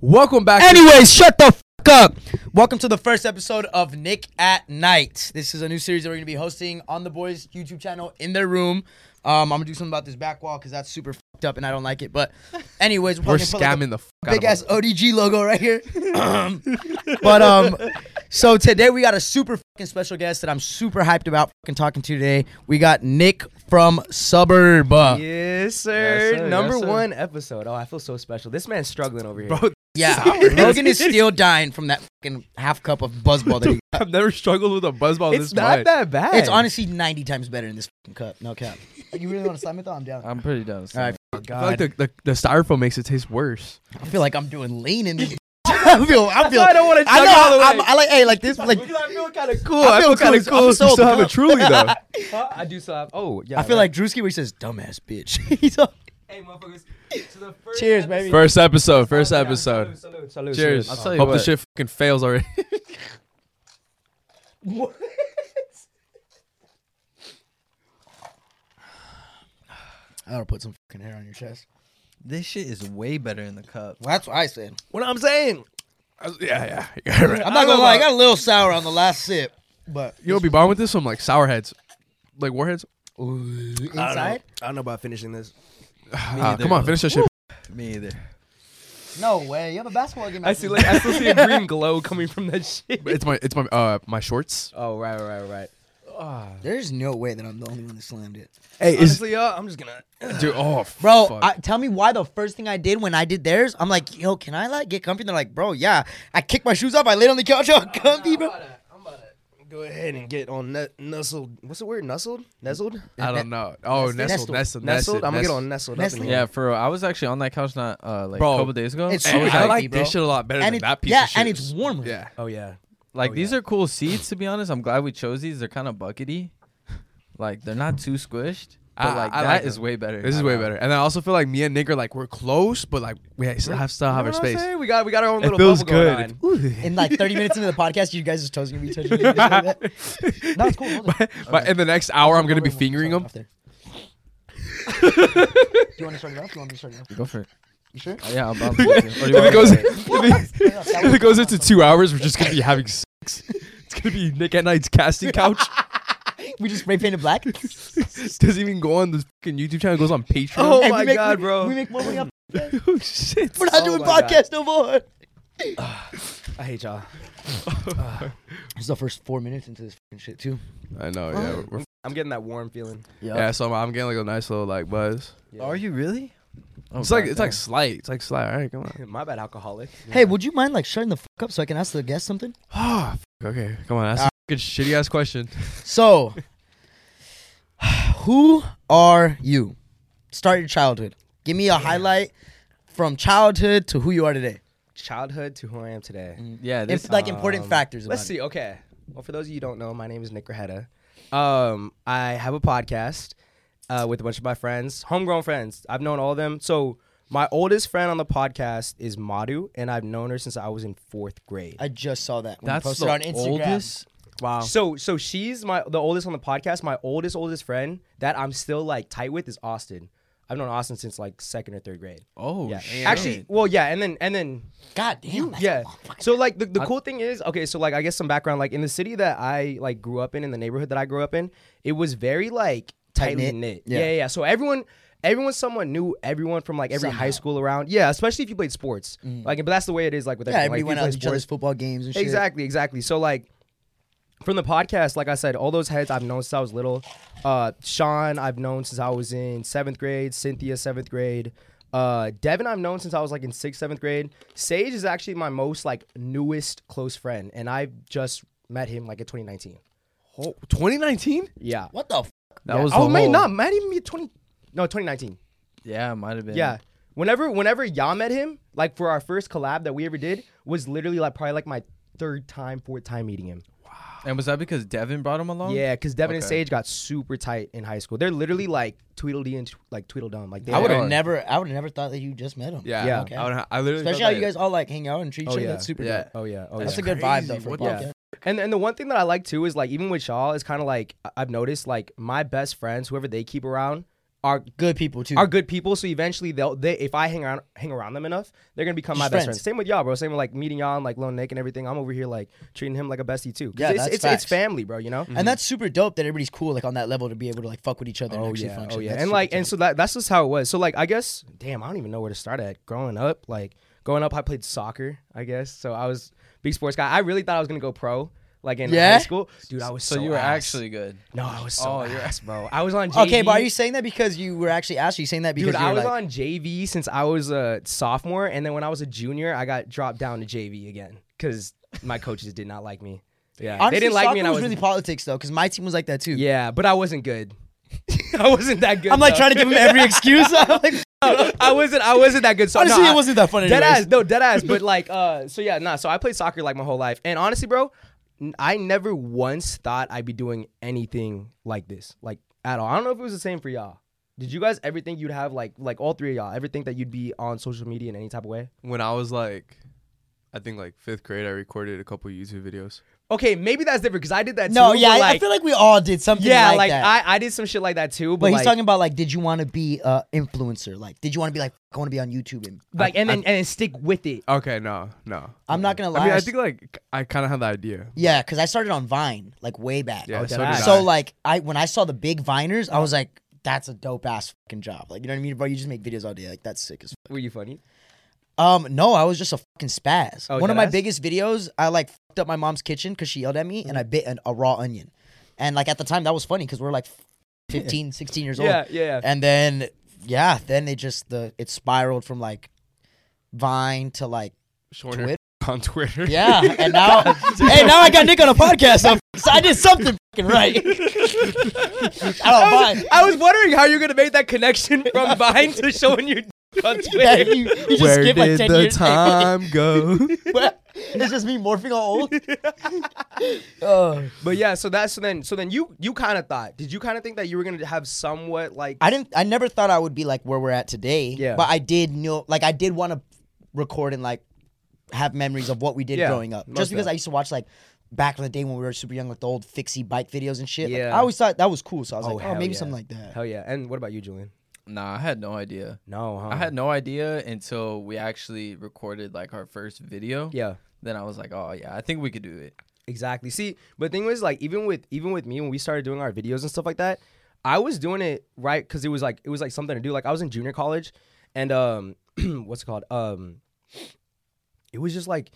Welcome back. to- Anyways, shut the fuck up. Welcome to the first episode of Nick at Night. This is a new series that we're going to be hosting on the boys' YouTube channel in their room. Um, I'm going to do something about this back wall because that's super fucked up and I don't like it. But, anyways, We're fucking put, like, a scamming the fuck out Big of ass us. ODG logo right here. but um, so today we got a super fucking special guest that I'm super hyped about fucking talking to today. We got Nick from Suburb. Yes, sir. sir. Number Yes, sir. one episode. Oh, I feel so special. This man's struggling over here. Bro, Yeah, Logan is still dying from that fucking half cup of buzzball that he I've never struggled with a buzzball it's this not much. that bad. It's honestly 90 times better in this fucking cup. No cap. You really want to slam it though? I'm down. I'm pretty down. All right. Oh, I feel God. like the, the, the styrofoam makes it taste worse. I feel like I'm doing lean in this. I feel. I feel. I don't want to I jump know. all the I, way. I'm- I like. Hey, like this. Like I feel kind of cool. Cool. I feel kind of kinda- cool. I'm You sold still have a up. truly though. Huh? I do so. have- Oh, yeah. I feel right. like Drewski where he says dumbass bitch. He's all, Hey, motherfuckers. To the first Cheers, episode- baby. First episode. First Yeah, Salute, episode. salute, salute, Cheers. salute. I'll tell you Hope what. this shit fucking fails already. What? I'll put some fucking hair on your chest. This shit is way better in the cup. Well, that's what I said. What I'm saying. yeah, yeah. You're right. I'm not gonna lie. I uh, got a little sour on the last sip, but You know what'd be bomb with this? Some like sour heads. Like warheads? I don't, know. inside, I don't know about finishing this. Ah, come on, finish that shit. Me either. no way. You have a basketball game. I after see. this. Like, I still see a green glow coming from that shit. It's my it's my uh my shorts. Oh, right, right, right. Ah. There's no way that I'm the only one that slammed it, Hey, Honestly, y'all, I'm just gonna. dude. Oh, bro. fuck. I, tell me why the first thing I did when I did theirs, I'm like, yo, can I like get comfy? And they're like, bro, yeah. I kicked my shoes off. I laid on the couch, all comfy, bro. I'm about to go ahead and get on nu- nuzzled. What's the word? Nuzzled? Nuzzled? I don't know. Oh, nestled, Nestled. nestled, Nestled? nestled. I'm gonna get nestled. on nestled. Nestled. Nestled. Yeah, for real. I was actually on that couch not uh, like Bro, a couple days ago. it's And so Hey, was I hype. like, Healthy, like bro. this shit a lot better And than it- that piece yeah, of shit. and it's warmer. Yeah. Oh yeah. like Oh, these yeah. are cool seats. To be honest, I'm glad we chose these. They're kind of buckety. Like they're not too squished. But I- like I that like is them. way better. This is way better. And I also feel like me and Nick are like we're close, but like we still have still have our space. We got we got our own It little feels bubble going good. on. In like 30 minutes into the podcast, you guys just toes gonna be touching. each other like that. No, it's cool. Hold on. but but in the next hour, I'm gonna be fingering them. Off there. Do you want to start it off? Do you want me to start it off? Go for it. You sure? Oh, yeah, I'm about if it goes if it, if it goes into two hours, we're just gonna be having sex. It's gonna be Nick at Night's casting couch. We just spray painted black. Doesn't even go on the fucking YouTube channel. It goes on Patreon. Oh Hey, we my make- god, we- bro. We make more money off. Oh, shit. We're not Oh doing my God. podcasts no more. I hate y'all. This is the first four minutes into this fucking shit too. I know. Yeah. We're, we're- I'm getting that warm feeling. yeah. So I'm, I'm getting like a nice little like buzz. Are you really? Oh, It's like God it's like damn. slight. It's like slight. All right, come on. My bad, alcoholic. Hey, would you mind like shutting the fuck up so I can ask the guest something? Ah, fuck, okay. Come on, that's a good shitty ass question. So, who are you? Start your childhood. Give me a highlight from childhood to who you are today. Childhood to who I am today. Yeah, Mm, It's this like important Um, factors. About Let's see. Okay. Well, for those of you who don't know, my name is Nick Rajeda. Um, I have a podcast uh, with a bunch of my friends, homegrown friends. I've known all of them. So my oldest friend on the podcast is Madu, and I've known her since I was in fourth grade. I just saw that. When you That's posted the it on Instagram. oldest. wow. So so she's my the oldest on the podcast. My oldest oldest friend that I'm still like tight with is Austin. I've known Austin since like second or third grade. Oh, yeah. shit. Actually, well, yeah, and then and then God damn. that's a yeah long fucking- so like the, the cool thing is okay so like i guess some background like in the city that i like grew up in in the neighborhood that i grew up in it was very like tightly Tight-knit. knit Yeah. yeah yeah, yeah. so everyone everyone someone knew everyone from like every high Somehow. Mm. school around. Yeah, especially if you played sports. Like, but that's the way it is. Like with Yeah, everything. everybody like, went if you out play to each other's sports- football games and shit. Exactly, exactly. So like from the podcast, like I said, all those heads I've known since I was little. Uh Sean, I've known since I was in seventh grade, Cynthia, seventh grade. Uh Devin, I've known since I was like in sixth, seventh grade. Sage is actually my most like newest close friend, and I just met him like in 2019. 2019? Yeah. What the? F- That Yeah. was the Oh, may whole- not, might even be 20 No, 2019. Yeah, it might have been. Yeah. Whenever whenever y'all met him, like for our first collab that we ever did, was literally like probably like my third time, fourth time meeting him. And was that because Devin brought him along? Yeah, because Devin and Okay. Sage got super tight in high school. They're literally like Tweedledee and Tw- like Tweedledum. Like they I would are. have never. I would have never thought that you just met him. Yeah. Yeah. I, would, I literally. Especially how thought you that- guys all like hang out and treat each Oh, other. yeah. That's super. Yeah. dope. Oh yeah, oh That's yeah. a good vibe Crazy. though. For What a the podcast. f- and and the one thing that I like too is like even with Shaw is kind of like I- I've noticed like my best friends, whoever they keep around, are Good people too. are good people. So eventually they'll they if I hang around hang around them enough, they're gonna become my Just best friends. friends. Same with y'all, bro. Same with like meeting y'all and like Lil Nick and everything. I'm over here like treating him like a bestie too. 'Cause Yeah, it's that's it's, facts. it's family, bro. You know. and that's super dope that everybody's cool like on that level to be able to like fuck with each other and actually Oh function. yeah. That's and super like dope. and so that that's just how it was. So like I guess damn, I don't even know where to start at. Growing up, like growing up I played soccer, I guess. So I was big sports guy. I really thought I was gonna go pro. Like in Yeah? high school, dude, I was so, So, you were ass. actually good. no, I was so Oh, you're- ass, bro. I was on JV. okay, but are you saying that because you were actually asked? Are you saying that because dude? you were I was like, on JV since I was a sophomore, and then when I was a junior, I got dropped down to JV again because my coaches did not like me. Yeah, Honestly, they didn't like me, and soccer I was was really politics though, because my team was like that too. yeah, but I wasn't good. I wasn't that good. I'm like though. trying to give him every excuse. I'm like, I wasn't. I wasn't that good. So, honestly, no, I- it wasn't that fun. Dead anyways. ass, no, dead ass. But like, uh, so yeah, nah. So I played soccer like my whole life, and honestly, bro, n- I never once thought I'd be doing anything like this, like at all. I don't know if it was the same for y'all. Did you guys ever think you'd have like, like all three of y'all ever think that you'd be on social media in any type of way? When I was like, I think like fifth grade, I recorded a couple YouTube videos. Okay, maybe that's different because I did that. No, too, yeah, but, I- like, I feel like we all did something. yeah, like, like that. I, I did some shit like that too. But, But he's like, talking about like, did you want to be an influencer? Like, did you want to be like, I want to be on YouTube? And like, and then and then stick with it. Okay, no, no. I'm not gonna lie. I mean, I think like I kind of had the idea. yeah, because I started on Vine like way back. Yeah, Oh, so dead did ass. I. So like, I when I saw the big Viners, I was like, that's a dope ass fucking job. Like, you know what I mean, bro? You just make videos all day. Like, that's sick as. Were you funny? Um, no, I was just a fucking spaz. Oh, One of my deadass? biggest videos, I like fucked up my mom's kitchen because she yelled at me and Mm-hmm. I bit an, a raw onion. And like at the time, that was funny because we are like 15, 16 years Yeah, old. yeah. And then, yeah, then it just, the it spiraled from like Vine to like Shorter Twitter. on Twitter. Yeah. And now, hey, now I got Nick on a podcast. So, so I did something fucking right. I I don't was, mind. I was wondering how you're gonna make that connection from Vine to showing your dick on That Twitter. you, you just Where did skip like 10 the years. time go? it's just me morphing all old. Oh. But yeah, so that's so then so then you you kind of thought did you kind of think that you were gonna have somewhat like I didn't. I never thought I would be like where we're at today. Yeah. But I did know, like, I did want to record and like have memories of what we did Yeah, growing up. most Just because def. I used to watch like back in the day when we were super young, like the old fixie bike videos and shit. Like, Yeah. I always thought that was cool, so I was Oh, like, oh, hell maybe yeah. something like that. hell yeah and what about you Julian Nah, I had no idea. no huh I had no idea until we actually recorded like our first video. yeah Then I was like, oh yeah, I think we could do it. exactly see but the thing was like even with even with me when we started doing our videos and stuff like that I was doing it right because it was like it was like something to do like I was in junior college and um what's it called um it was just like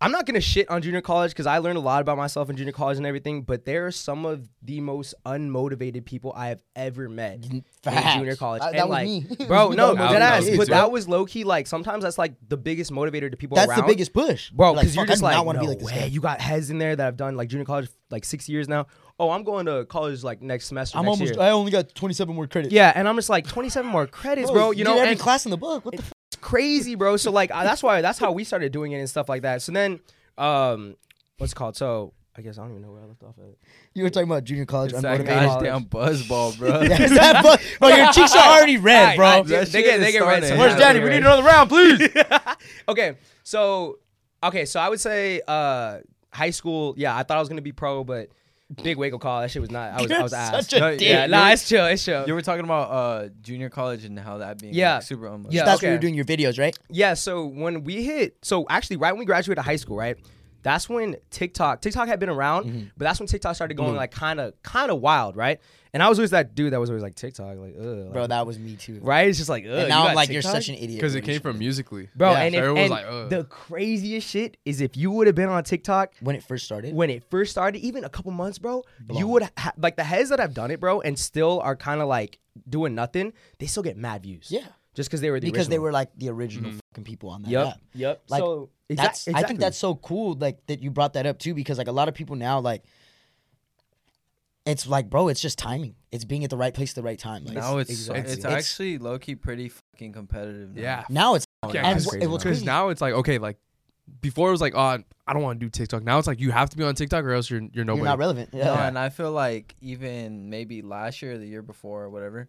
I'm not gonna shit on junior college because I learned a lot about myself in junior college and everything, but there are some of the most unmotivated people I have ever met in Facts. junior college. That- and that was like, me. bro, Oh, It no, was me. dead That ass. was me, But too. that was low key. Like sometimes that's like the biggest motivator to people. That's around. the biggest push, bro. Like, Because you're fuck, just I do like, not want to no be like this way. guy. You got heads in there that have done like junior college like six years now. Oh, I'm going to college like next semester. I'm next almost. year. I only got 27 more credits. Yeah, and I'm just like 27 more credits, bro. you know, did every and- class in the book. What the? F- it's crazy, bro. So like I- that's why that's how we started doing it and stuff like that. So then, um, what's it called? So I guess I don't even know where I left off at. you were talking about junior college. It's that unmotivated. goddamn buzzball, bro. Is that bu- bro, your cheeks are already red, bro. They- that they shit get is they get red. starting. somehow. Where's They Daddy? get We red. need another round, please. okay, so okay, so I would say uh high school. Yeah, I thought I was gonna be pro, but big wake up call. That shit was not. I was I was You're ass. such a No, dick. yeah, nah, it's chill. It's chill. you were talking about uh junior college and how that being Yeah. like, super unmotivated. Yeah. That's okay. where you're doing your videos, right? Yeah, so when we hit, so actually, right when we graduated high school, right? That's when TikTok TikTok had been around, Mm-hmm. but that's when TikTok started going like kind of kind of wild, right? And I was always that dude that was always like TikTok, like, ugh, like, bro. That was me too. right? It's just like, ugh, And you now I'm got like, you're TikTok? such an idiot. Because it Rudy. came from musically, bro. Yeah, and so if- and everyone was like, ugh. the craziest shit is if you would have been on TikTok when it first started. when it first started, even a couple months, bro, you would ha- like the heads that have done it, bro, and still are kind of like doing nothing. They still get mad views. Yeah. just because they were the because they original. were like the original fucking people on that. Yep. app. Yep. Like, so exac- That's, I exactly. think that's so cool, like that you brought that up too, because like a lot of people now, like, it's like, bro, it's just timing. It's being at the right place at the right time. Like, now it's exactly. it's, It's- actually low key pretty fucking competitive. Now. yeah, now it's yeah, and that's wh- crazy, it was Because crazy. now it's like okay, like before it was like, oh, I don't want to do TikTok. Now it's like you have to be on TikTok or else you're you're nobody. you're not relevant. Yeah. No, and I feel like even maybe last year, or the year before, or whatever,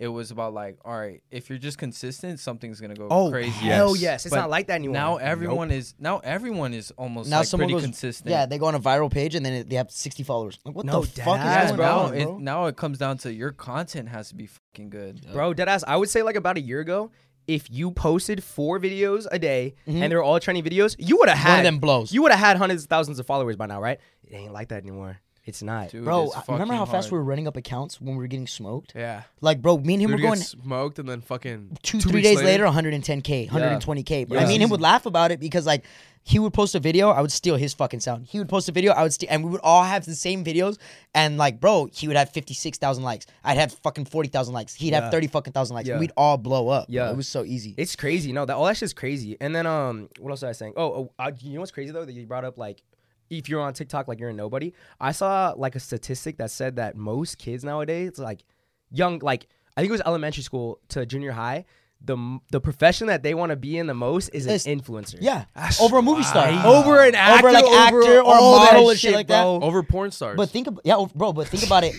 it was about like, all right, if you're just consistent, something's gonna go oh crazy. hell yes. It's But not like that anymore. Now everyone is now everyone is almost now like someone pretty goes, consistent. yeah, they go on a viral page and then it, they have 60 followers. Like, what No, the dead fuck ass, is going now, on, it, bro? now it comes down to your content has to be fucking good. bro, deadass. I would say like about a year ago. If you posted four videos a day and they were all trending videos, you would have of had them blows. You would have had hundreds of thousands of followers by now, right? It ain't like that anymore. It's not. Dude, Bro, it's I- remember fucking how fast hard. we were running up accounts when we were getting smoked? Yeah, Like, bro, me and him Dude, were you get going smoked and then fucking two, two three weeks days later, 110k, 120k. Bro. I mean, him would laugh about it because like he would post a video, I would steal his fucking sound. He would post a video, I would steal, and we would all have the same videos. And like, bro, he would have 56,000 likes. I'd have fucking 40,000 likes. He'd have 30 fucking thousand likes. Yeah. We'd all blow up. Yeah, Yeah. it was so easy. It's crazy. No, that all that shit's crazy. And then um, what else was I saying? Oh, oh I, you know what's crazy though that you brought up like. If you're on TikTok, like you're a nobody. I saw like a statistic that said that most kids nowadays, like young, like I think it was elementary school to junior high, the m- the profession that they want to be in the most is an It's- influencer. yeah, over a movie star, over an actor, over like over actor or all that model and shit shit, like that. bro. over porn stars. But think about yeah, oh, bro. But think about it.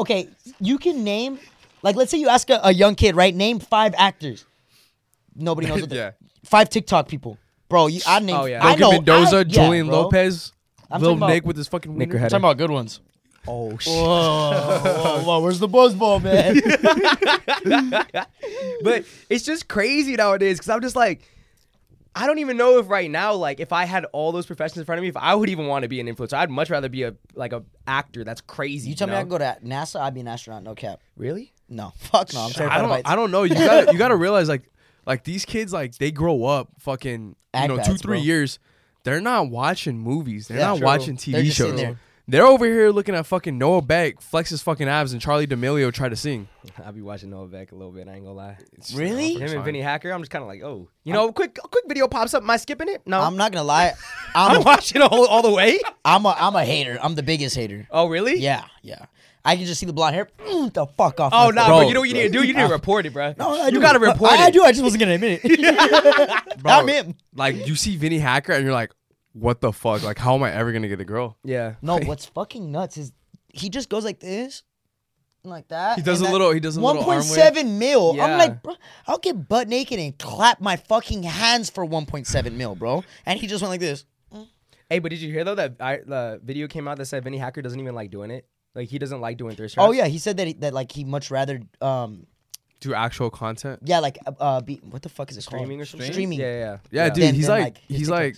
Okay, you can name like let's say you ask a, a young kid right, name five actors. Nobody knows. What Yeah. yeah. Five TikTok people, bro. You, I name. Oh, yeah. I Joaquin know. Mendoza, I, yeah, Julian bro. Lopez, I'm Lil talking about- Nick with his fucking wiener. Nickerheader. Talking about good ones. Oh shit. Whoa, whoa, whoa, where's the buzz ball, man? but it's just crazy nowadays because I'm just like, I don't even know if right now, like, if I had all those professions in front of me, if I would even want to be an influencer, I'd much rather be a like a actor. That's crazy. you tell me know? I can go to NASA, I'd be an astronaut. No cap. Really? No, fuck no. I'm terrified I of don't. heights. I don't know. You gotta. You gotta realize like, like these kids like they grow up fucking. You know, two iPads, three bro. years. They're not watching movies. They're Yeah, not true. watching TV They're just sitting shows. there. They're over here looking at fucking Noah Beck flex his fucking abs and Charlie D'Amelio try to sing. I'll be watching Noah Beck a little bit. I ain't gonna lie. Really? Him and Vinny Hacker, I'm just kind of like, oh, you know, a quick, a quick video pops up. Am I skipping it? No, I'm I'm, not gonna lie. I'm a, watching all, all the way. I'm a I'm a hater. I'm the biggest hater. Oh, really? Yeah, yeah. I can just see the blonde hair. Mm, the fuck off. Oh my no, nah, phone. bro, You know what you need to do? You need to report it, bro. No, Oh, I you do. gotta I- report I, it. do. I just wasn't gonna admit it. I'm in. Like you see Vinny Hacker and you're like, what the fuck? Like how am I ever gonna get a girl? Yeah. No, what's fucking nuts is he just goes like this, and like that. He does and a that- little- he does a little arm wave. 1.7 mil. Yeah. I'm like, bro, I'll get butt naked and clap my fucking hands for 1.7 mil, bro. And he just went like this. Hey, but did you hear though that I, the video came out that said Vinny Hacker doesn't even like doing it? Like he doesn't like doing thirst traps. Oh yeah, he said that he, that like he much rather um Do actual content. yeah like uh, uh be what the fuck is it streaming called or something. streaming Yeah, yeah, Yeah, dude. Then- he's then, like, like, his he's like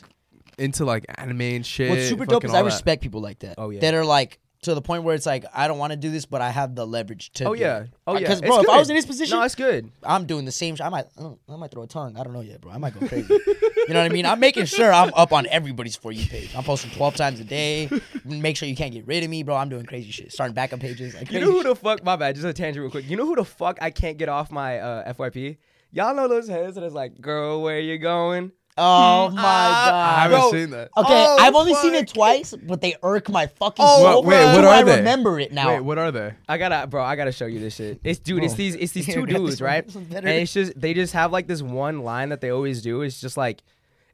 into like anime and shit. What's super dope fucking is all I that. respect people like that. Oh, yeah. That are like to the point where it's like I don't want to do this, but I have the leverage to. Oh do yeah. it. Oh yeah. Because It's bro, if I good. was in his position, no, it's good. I'm doing the same. Sh- I might, I don't- I might throw a tongue. I don't know yet, bro. I might go crazy. you know what I mean? I'm making sure I'm up on everybody's for you page. I'm posting 12 times a day. Make sure you can't get rid of me, bro. I'm doing crazy shit. Starting backup pages. Like, You crazy know who shit. the fuck? My bad. Just a tangent real quick. You know who the fuck I can't get off my uh, FYP? Y'all know those heads that is like, girl, where you going? oh my I god. haven't Bro, seen that. Okay, Oh, I've only seen it fuck. twice, but they irk my fucking Oh, soul. What- wait, bro. what Do are I they? remember it now. Wait, what are they? I gotta, bro. I gotta show you this shit. It's dude. Oh. It's these. It's these Here, two grab this dudes, one. right? This And one's better. it's just they just have like this one line that they always do. It's just like,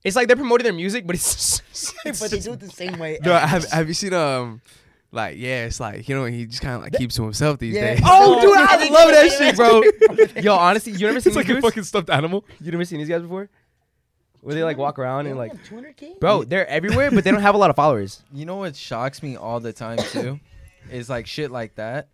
it's like they're promoting their music, but it's. it's but they do it the same way. No, every have have you seen um like yeah, it's like you know he just kind of like keeps to himself these Yeah. days. Oh, dude, I love that shit, bro. Yo, honestly, you never seen these dudes? stuffed animal. You never seen these guys before? Where they like walk around and like, 200k? bro, they're everywhere, but they don't have a lot of followers. You know what shocks me all the time too, is like shit like that.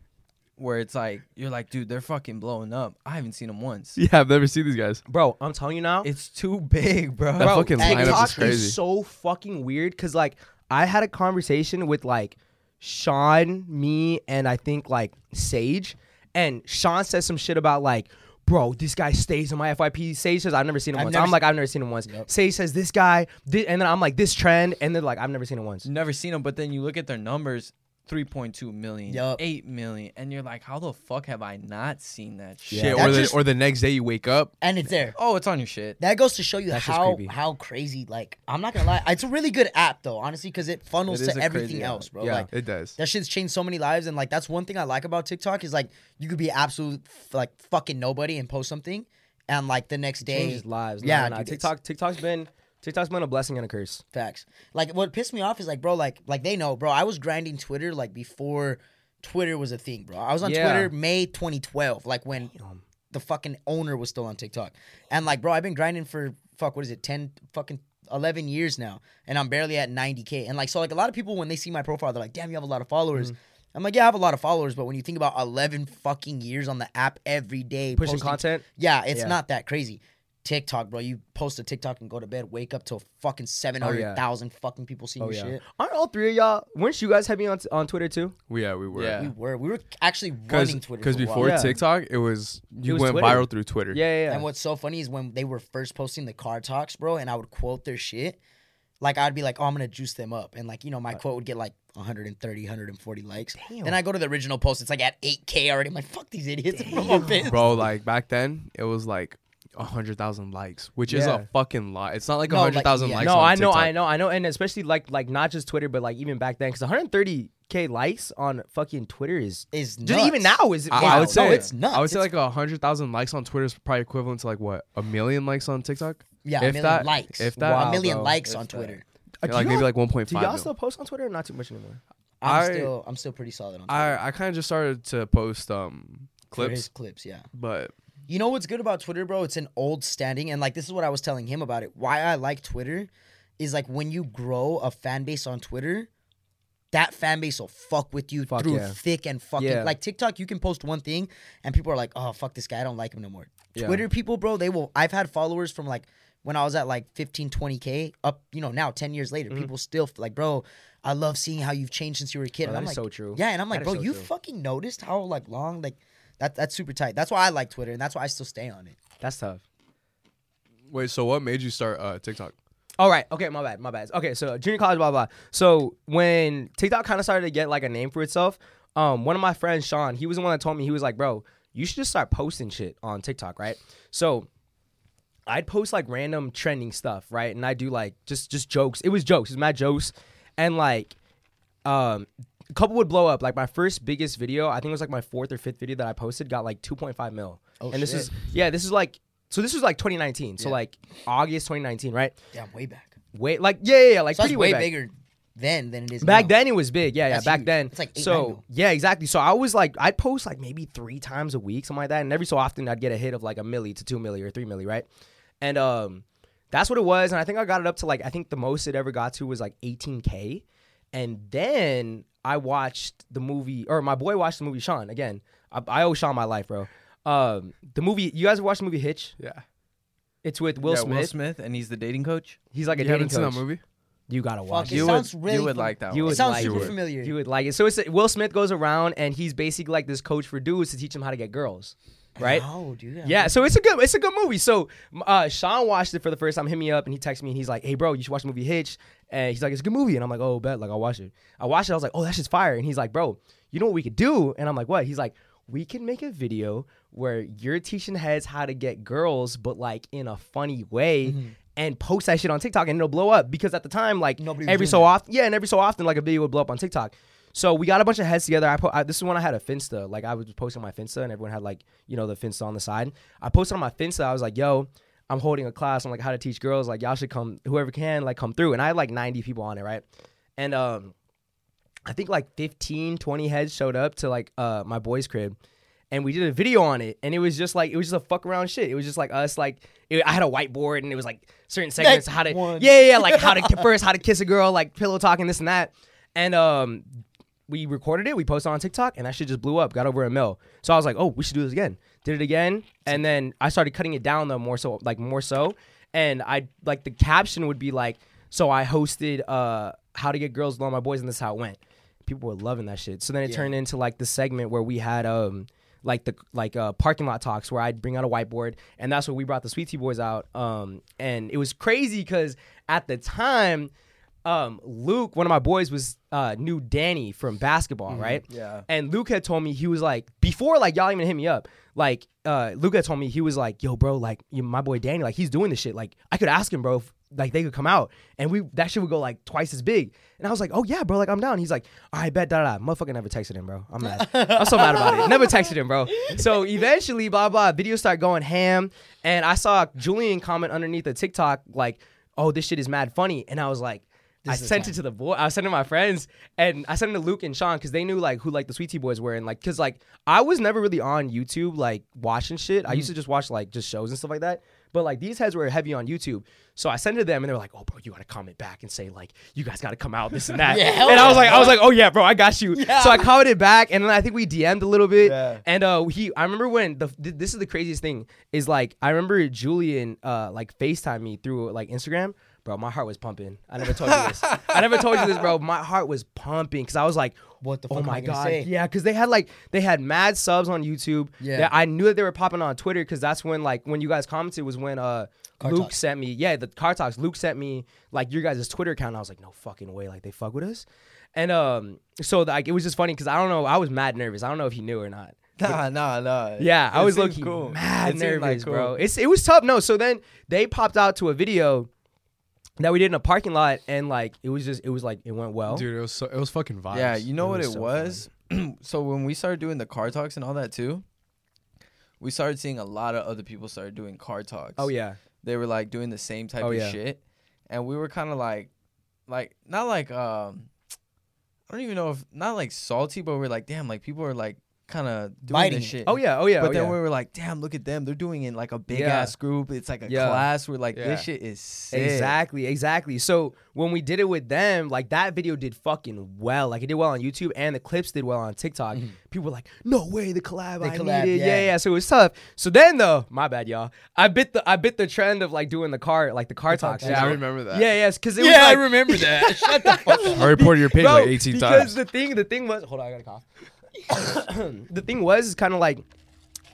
where it's like you're like, dude, they're fucking blowing up. I haven't seen them once. Yeah, I've never seen these guys. bro. I'm telling you now, It's too big, bro. That fucking TikTok lineup is crazy. so fucking weird because like I had a conversation with like Sean, me, and I think like Sage, and Sean says some shit about like. Bro, this guy stays in my FYP. Sage says I've never seen him I've once. never I'm like I've never seen him once. Sage says this guy, thi- and then I'm like this trend, and then like I've never seen him once. never seen them, but then you look at their numbers 3.2 million, Yup. 8 million, and you're like, how the fuck have I not seen that shit? Shit, That or the just- or the next day you wake up. and it's there. Oh, it's on your shit. That goes to show you That's just how creepy. how crazy. Like I'm not gonna lie, it's a really good app though, honestly, because it funnels It is to a crazy everything app. else, bro. Yeah. Like It does. that shit's changed so many lives, and like that's one thing I like about TikTok is like you could be absolute f- like fucking nobody and post something, and like the next day Changes lives. Yeah, Yeah, nah, dude, it's- TikTok, TikTok's been TikTok's been a blessing and a curse. Facts. Like what pissed me off is like, bro, like like they know, bro. I was grinding Twitter like before Twitter was a thing, bro. I was on Yeah. Twitter May 2012, like when the fucking owner was still on TikTok. And like, bro, I've been grinding for fuck, what is it, 10 fucking 11 years now, and I'm barely at 90k. And like, so like a lot of people when they see my profile, they're like, damn, you have a lot of followers. Mm-hmm. I'm like, yeah, I have a lot of followers, but when you think about 11 fucking years on the app every day, Pushing posting- content. yeah, it's Yeah. not that crazy. TikTok, bro, you post a TikTok and go to bed, wake up till Oh, fucking seven hundred thousand fucking people seeing your shit. Aren't all three of y'all? Weren't you guys heavy on on Twitter too? We- Yeah, we were. Yeah. We were we were actually Because running Twitter for a before while. Yeah. TikTok, it was you It was went Twitter. viral through Twitter. Yeah, yeah. yeah. And what's so funny is when they were first posting the car talks, bro, and I would quote their shit. Like I'd be like, oh, I'm gonna juice them up, and like you know, my quote would get like 130, 140 likes. Then I go to the original post, it's like at 8k already. I'm like, fuck these idiots. I'm all pissed. Bro, like back then, it was like a hundred thousand likes, which is Yeah. a fucking lot. It's not like a No, like, hundred thousand yeah. likes. No, on I know, TikTok. I know, I know, and especially like like not just Twitter, but like even back then, because 130k likes on fucking Twitter is Is just even nuts. now is Oh, I, I wow. would say no, it's nuts. I would say It's- like a hundred thousand likes on Twitter is probably equivalent to like what a million likes on TikTok. Yeah, a if million that, likes. If that, a Wow, million bro. likes If on that. Twitter. Uh, do like maybe y'all- like one point Do five. y'all still post on Twitter? or Not too much anymore. I'm I- still I'm still pretty solid on Twitter. I I kind of just started to post um For clips, his clips, yeah. but You know what's good about Twitter, bro? It's an old standing, and like this is what I was telling him about it. Why I like Twitter is like when you grow a fan base on Twitter, that fan base will fuck with you Fuck through yeah. thick and fucking Yeah. like TikTok. You can post one thing, and people are like, "Oh fuck this guy, I don't like him no more." Twitter people, bro, they will. I've had followers from like when I was at like 15, 20 k up. You know, now ten years Mm-hmm. later, people still f- like, bro. I love seeing how you've changed since you were a kid. Bro, and that I'm is like, so true. Yeah, and I'm like, That is bro, so you true. fucking noticed how like long like that that's super tight. That's why I like Twitter, and that's why I still stay on it. That's tough. wait. So what made you start uh TikTok? All right. Okay. My bad. My bad. Okay. So junior college, blah blah. blah. So when TikTok kind of started to get like a name for itself, um, one of my friends, Sean, he was the one that told me he was like, "Bro, you should just start posting shit on TikTok, right?" So I'd post like random trending stuff, right? And I do like just just jokes. It was jokes. It was mad jokes, and like um a couple would blow up like my first biggest video i think it was like my fourth or fifth video that i posted got like 2.5 mil oh, and this shit. is yeah this is like so this was like 2019 so like august 2019 right Yeah, I'm way back. Wait, like yeah, yeah, yeah like So that's pretty way, way back. bigger then than it is Back now. then it was big, yeah, yeah. That's back huge. then, It's like eight, nine mil. so yeah, exactly. So I was like, I'd post like maybe three times a week, something like that, and every so often I'd get a hit of like a milli to two milli or three milli, right? And um, that's what it was, and I think I got it up to like I think the most it ever got to was like 18k, and then I watched the movie, or my boy watched the movie Sean again. I, I owe Sean my life, bro. Um, the movie you guys watched the movie Hitch? Yeah, It's with Will, yeah, Smith. Will Smith, and he's the dating coach. He's like a you dating haven't coach. seen that movie? You gotta watch. Fuck, it. it You sounds would, really you would fam- like that. you one. It would sounds like super it. familiar. You would like it. So it's Will Smith goes around and he's basically like this coach for dudes to teach them how to get girls, right? Oh, dude. I Yeah, so it's a good it's a good movie. So m- uh, Sean watched it for the first time. Hit me up and he texted me and he's like, "Hey, bro, you should watch the movie Hitch." And he's like, "It's a good movie." And I'm like, "Oh, bet." Like I watched it. I watched it. I was like, "Oh, that shit's fire." And he's like, "Bro, you know what we could do?" And I'm like, "What?" He's like, "We can make a video where you're teaching heads how to get girls, but like in a funny way." Mm-hmm. And post that shit on TikTok and it'll blow up because at the time, like Nobody was every doing so often, yeah, and every so often, like a video would blow up on TikTok. So we got a bunch of heads together. I, po- I this is when I had a Finsta. Like I was posting my Finsta, and everyone had like you know the Finsta on the side. I posted on my Finsta. I was like, "Yo, I'm holding a class on like how to teach girls. Like y'all should come, whoever can, like come through." And I had like 90 people on it, right? And um, I think like 15, 20 heads showed up to like uh my boy's crib. And we did a video on it, and it was just like it was just a fuck around shit. It was just like us, like it, I had a whiteboard, and it was like certain segments, how to one. yeah, yeah, yeah, like how to ki- first how to kiss a girl, like pillow talking, this and that. And um, we recorded it, we posted on TikTok, and that shit just blew up, got over a mil. So I was like, oh, we should do this again. Did it again, and then I started cutting it down though more so, like more so, and I like the caption would be like, so I hosted uh how to get girls to love my boys, and this is how it went. People were loving that shit. So then it turned into like the segment where we had um like the like uh, parking lot talks where I'd bring out a whiteboard and that's where we brought the Sweet Tea Boys out. Um, and it was crazy because at the time, um, Luke, one of my boys, was uh, knew Danny from basketball, right? Yeah. And Luke had told me he was like before like y'all even hit me up. Like uh, Luke had told me he was like, "Yo, bro, like you, my boy Danny, like he's doing this shit. Like I could ask him, bro, if, like they could come out and we that shit would go like twice as big." And I was like, "Oh yeah, bro, like I'm down." He's like, "I bet da da da." Motherfucker never texted him, bro. I'm mad. I'm so mad about it. Never texted him, bro. So eventually, blah blah, videos start going ham, and I saw Julian comment underneath the TikTok like, "Oh, this shit is mad funny," and I was like. I sent it to the boy. I sent it to my friends, and I sent it to Luke and Sean because they knew like who like the Sweet Tea Boys were, and like because like I was never really on YouTube like watching shit. I used Mm. to just watch like just shows and stuff like that. But like these heads were heavy on YouTube, so I sent it to them, and they were like, "Oh, bro, you gotta comment back and say like you guys gotta come out this and that." Yeah, hell and I was yeah. like, I was like, "Oh yeah, bro, I got you." So I commented back, and then I think we DM'd a little bit, and uh, he. I remember when the th- this is the craziest thing is like I remember Julian uh like Facetime me through like Instagram bro, my heart was pumping. I never told you this. I never told you this, bro. My heart was pumping because I was like, What the Oh fuck am my I gonna god, say? yeah, because they had like they had mad subs on YouTube. Yeah. That- I knew that they were popping on Twitter because that's when like when you guys commented was when uh Luke Talk. sent me yeah the car talks Luke sent me like your guys' Twitter account. And I was like, no fucking way, like they fuck with us. And um, so like it was just funny because I don't know, I was mad nervous. I don't know if he knew or not. Nah, nah, nah. Yeah, I It was seemed looking mad It seemed, nervous, like, cool. bro. It's it was tough. No, so then they popped out to a video that we did in a parking lot, and like it was just it was like it went well. Dude, it was so, it was fucking vibes. Yeah, you know It what was it so was? so when we started doing the car talks and all that too, we started seeing a lot of other people started doing car talks. Oh yeah, They were like doing the same type Oh, of yeah. shit. And we were kind of like like not like um I don't even know if not like salty, but we're like, damn, like people are like kind of doing Biting this it. shit. oh yeah, oh yeah. But oh, then yeah. we were like, damn, look at them. They're doing it like a big Yeah. ass group. It's like a Yeah. class. We're like, Yeah. this shit is sick. Exactly, exactly. So when we did it with them, like that video did fucking well. Like it did well on YouTube and the clips did well on TikTok. People were like, "No way, the collab I collab, needed." Yeah. yeah, yeah. So it was tough. So then though, my bad, y'all. I bit the I bit the trend of like doing the car like the car talks. Yeah, I remember that. Yeah, yes, because it was Yeah, I like, remember that. Shut the fuck up. I reported your page Bro, like 18 because times. the thing, the thing was, hold on, I gotta cough. the thing was, is kind of like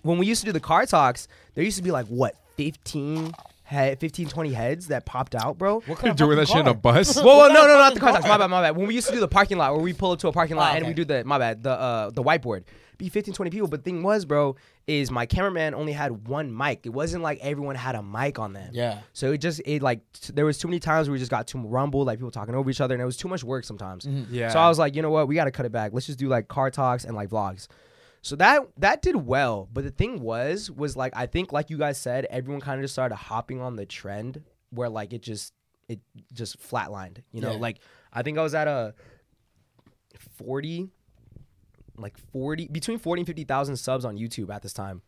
when we used to do the car talks. There used to be like what 15 head, 15, 20 heads that popped out, bro. What You're doing that shit in a bus. Whoa, whoa, no, no, not the car talks. My bad, my bad. When we used to do the parking lot, where we pull up to a parking lot Ah, and we do okay. the, my bad, the uh, the whiteboard. Be 15, 20 people. But the thing was, bro, is my cameraman only had one mic. It wasn't like everyone had a mic on them. Yeah. So it just it like t- there was too many times where we just got too rumbled, like people talking over each other, and it was too much work sometimes. Yeah. So I was like, you know what, we got to cut it back. Let's just do like car talks and like vlogs. So that that did well, but the thing was was like I think like you guys said, everyone kind of just started hopping on the trend where like it just it just flatlined. You know, Yeah. like I think I was at a forty, like forty between forty and fifty thousand subs on YouTube at this time.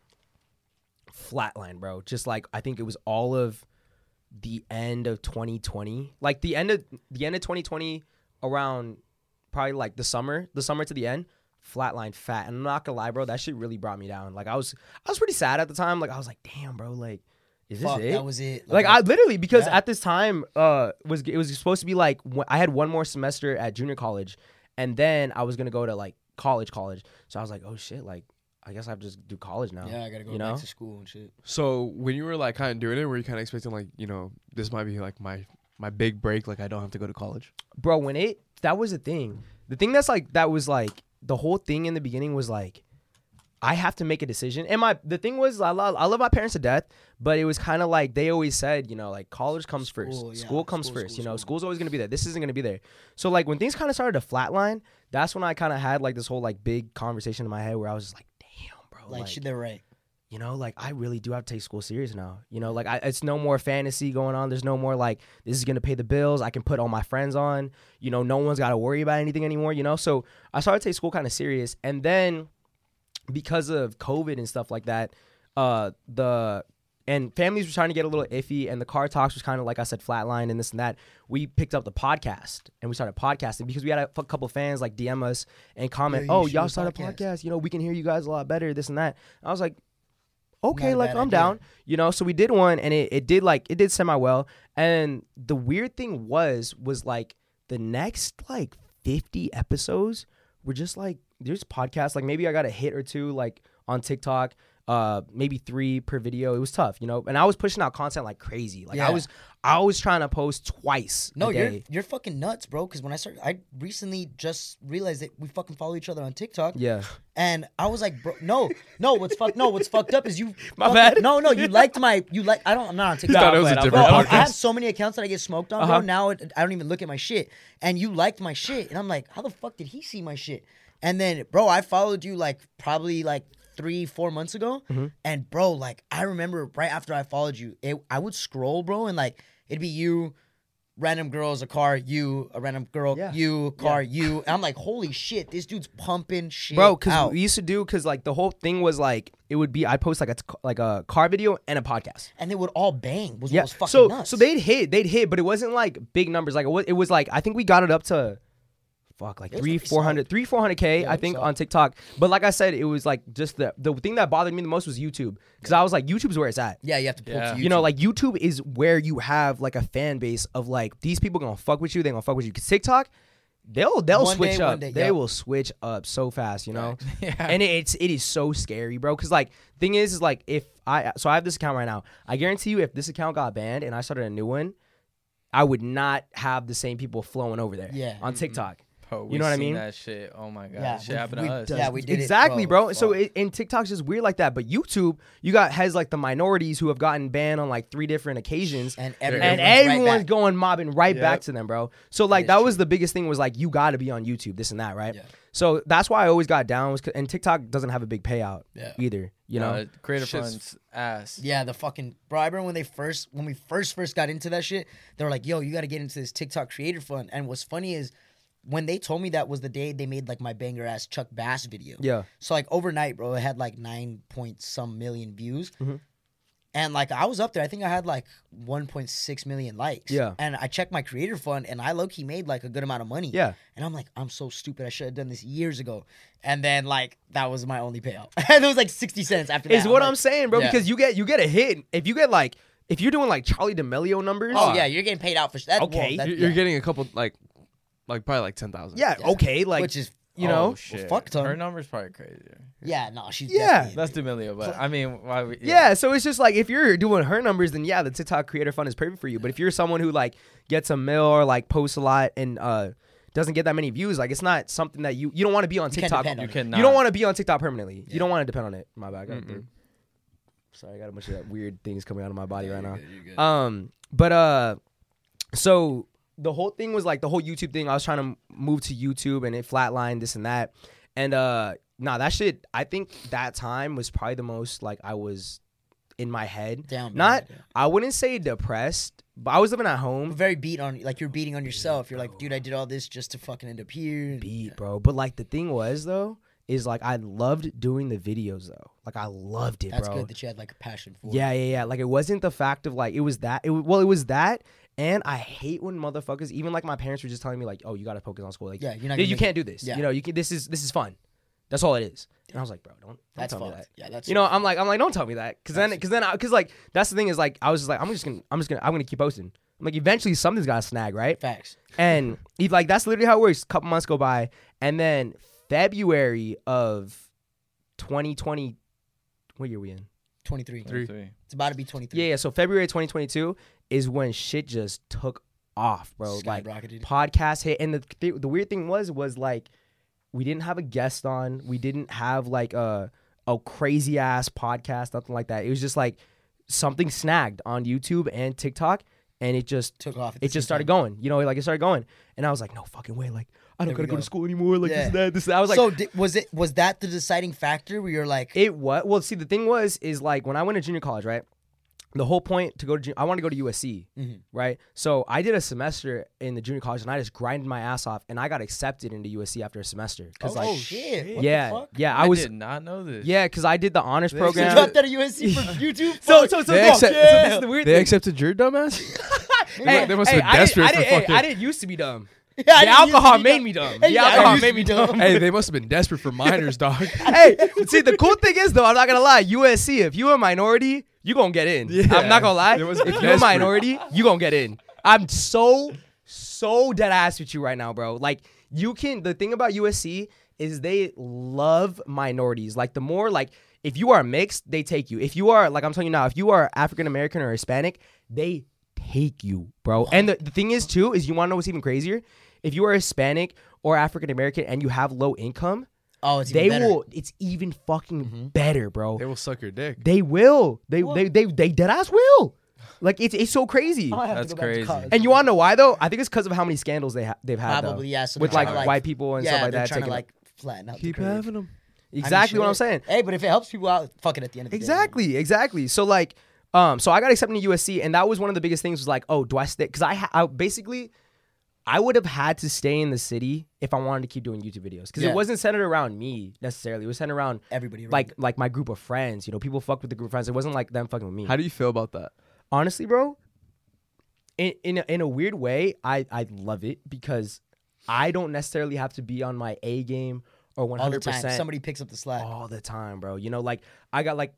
Flatline, bro. Just like I think it was all of the end of 2020 like the end of the end of 2020 around probably like the summer the summer to the end flatline fat and i'm not gonna lie bro that shit really brought me down like i was i was pretty sad at the time like i was like damn bro like is this Fuck, it that was it. like I literally because Yeah. at this time uh was it was supposed to be like wh- I had one more semester at junior college and then I was gonna go to like college college so I was like oh shit like I guess I have to just do college now yeah, I gotta go you back know to school and shit. So when you were like kind of doing it, were you kind of expecting like you know this might be like my my big break? Like I don't have to go to college. bro when it that was the thing the thing that's like that was like the whole thing in the beginning was like I have to make a decision and my the thing was I love I love my parents to death but it was kind of like they always said you know like college comes School, first yeah. school comes School, first school, you school. know school's always gonna be there this isn't gonna be there so like when things kind of started to flatline that's when I kind of had like this whole like big conversation in my head where I was just like damn bro Like, shit, they're right. you know, like I really do have to take school serious now. You know, like I, it's no more fantasy going on. There's no more like this is gonna pay the bills. I can put all my friends on. You know, no one's got to worry about anything anymore. You know, so I started to take school kind of serious, and then because of COVID and stuff like that, uh, the and families were trying to get a little iffy, and the car talks was kind of like I said, flatline and this and that. We picked up the podcast and we started podcasting because we had a f- couple fans like DM us and comment, Yeah, you "Oh, should y'all do a started a podcast." podcast. You know, we can hear you guys a lot better. This and that." I was like, "Okay, a like bad I'm idea. down." You know, so we did one, and it, it did like it did semi well. And the weird thing was was like the next like 50 episodes were just like there's podcasts like maybe I got a hit or two like on TikTok, uh maybe three per video. It was tough, you know. And I was pushing out content like crazy. Like Yeah. I was I was trying to post twice. No, a you're day. you're fucking nuts, bro. Because when I started, I recently just realized that we fucking follow each other on TikTok. yeah. And I was like, bro, no, no, what's fucked? No, what's fucked up is you. My fucking- bad. No, no, you liked my. You like. I don't. I'm not on TikTok. thought it was a but I- different bro, I podcast. Uh-huh. have so many accounts that I get smoked on, bro. Now it, I don't even look at my shit. And you liked my shit, and I'm like, how the fuck did he see my shit? And then, bro, I followed you like probably like three, four months ago. Mm-hmm. And bro, like I remember right after I followed you, it, I would scroll, bro, and like it'd be you. Random girls, a car, you, a random girl, Yeah. you, a car, you. And I'm like, holy shit, this dude's pumping shit. Bro, because out. we used to do because like the whole thing was like it would be I would post like a t- like a car video and a podcast. and they would all bang. Was what was fucking so nuts. so they'd hit, they'd hit, but it wasn't like big numbers. Like it was, it was like I think we got it up to fuck like was three pretty four hundred three four hundred k I it was think solid. on TikTok. But like I said, it was like just the the thing that bothered me the most was YouTube because I was like YouTube's where it's at. yeah, you have to pull Yeah. to YouTube. You know, like YouTube is where you have like a fan base of like these people gonna fuck with you. They gonna fuck with you. 'Cause TikTok, they'll they'll One switch day, one up. day, they yep. will switch up so fast. You know, Yeah. and it's it is so scary, bro. Because like thing is, is like if I so I have this account right now. I guarantee you, if this account got banned and I started a new one, I would not have the same people flowing over there. Yeah. on TikTok. Bro, You know what I Oh, seen mean? That shit. Oh my god, Yeah, that shit we- happened we to us. done- Yeah, we did it, exactly, bro. bro. So Fuck. it, and TikTok's just weird like that. But YouTube, you got has like the minorities who have gotten banned on like three different occasions, And and everyone's right everyone's back. going mobbing right Yep. back to them, bro. So like is that was the biggest thing was like you got to be on YouTube, this and that, right? Yeah. So that's why I always got down. Was 'cause- and TikTok doesn't have a big payout Yeah. either, you know. Uh, creator Shit's- funds ass. Yeah, the fucking bro. I remember when they first, when we first first got into that shit, they were like, "Yo, you got to get into this TikTok creator fund." And what's funny is, when they told me that was the day they made like my banger ass Chuck Bass video. Yeah. So like overnight, bro, it had like nine point some million views, Mm-hmm. and like I was up there. I think I had like one point six million likes. Yeah. And I checked my creator fund, and I low key made like a good amount of money. Yeah. And I'm like, I'm so stupid. I should have done this years ago. And then like that was my only payout. and it was like sixty cents after that. is what like, I'm saying, bro. Yeah. Because you get you get a hit if you get like if you're doing like Charlie D'Amelio numbers. Oh yeah, you're getting paid out for sh- that. Okay. well, that- You're, you're yeah. getting a couple like, like probably like ten thousand. yeah, yeah. okay, like which is you Oh, know, shit. fuck ton. Her number's probably crazier. yeah, no, she's Yeah, definitely- That's D'Amelio, but I mean, why? We, yeah. So it's just like if you're doing her numbers, then yeah, the TikTok creator fund is perfect for you. But if you're someone who like gets a mill or like posts a lot and uh doesn't get that many views, like it's not something that you you don't want to be on can't TikTok. depend on it. You cannot. You don't want to be on TikTok permanently. You don't want to depend on it. My bad. I got a thing. Sorry, I got a bunch of that weird things coming out of my body right now. Um, but uh, so the whole thing was like the whole YouTube thing. I was trying to m- move to YouTube and it flatlined this and that. And uh, nah, that shit. I think that time was probably the most like I was in my head. Down bad, Not. yeah. I wouldn't say depressed, but I was living at home. very beat on like you're beating on yourself. You're like, dude, I did all this just to fucking end up here. and- beat, bro. But like the thing was though, is like I loved doing the videos though. Like I loved it, That's bro. good that you had like a passion for. it. Yeah, yeah, yeah. Like it wasn't the fact of like it was that. It wa- well, it was that. And I hate when motherfuckers, even like my parents were just telling me like, "Oh, you gotta focus on school. Like, Yeah, you're not you gonna you make can't it. do this. Yeah. You know, you can. This is this is fun. That's all it is." And I was like, "Bro, don't, don't that's tell me fucked. that." Yeah, that's You know, I'm like, I'm like, don't tell me that, because then, because then, because like, that's the thing is like, I was just like, I'm just gonna, I'm just gonna, I'm gonna keep posting. I'm like, eventually something's gotta snag, right? facts. And he, like that's literally how it works. couple months go by, and then February of 2020, what year we in? 23. Three. It's about to be 23. Yeah, yeah. So February 2022 is when shit just took off, bro. Like Skyrocketed. podcast hit, and the th- the weird thing was was like we didn't have a guest on, we didn't have like a a crazy ass podcast, nothing like that. It was just like something snagged on YouTube and TikTok, and it just Took off. at the it just same started time. going. You know, like it started going, and I was like, no fucking way. Like I don't There gotta we go. go. to school anymore. Like Yeah. this, that, this. That. I was like, so di- was it was that the deciding factor where you're like it was well. See, the thing was is like when I went to junior college, right? the whole point to go to jun- I want to go to USC, right? So I did a semester in the junior college, and I just grinded my ass off, and I got accepted into USC after a semester. "Oh, Cause like, shit! yeah, yeah, I, I, was, did not know this. yeah, cause I did the honors program. Dropped out of USC for YouTube. so, so, so, They, no, accept- so this is the weird they thing. accepted your dumbass? hey, they must hey, I have been didn't- desperate I for didn't, hey, fucking- I didn't used to be dumb. Yeah, I The didn't used to alcohol be made dumb. me dumb. Hey, The yeah, I alcohol used made to me be dumb. hey, they must have been desperate for minors, dog. hey, see, the cool thing is though, I'm not gonna lie. USC, if you a minority, you gonna get in. Yeah. I'm not gonna lie. It was If you a desperate. minority, you gonna get in. I'm so so dead ass with you right now, bro. Like you can. The thing about USC is they love minorities. Like the more like if you are mixed, they take you. If you are like I'm telling you now, if you are African American or Hispanic, they take you, bro. And the, the thing is too is you want to know what's even crazier? If you are Hispanic or African American and you have low income, Oh, it's even they better. Mm-hmm. will. It's even fucking better, bro. They will suck your dick. They will. They they they they dead ass will. Like it's it's so crazy. I have to That's go back to crazy. college. And you want to know why though? I think it's because of how many scandals they ha- they've had. though. Probably, yeah, so with they're like, trying to, like- white people and yeah, stuff like they're that. Trying to taking- like flatten out. the Keep curve. having them. I mean, exactly what I'm shit. saying. Hey, but if it helps people out, fuck it. At the end of the day, Exactly, exactly. So like, um, so I got accepted to USC, and that was one of the biggest things. Was like, oh, do I stay? Because I, ha- I basically, I would have had to stay in the city if I wanted to keep doing YouTube videos. Because Yeah. it wasn't centered around me necessarily. It was centered around Everybody around like like my group of friends. You know, people fucked with the group of friends. It wasn't like them fucking with me. How do you feel about that? Honestly, bro, in in a, in a weird way, I I love it because I don't necessarily have to be on my A game or one all the hundred time. percent Somebody picks up the slack. all the time, bro. You know, like I got like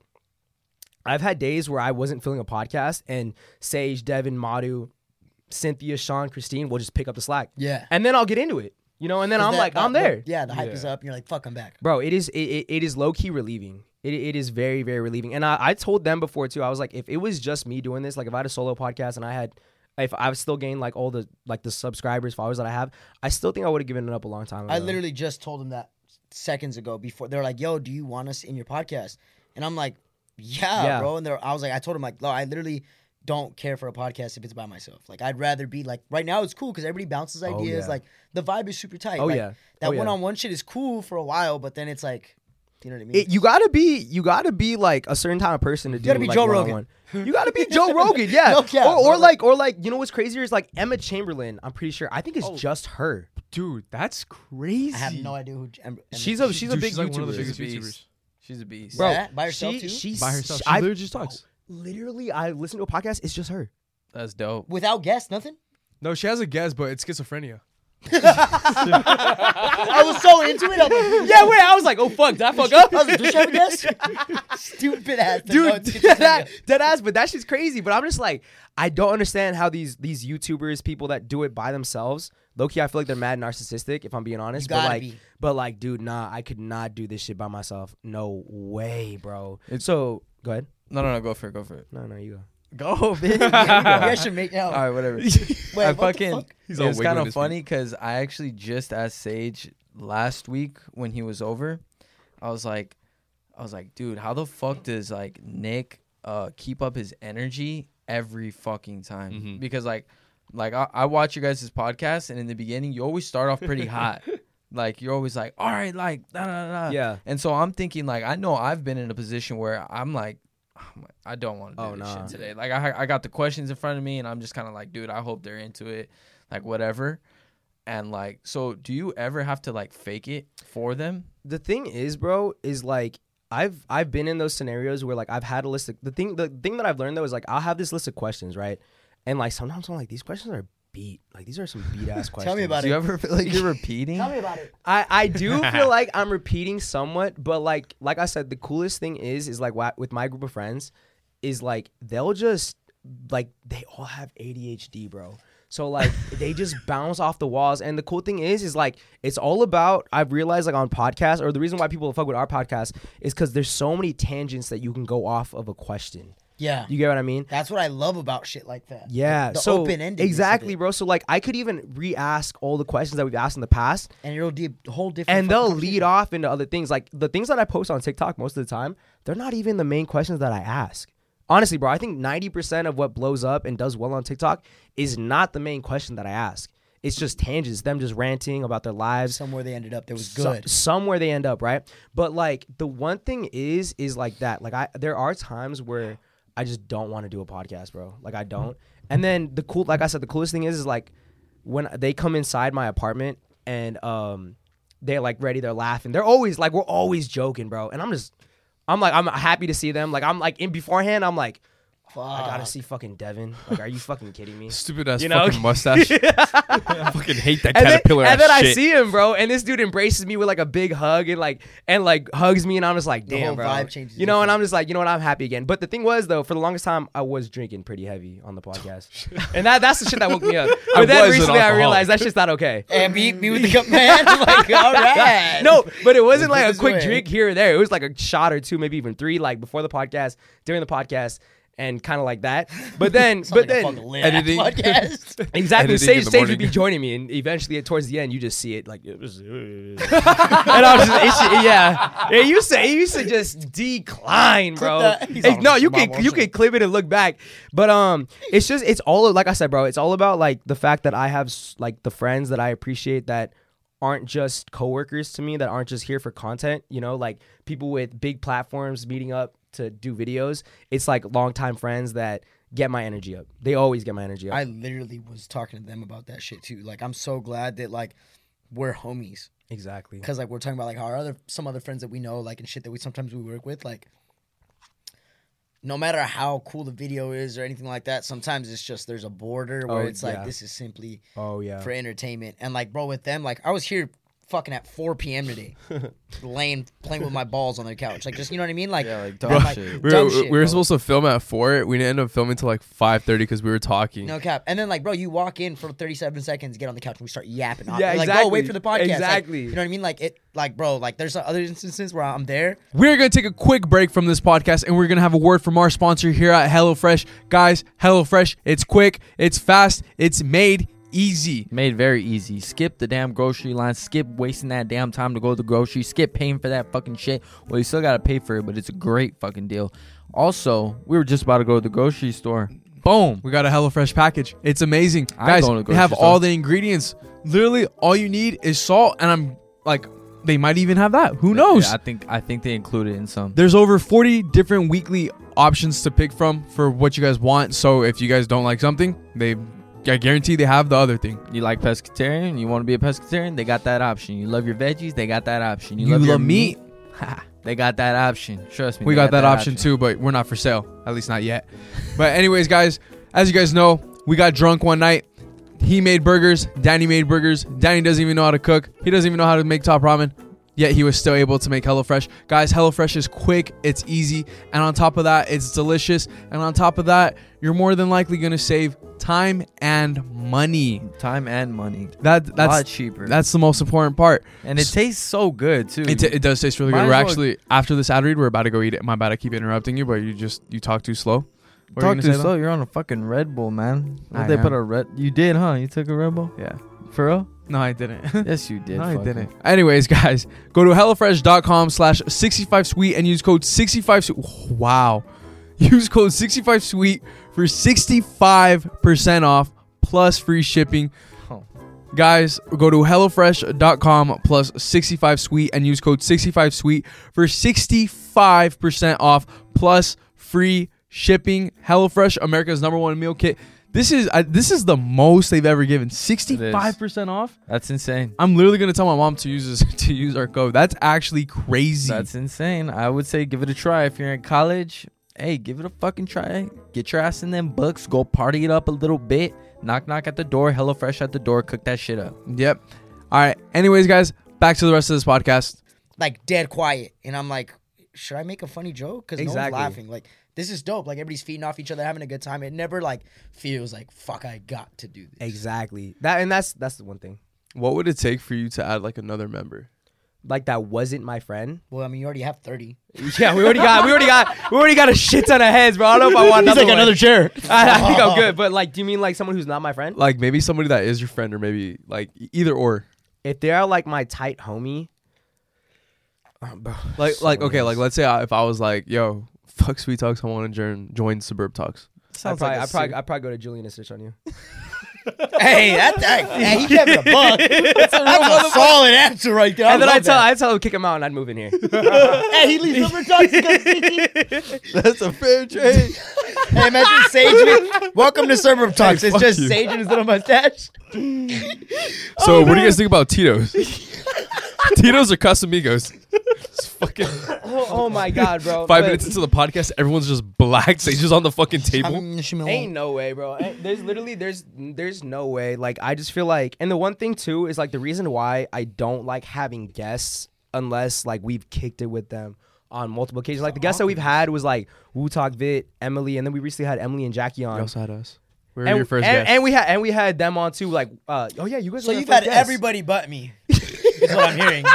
I've had days where I wasn't filling a podcast and Sage, Devin, Madu, Cynthia, Sean, Christine will just pick up the slack. Yeah. And then I'll get into it. You know, and then 'Cause I'm that- like, that- I'm the- there. yeah, the hype is up. And you're like, fuck, I'm back. Bro, it is it, it, it is low key relieving. It, it is very, very relieving. And I, I told them before too, I was like, if it was just me doing this, like if I had a solo podcast and I had if I was still gaining like all the like the subscribers, followers that I have, I still think I would have given it up a long time ago. I literally just told them that seconds ago. Before they're like, "Yo, do you want us in your podcast?" And I'm like, "Yeah, Yeah. bro." And they're, I was like, I told them like, "No, I literally don't care for a podcast if it's by myself. Like, I'd rather be like right now. It's cool because everybody bounces ideas. Oh, yeah. Like, the vibe is super tight. Oh, Like, yeah. that Oh, yeah. one-on-one shit is cool for a while, but then it's like, you know what I mean? it, you gotta be you gotta be like a certain type of person to do. gotta be like, Joe one-on-one. You gotta be Joe Rogan, yeah. No cap, or, or bro. like or like you know what's crazier is like Emma Chamberlain. I'm pretty sure. I think Oh. it's just her. Dude, that's crazy. I have no idea who. Em- Em- She's a she's a Dude, big she's like YouTuber. one of the She's a biggest beast. She's a beast. Bro, Yeah, by herself she, too? She's By herself, she I literally just talks. literally I listen to a podcast. It's just her. That's dope. without guests, nothing. No, she has a guess, but it's schizophrenia. I was so into it. I'm like, Yeah, wait. I was like, oh fuck, did I fuck I was up? like, does she have a guest? Stupid ass. No, Dude, it's- dead ass, dead ass, but that shit's crazy. But I'm just like, I don't understand how these these YouTubers, people that do it by themselves, low key, I feel like they're mad narcissistic. If I'm being honest, but gotta like, be. but like, dude, nah, I could not do this shit by myself. No way, bro. so go ahead. No, no, no. Go for it. Go for it. No, no, you go. Go, bitch. Yeah, I should make out. All right, whatever. Wait, I what the fucking. fuck? He's it all was kind wiggling of his funny because I actually just asked Sage last week when he was over. I was like, I was like, dude, how the fuck does like Nick uh keep up his energy every fucking time? Mm-hmm. Because like, like I, I watch you guys' podcast, and in the beginning, you always start off pretty hot. Like you're always like, all right, like da da da. da." Yeah. And so I'm thinking like, I know I've been in a position where I'm like. I'm like, I don't want to do Oh, this nah. shit today. Like I, I got the questions in front of me, and I'm just kind of like, dude, I hope they're into it, like whatever. And like, so do you ever have to like fake it for them? the thing is, bro, is like I've I've been in those scenarios where like I've had a list of the thing the thing that I've learned though is like I'll have this list of questions, right? And like sometimes I'm like, these questions are beat. Like these are some beat ass questions. Tell me about Do you it. ever feel like you're repeating? Tell me about it. I, I do feel like I'm repeating somewhat, but like like I said, the coolest thing is is like wha- with my group of friends, is like they'll just like they all have ADHD, bro. So like they just bounce off the walls, and the cool thing is is like it's all about I've realized like on podcasts, or the reason why people fuck with our podcast is because there's so many tangents that you can go off of a question. Yeah. You get what I mean? That's what I love about shit like that. Yeah. The so open ended. exactly, bro. So like I could even re-ask all the questions that we've asked in the past, And it'll be a whole different. and fucking they'll lead off into other things. Like the things that I post on TikTok most of the time, they're not even the main questions that I ask. Honestly, bro, I think 90% of what blows up and does well on TikTok is not the main question that I ask. It's just tangents, them just ranting about their lives. Somewhere they ended up that was So- good. somewhere they end up, right? But like the one thing is, is like that. Like I, there are times where I just don't want to do a podcast, bro. Like I don't. And then the cool, like I said, the coolest thing is, is like when they come inside my apartment and um, they're like ready, they're laughing, they're always like, we're always joking, bro. And I'm just, I'm like, I'm happy to see them. Like I'm like in beforehand, I'm like, I gotta see fucking Devin. Like, are you fucking kidding me? Stupid ass You know? fucking mustache. I fucking hate that and then, caterpillar and ass then I shit. see him, bro, and this dude embraces me with like a big hug and like and like hugs me, and I'm just like, damn, whole bro. vibe changes you know, and instantly. I'm just like, you know what, I'm happy again. But the thing was though, for the longest time, I was drinking pretty heavy on the podcast, and that that's the shit that woke me up. But Oh, I then was an recently, I alcoholic. realized that shit's not okay. And beat me with the cup in my hand. I'm like, all right. No, but it wasn't like a This is quick way. drink here or there. It was like a shot or two, maybe even three, like before the podcast, during the podcast, and kind of like that. But then, but Sounds like a then, fucking lit ass editing. podcast. Exactly. editing Sage, in the Sage would be morning. joining me, and eventually, towards the end, you just see it like, it was- and I was just, it's- yeah, yeah. You say you should just decline, bro. that. He's Hey, on no, his you mom can you also. can clip it and look back, but um, it's just it's all like I said, bro. It's all about like the fact that I have s- like the friends that I appreciate that aren't just coworkers to me that aren't just here for content. You know, like people with big platforms meeting up to do videos. It's like longtime friends that. Get my energy up. They always get my energy up. I literally was talking to them about that shit too. Like, I'm so glad that like we're homies Exactly. because like we're talking about like our other some other friends that we know like and shit that we sometimes we work with like. No matter how cool the video is or anything like that, sometimes it's just there's a border where Oh, it's like yeah. this is simply Oh yeah. for entertainment. And like, bro, with them, like I was here fucking at 4 p.m. today, laying playing with my balls on their couch. Like, just you know what I mean? Like, Yeah, like, I'm dumb like, shit. We were, dumb we shit, were bro. supposed to film at four. We didn't end up filming till like five thirty because we were talking. No cap. And then like, bro, you walk in for 37 seconds, get on the couch, and we start yapping. Yeah, like, Bro, wait exactly. for the podcast. Like, Exactly. you know what I mean? Like it, like bro, like there's other instances where I'm there. We're going to take a quick break from this podcast and we're going to have a word from our sponsor here at HelloFresh. Guys, HelloFresh, it's quick, it's fast, it's made easy. Made very easy. Skip the damn grocery line. Skip wasting that damn time to go to the grocery. Skip paying for that fucking shit. Well, you still gotta pay for it, but it's a great fucking deal. Also, we were just about to go to the grocery store. Boom. We got a HelloFresh package. It's amazing. I Guys, go to the they have grocery store. all the ingredients. Literally, all you need is salt, and I'm like, they might even have that. Who knows? I think I think they included in some. There's over 40 different weekly options to pick from for what you guys want. So if you guys don't like something, they I guarantee they have the other thing. You like pescatarian? You want to be a pescatarian? They got that option. You love your veggies? They got that option. You, You love, your love meat? Ha, they got that option. Trust me. We they got, that, option, too, but we're not for sale. At least not yet. but anyways, guys, as you guys know, we got drunk one night. He made burgers. Danny made burgers. Danny doesn't even know how to cook. He doesn't even know how to make top ramen. Yet he was still able to make HelloFresh. Guys, HelloFresh is quick, it's easy, and on top of that, it's delicious. And on top of that, you're more than likely gonna save time and money. Time and money. a That lot that's cheaper. that's the most important part. and it tastes so good too. It, it does taste really Might good. as We're well- actually after this ad read, we're about to go eat it. My bad, I keep interrupting you, but you just you talk too slow. What were Talk you gonna too say, slow. You're on a fucking Red Bull, man. I What they am. put a red? You did, huh? You took a Red Bull though? Yeah. for real? No, I didn't. Yes, you did. no, I fucker. didn't. Anyways, guys, go to hellofresh.com slash 65sweet and use code 65 Wow. Use code 65sweet for 65% off plus free shipping. Oh. Guys, go to HelloFresh.com plus 65Sweet and use code 65Sweet for 65% off plus free shipping. HelloFresh, America's number one meal kit. This is I this is the most they've ever given. 65% off? That's insane. I'm literally gonna tell my mom to use this to use our code. That's actually crazy. That's insane. I would say give it a try if you're in college. Hey, give it a fucking try. Get your ass in them books. Go party it up a little bit. Knock knock at the door. Hello fresh at the door. Cook that shit up. yep. All right. Anyways, guys, back to the rest of this podcast. like dead quiet, and I'm like, should I make a funny joke? Because no Exactly. one's laughing. Like this is dope. Like everybody's feeding off each other, having a good time. It never like feels like fuck. I got to do this. Exactly. That and that's that's the one thing. What would it take for you to add like another member? Like that wasn't my friend. Well, I mean, you already have thirty. Yeah, we already got we already got we already got a shit ton of heads, bro. I don't know if I want another one. chair. I, I think I'm good, but like, do you mean like someone who's not my friend? Like maybe somebody that is your friend, or maybe like e- either or. If they are like my tight homie, uh, bro, Like so like okay, weird. like let's say I, if I was like, yo, fuck Sweet Talks, I want to join join Suburb Talks. I Sounds probably, I like probably I probably go to Julian and snitch on you. hey, that, that hey, he kept it a buck. That's a solid answer right there. I And then I love tell that. I tell him kick him out and I'd move in here. Hey, he leaves number talks That's a fair trade. Hey, imagine Sage. with- Welcome to Server of Talks. it's fuck just you. Sage and his little mustache. So, what do you guys think about Tito's? Tito's or Casamigos? It's fucking oh, oh my god, bro. five But minutes into the podcast, everyone's just blacked. Sage's just on the fucking table. Ain't Ain't no way, bro. Ain't- There's literally there's there's no way. Like I just feel like, and the one thing too is like the reason why I don't like having guests unless like we've kicked it with them on multiple occasions. Like the guests that we've had was like Wu Talk Vit, Emily, and then we recently had Emily and Jackie on. had us. We were and, your first and, guest. and we had and we had them on too. Like uh, oh yeah, you guys. So were our you've first had guests. everybody but me. That's what I'm hearing.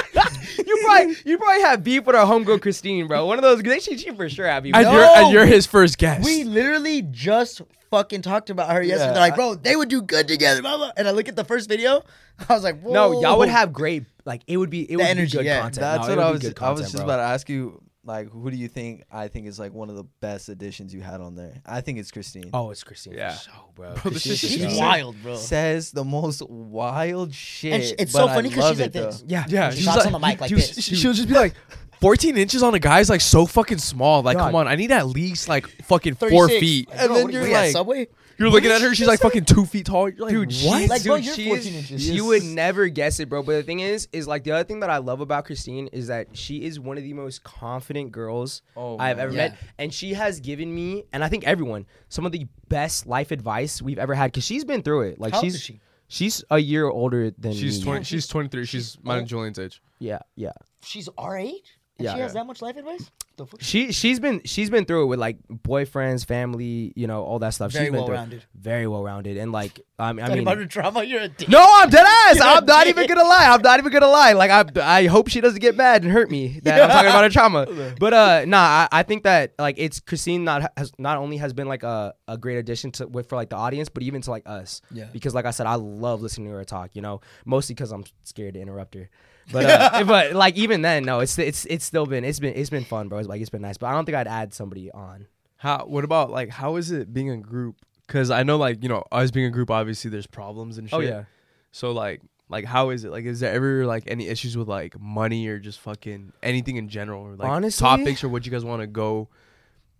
You probably you probably had beef with our homegirl Christine, bro. One of those. They she, she for sure had beef. and, with you're, her. and you're his first guest. We literally just fucking talked about her yesterday. Yeah, They're like, bro, they would do good together. Blah, blah. And I look at the first video. I was like, Whoa. no, y'all Oh. would have great. Like it would be it would energy, be good yeah. content. That's No, it what I would was. be good I was content, just bro. about to ask you, like, who do you think I think is like one of the best additions you had on there? I think it's Christine. Oh, it's Christine. Yeah. Yeah. For sure, bro. Bro, this She's is She's Yeah. wild, bro. Says the most wild shit. And she, it's but so I funny because love she's like it, though. this. yeah. Yeah, She she's talks on the mic like dude, this. she- She'll just be like, 14 inches on a guy's like so fucking small. Like, come God. on, I need at least like fucking four 36. feet. Like, And bro, then what- you're we at like- Subway? You're looking at her, she's like fucking two feet tall. You're like, Dude, what? she's, Like, dude, bro, you're she's- 14 inches. You would never guess it, bro. But the thing is, is like the other thing that I love about Christine is that she is one of the most confident girls Oh, I've man. ever Yeah. met, and she has given me, and I think everyone, some of the best life advice we've ever had because she's been through it. Like How old she's is she? she's a year older than She's me. 20, she's 23. She's mine and Julian's age. Yeah, yeah. She's our age? And Yeah. she has that much life advice? The fuck? She she's been she's been through it with like boyfriends, family, you know, all that stuff. Very she's been well-rounded. through, it. very well rounded, and like I mean, I Talking mean, about her trauma, you're a dick. No, I'm dead ass. I'm not did. even gonna lie. I'm not even gonna lie. Like I, I hope she doesn't get mad and hurt me that I'm talking about her trauma. But uh, nah, I, I think that like it's Christine not has not only has been like a, a great addition to with for like the audience, but even to like us. Yeah. Because like I said, I love listening to her talk. You know, mostly because I'm scared to interrupt her. But uh, but like even then, no, it's it's it's still been it's been it's been fun, bro. It's like it's been nice. But I don't think I'd add somebody on. How? What about like how is it being a group? Because I know like you know us being a group, obviously there's problems and shit. Oh yeah. So like like how is it? Like is there ever like any issues with like money or just fucking anything in general? Or, like Honestly- topics or what you guys want to go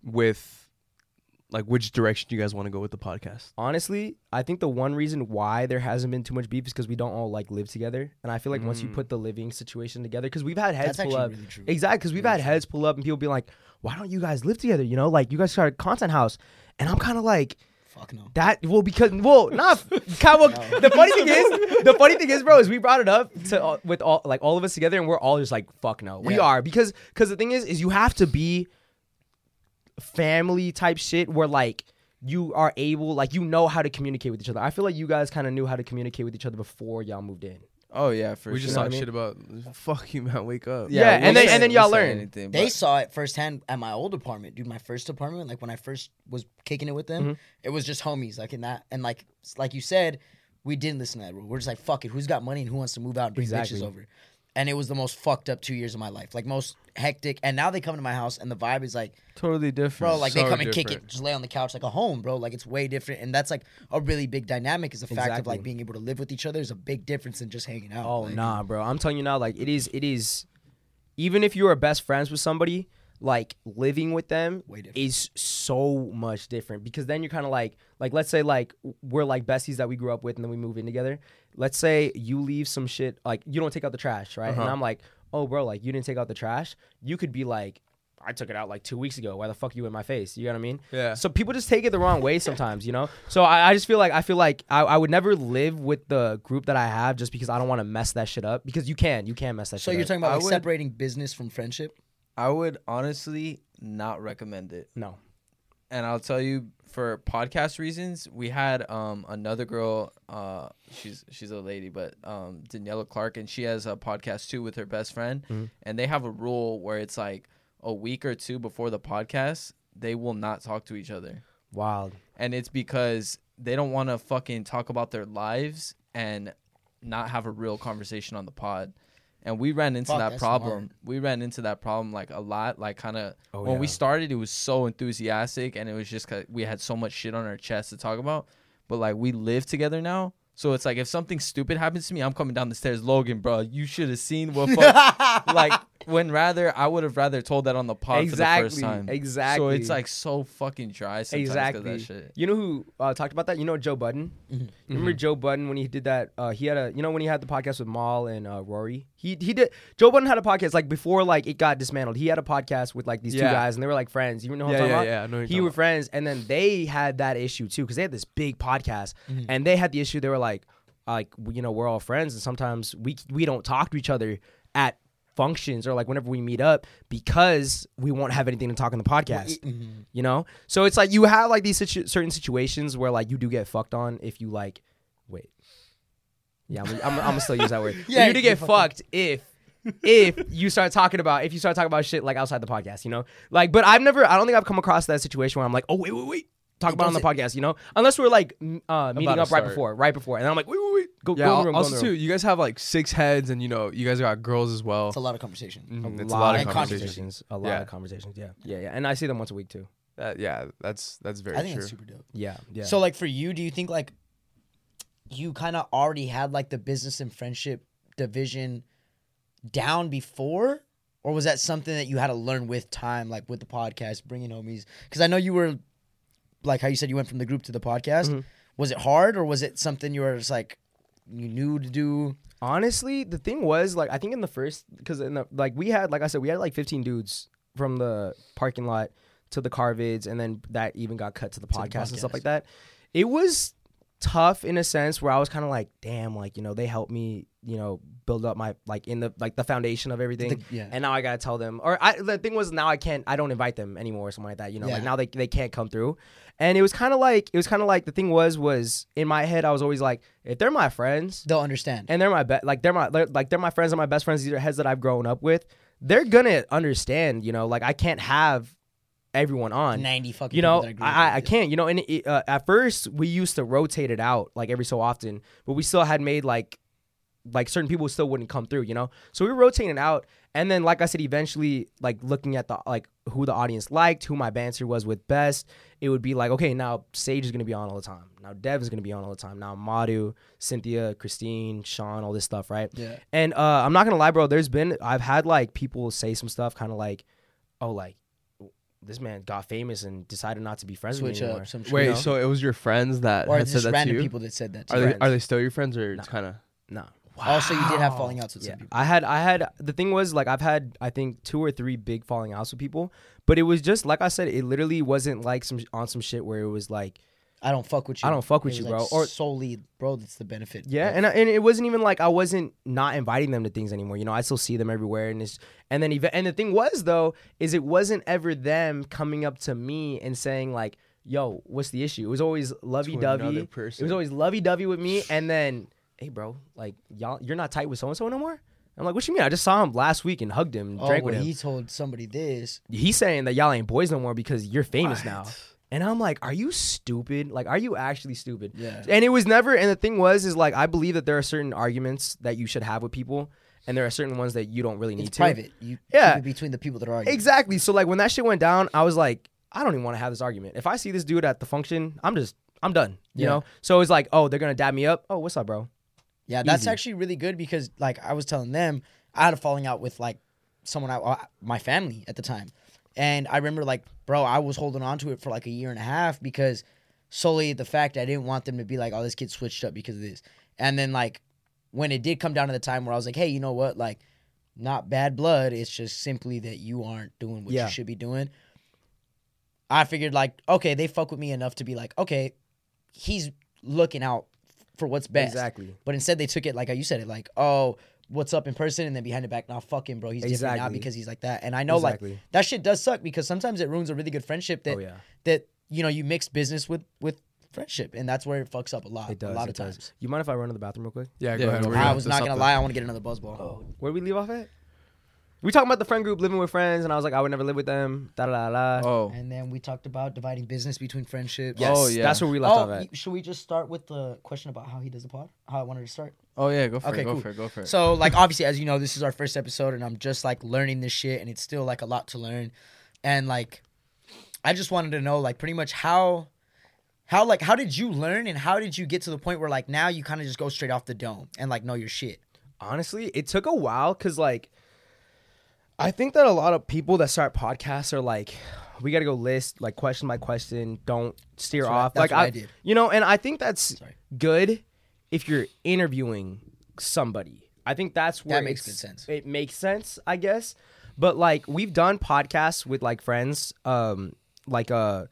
with? Like which direction you guys want to go with the podcast? honestly, I think the one reason why there hasn't been too much beef is because we don't all like live together. And I feel like once you put the living situation together, because we've had heads Mm. That's pull actually up, really true. exactly, because we've had heads pull up and people be like, "Why don't you guys live together?" You know, like you guys started content house, and I'm kind of like. Fuck no. That well because well not kind of, the funny thing is the funny thing is bro is we brought it up to all, with all like all of us together and we're all just like fuck no we Yeah. are because because the thing is is you have to be family type shit where like you are able like you know how to communicate with each other I feel like you guys kind of knew how to communicate with each other before y'all moved in Oh yeah, for we sure. just know talk what I mean? shit about fuck you, man. Wake up. Yeah, we and then- say- and then we y'all say learn. anything, They but- saw it firsthand at my old apartment, dude. My first apartment, like when I first was kicking it with them, it was just homies, like in that, and like like you said, we didn't listen to that rule. We're just like, fuck it, who's got money and who wants to move out and bring Exactly. bitches over? And it was the most fucked up two years of my life, like most hectic. And now they come to my house, and the vibe is like, totally different. bro, like they So come and kick it, different. just lay on the couch like a home, bro. Like it's way different, and that's like a really big dynamic. Is the fact of Exactly. like being able to live with each other is a big difference than just hanging out. Oh like, nah, bro. I'm telling you now, like it is it is even if you are best friends with somebody, like living with them Way different. is so much different because then you're kind of like like let's say like we're like besties that we grew up with and then we move in together. Let's say you leave some shit like you don't take out the trash, right? Uh-huh. And I'm like, "Oh, bro, like you didn't take out the trash." You could be like I took it out like two weeks ago. Why the fuck you in my face? You know what I mean? Yeah. So people just take it the wrong way sometimes, you know? So I, I just feel like I feel like I, I would never live with the group that I have just because I don't want to mess that shit up. Because you can. You can mess that So shit you're up. talking about I like would- separating business from friendship? I would honestly not recommend it. No. and I'll tell you for podcast reasons, we had um another girl, uh she's she's a lady, but um Daniela Clark and she has a podcast too with her best friend and they have a rule where it's like a week or two before the podcast, they will not talk to each other. Wild. And it's because they don't want to fucking talk about their lives and not have a real conversation on the pod. And we ran into Fuck, that that's problem. smart. We ran into that problem like a lot. Like kind of Oh, when we yeah. started, it was so enthusiastic, and it was just 'cause we had so much shit on our chest to talk about. but like we live together now. So it's like if something stupid happens to me, I'm coming down the stairs, Logan, bro. You should have seen what fuck. like when rather I would have rather told that on the pod for the Exactly, first time. So exactly. it's like so fucking dry sometimes 'cause Exactly. of that shit. Mm-hmm. You know who uh, talked about that? You know Joe Budden. Remember Joe Budden when he did that? Uh, he had a you know when he had the podcast with Maul and uh, Rory. He he did. Joe Budden had a podcast like before like it got dismantled. He had a podcast with like these two Yeah. guys and they were like friends. You know what Yeah, I'm talking yeah, about? yeah, I know who you're He talking were about. friends and then they had that issue too because they had this big podcast Mm-hmm. and they had the issue. They were like like we- you know we're all friends and sometimes we we don't talk to each other at functions or like whenever we meet up because we won't have anything to talk on the podcast mm-hmm. you know so it's like you have like these situ- certain situations where like you do get fucked on if you like wait yeah i'm, I'm, I'm gonna still use that word yeah Yeah, you do you get fucked up. fucked if if you start talking about if you start talking about shit like outside the podcast you know like but i've never i don't think i've come across that situation where i'm like oh wait wait wait talk about it on the podcast you know unless we're like m- uh, meeting to up right start. before right before and i'm like wait wait wait go, Yeah. go in al- the room go in the also room. too, you guys have like six heads, and you know you guys got girls as well. It's a lot of conversation. Mhm, It's a lot of of conversation. A lot Yeah. of conversations. Yeah. Yeah. Yeah. And I see them once a week too. That- yeah, that's that's very I think true. that's super dope. Yeah. Yeah. So like for you, do you think like you kind of already had like the business and friendship division down before? Or was that something that you had to learn with time, like with the podcast, bringing homies? Because I know you were, like how you said you went from the group to the podcast. Mm-hmm. Was it hard, or was it something you were just like you knew to do? honestly, the thing was like I think in the first because in the like we had like I said we had like 15 dudes from the parking lot to the carvids and then that even got cut to the podcast, and stuff podcast. like that. It was tough in a sense where I was kind of like, damn, like you know they helped me you know build up my like in the like the foundation of everything, The- yeah. and now I gotta tell them. Or I the thing was now I can't I don't invite them anymore or something like that. You know like Yeah. now they they can't come through, and it was kind of like it was kind of like the thing was was in my head I was always like if they're my friends They'll understand. and they're my best like they're my they're- like they're my friends and my best friends these are heads that i've grown up with they're gonna understand you know like i can't have everyone on Ninety fucking. you know people that agree I, I- I with you. can't you know and it, uh, at first we used to rotate it out like every so often but we still had made like like certain people still wouldn't come through you know so we were rotating it out and then like i said eventually like looking at the like who the audience liked who my banter was with best it would be like okay now sage is going to be on all the time now dev is going to be on all the time now madu cynthia christine sean all this stuff right Yeah. and uh, i'm not going to lie bro there's been i've had like people say some stuff kind of like oh like this man got famous and decided not to be friends switch with me anymore. up some. shit, Wait, you know? so it was your friends that or had it's said just that to random you? people that said that. To are you. they are they still your friends or it's kind of? No. Also, you did have falling outs with Yeah. some people. I had I had the thing was like I've had I think two or three big falling outs with people, but it was just like I said, it literally wasn't like some on some shit where it was like I don't fuck with you. I don't fuck with It you, was, like, bro. Or- solely, bro. That's the benefit. yeah, of- and I, and it wasn't even like I wasn't not inviting them to things anymore. You know, I still see them everywhere, and it's and then even and the thing was though is it wasn't ever them coming up to me and saying like, "Yo, what's the issue?" It was always lovey another dovey. It person. was always lovey dovey with me, and then hey, bro, like y'all, you're not tight with so and so no more. I'm like, what you mean? I just saw him last week and hugged him, and oh, drank when with him. he told somebody this, he's saying that y'all ain't boys no more because you're famous now. And I'm like, are you stupid? Like, are you actually stupid? Yeah. And it was never. And the thing was, is like, I believe that there are certain arguments that you should have with people, and there are certain ones that you don't really need it's to. private. You Yeah. keep it between the people that are arguing. Exactly. So like, when that shit went down, I was like, I don't even want to have this argument. If I see this dude at the function, I'm just, I'm done. You Yeah. know. So it's like, oh, they're gonna dab me up. Oh, what's up, bro? Yeah, that's Easy. actually really good because like I was telling them, I had a falling out with like someone I uh, my family at the time, and I remember like bro, I was holding on to it for like a year and a half because solely the fact I didn't want them to be like, oh, this kid switched up because of this, and then like when it did come down to the time where I was like, hey, you know what, like not bad blood, it's just simply that you aren't doing what Yeah. you should be doing. I figured like, okay, they fuck with me enough to be like, okay, he's looking out for what's best. Exactly. But instead, they took it like how you said it, like, oh, what's up in person, and then behind the back, nah, fuck him, bro. He's different now Exactly. because he's like that. And I know, Exactly. like, that shit does suck because sometimes it ruins a really good friendship that Oh, yeah. that you know you mix business with with friendship, and that's where it fucks up a lot. It does. a it lot of times. Does. You mind if I run to the bathroom real quick? Yeah, go Yeah, ahead. go we're ahead. I gonna was do not gonna something. lie, I want to get another buzz ball. Where we leave off at? We talking about the friend group living with friends, and I was like, I would never live with them. Da da da. da. Oh, And then we talked about dividing business between friendships. Yes. Oh, yeah. That's where we left off Oh, at. you- should we just start with the question about how he does the pod? How I wanted to start. oh yeah, go for Okay, it, go cool. for it, go for it. So like obviously as you know this is our first episode and I'm just like learning this shit and it's still like a lot to learn and like I just wanted to know like pretty much how How like how did you learn and how did you get to the point where like now you kind of just go straight off the dome and like know your shit? honestly, it took a while because like I think that a lot of people that start podcasts are like, we got to go list like question by question. Don't steer what I- off. like that's what I did. you know, and I think that's good if you're interviewing somebody. I think that's where makes it's- good sense. It makes sense, I guess. But like we've done podcasts with like friends, um, like uh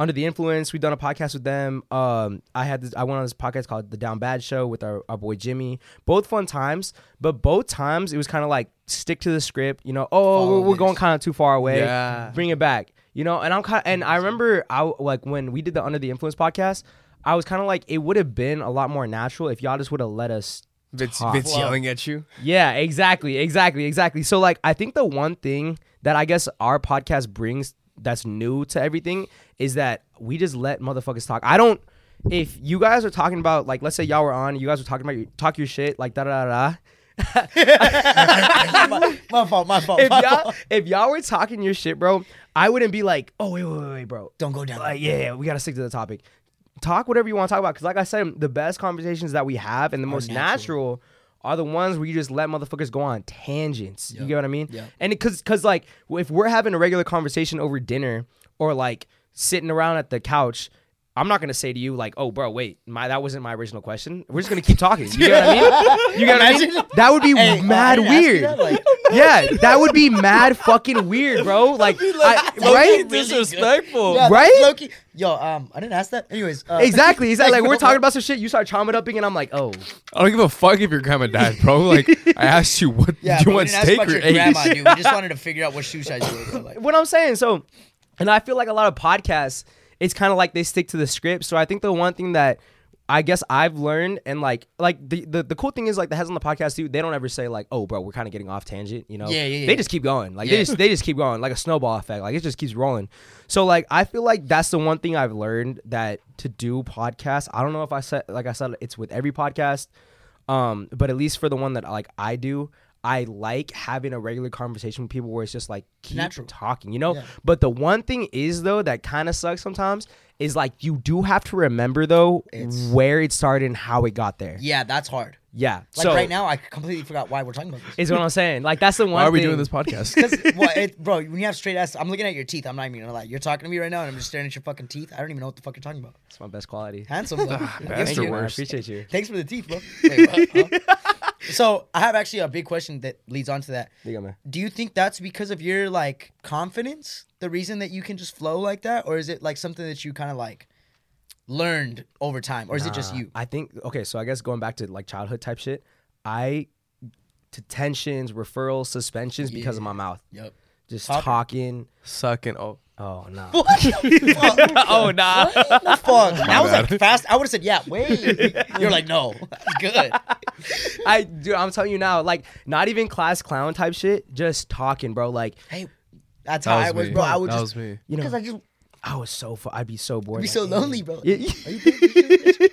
under the influence. We've done a podcast with them. Um, I had this, I went on this podcast called The Down Bad Show with our, our boy Jimmy. Both fun times, but both times it was kind of like stick to the script. You know, oh, we're, we're going kind of too far away. Yeah. Bring it back. You know, and I'm kind of, and I remember I w- like when we did the Under the Influence podcast. I was kind of like, it would have been a lot more natural if y'all just would have let us Vince, Talk. Vince yelling at you. yeah, exactly, exactly, exactly. So like I think the one thing that I guess our podcast brings that's new to everything is that we just let motherfuckers talk. I don't if you guys are talking about like let's say y'all were on, you guys were talking about your, talk your shit like da da da da. my, my fault, my fault. If my y'all fault. if y'all were talking your shit, bro, I wouldn't be like, "Oh, wait, wait, wait, wait bro. Don't go down. Like, Uh, yeah, yeah, we got to stick to the topic. Talk whatever you want to talk about. Because, like I said, the best conversations that we have and the most natural. are the ones where you just let motherfuckers go on tangents. You get what I mean? Yeah. And because, because like, if we're having a regular conversation over dinner or like sitting around at the couch, I'm not gonna say to you like, "Oh, bro, wait, my that wasn't my original question." We're just gonna keep talking. You get what I mean? You get what I mean? Imagine- That would be Hey, oh, I mad didn't ask you weird. that, like- yeah, that would be mad fucking weird, bro. Like, I- right? disrespectful. Yeah, that's Right? low-key. Yo, um, I didn't ask that. Anyways, uh, Exactly. Exactly. Like we're talking about some shit. You start chomping up, and I'm like, oh, I don't give a fuck if your grandma died, bro. Like I asked you, what Yeah, do but you we want didn't ask steak about or your eggs? grandma, dude. We just wanted to figure out what shoe size you were. Like, what I'm saying. So, and I feel like a lot of podcasts, it's kind of like they stick to the script. So I think the one thing that I guess I've learned and like like the the, the cool thing is like the heads on the podcast too. They don't ever say like, oh, bro, we're kind of getting off tangent. You know? Yeah, yeah, yeah. They just keep going. Like they just they just keep going like a snowball effect. Like it just keeps rolling. So like I feel like that's the one thing I've learned that to do podcasts. I don't know if I said like I said it's with every podcast um but at least for the one that like i do i like having a regular conversation with people where it's just like keep Natural. talking you know but the one thing is though that kind of sucks sometimes is like you do have to remember though where it started and how it got there yeah, yeah, that's hard. Like so right now, I completely forgot why we're talking about this. is what i'm saying like that's the one Why are we thing- doing this podcast? Because, well, it, bro, when you have straight ass, I'm looking at your teeth. I'm not even gonna lie. You're talking to me right now, and I'm just staring at your fucking teeth. I don't even know what the fuck you're talking about. it's my best quality Handsome, bro. Thank you, or man. i Ah, worst. appreciate you Thanks for the teeth, bro. Wait, what? Huh? so I have actually a big question that leads on to that. Diga, man. Do you think that's because of your like confidence, the reason that you can just flow like that, or is it like something that you kind of like learned over time, or is it just Uh, you? I think okay, so I guess going back to like childhood type shit, I to tensions, referrals, suspensions because of my mouth. Yep. Just Talking. talking. Sucking. Oh, Oh no. Oh nah. Fuck. I was like fast. I would have said, yeah, wait. You're like, no, that's good. I dude, I'm telling you now, like not even class clown type shit, just talking, bro. Like Hey, that's that how was I was, me. bro. I would that just, was me. you know, because I just I was so fu- I'd be so bored. be like, so damn. lonely, bro. Yeah,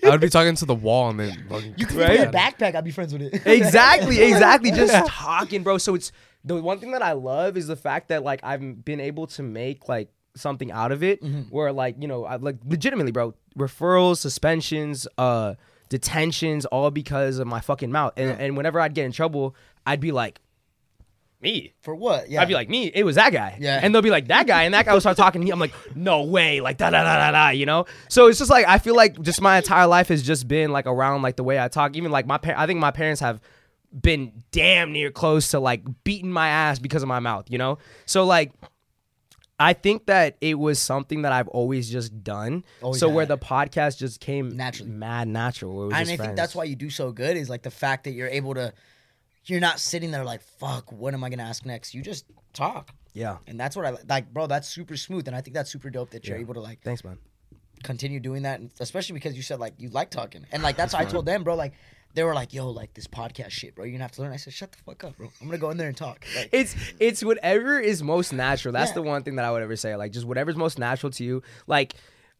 I would be talking to the wall and then fucking You could be a backpack. I'd be friends with it. exactly, exactly. Just talking, bro. So it's the one thing that I love is the fact that like I've been able to make like something out of it, where like you know, I, like legitimately, bro, referrals, suspensions, uh, detentions, all because of my fucking mouth. And, and whenever I'd get in trouble, I'd be like, me. For what? Yeah. I'd be like, me, it was that guy. Yeah. And they'll be like, that guy. And that guy will start talking. He, I'm like, no way. Like, da da da da da, you know? So it's just like, I feel like just my entire life has just been like around like the way I talk. Even like my parents, I think my parents have been damn near close to like beating my ass because of my mouth, you know? So like, I think that it was something that I've always just done. Always so where had. the podcast just came Naturally. mad natural. where It was and I just think friends. that's why you do so good is like the fact that you're able to, you're not sitting there like, fuck, what am I going to ask next? You just talk. Yeah. And that's what I li- like, bro. That's super smooth, and I think that's super dope that you're able to like Thanks, man. continue doing that, and especially because you said like you like talking, and like that's why I told them, bro. Like they were like, "Yo, like this podcast shit, bro. You're gonna have to learn." I said, "Shut the fuck up, bro. I'm gonna go in there and talk." Like, it's it's whatever is most natural. That's Yeah. the one thing that I would ever say. Like just whatever's most natural to you. Like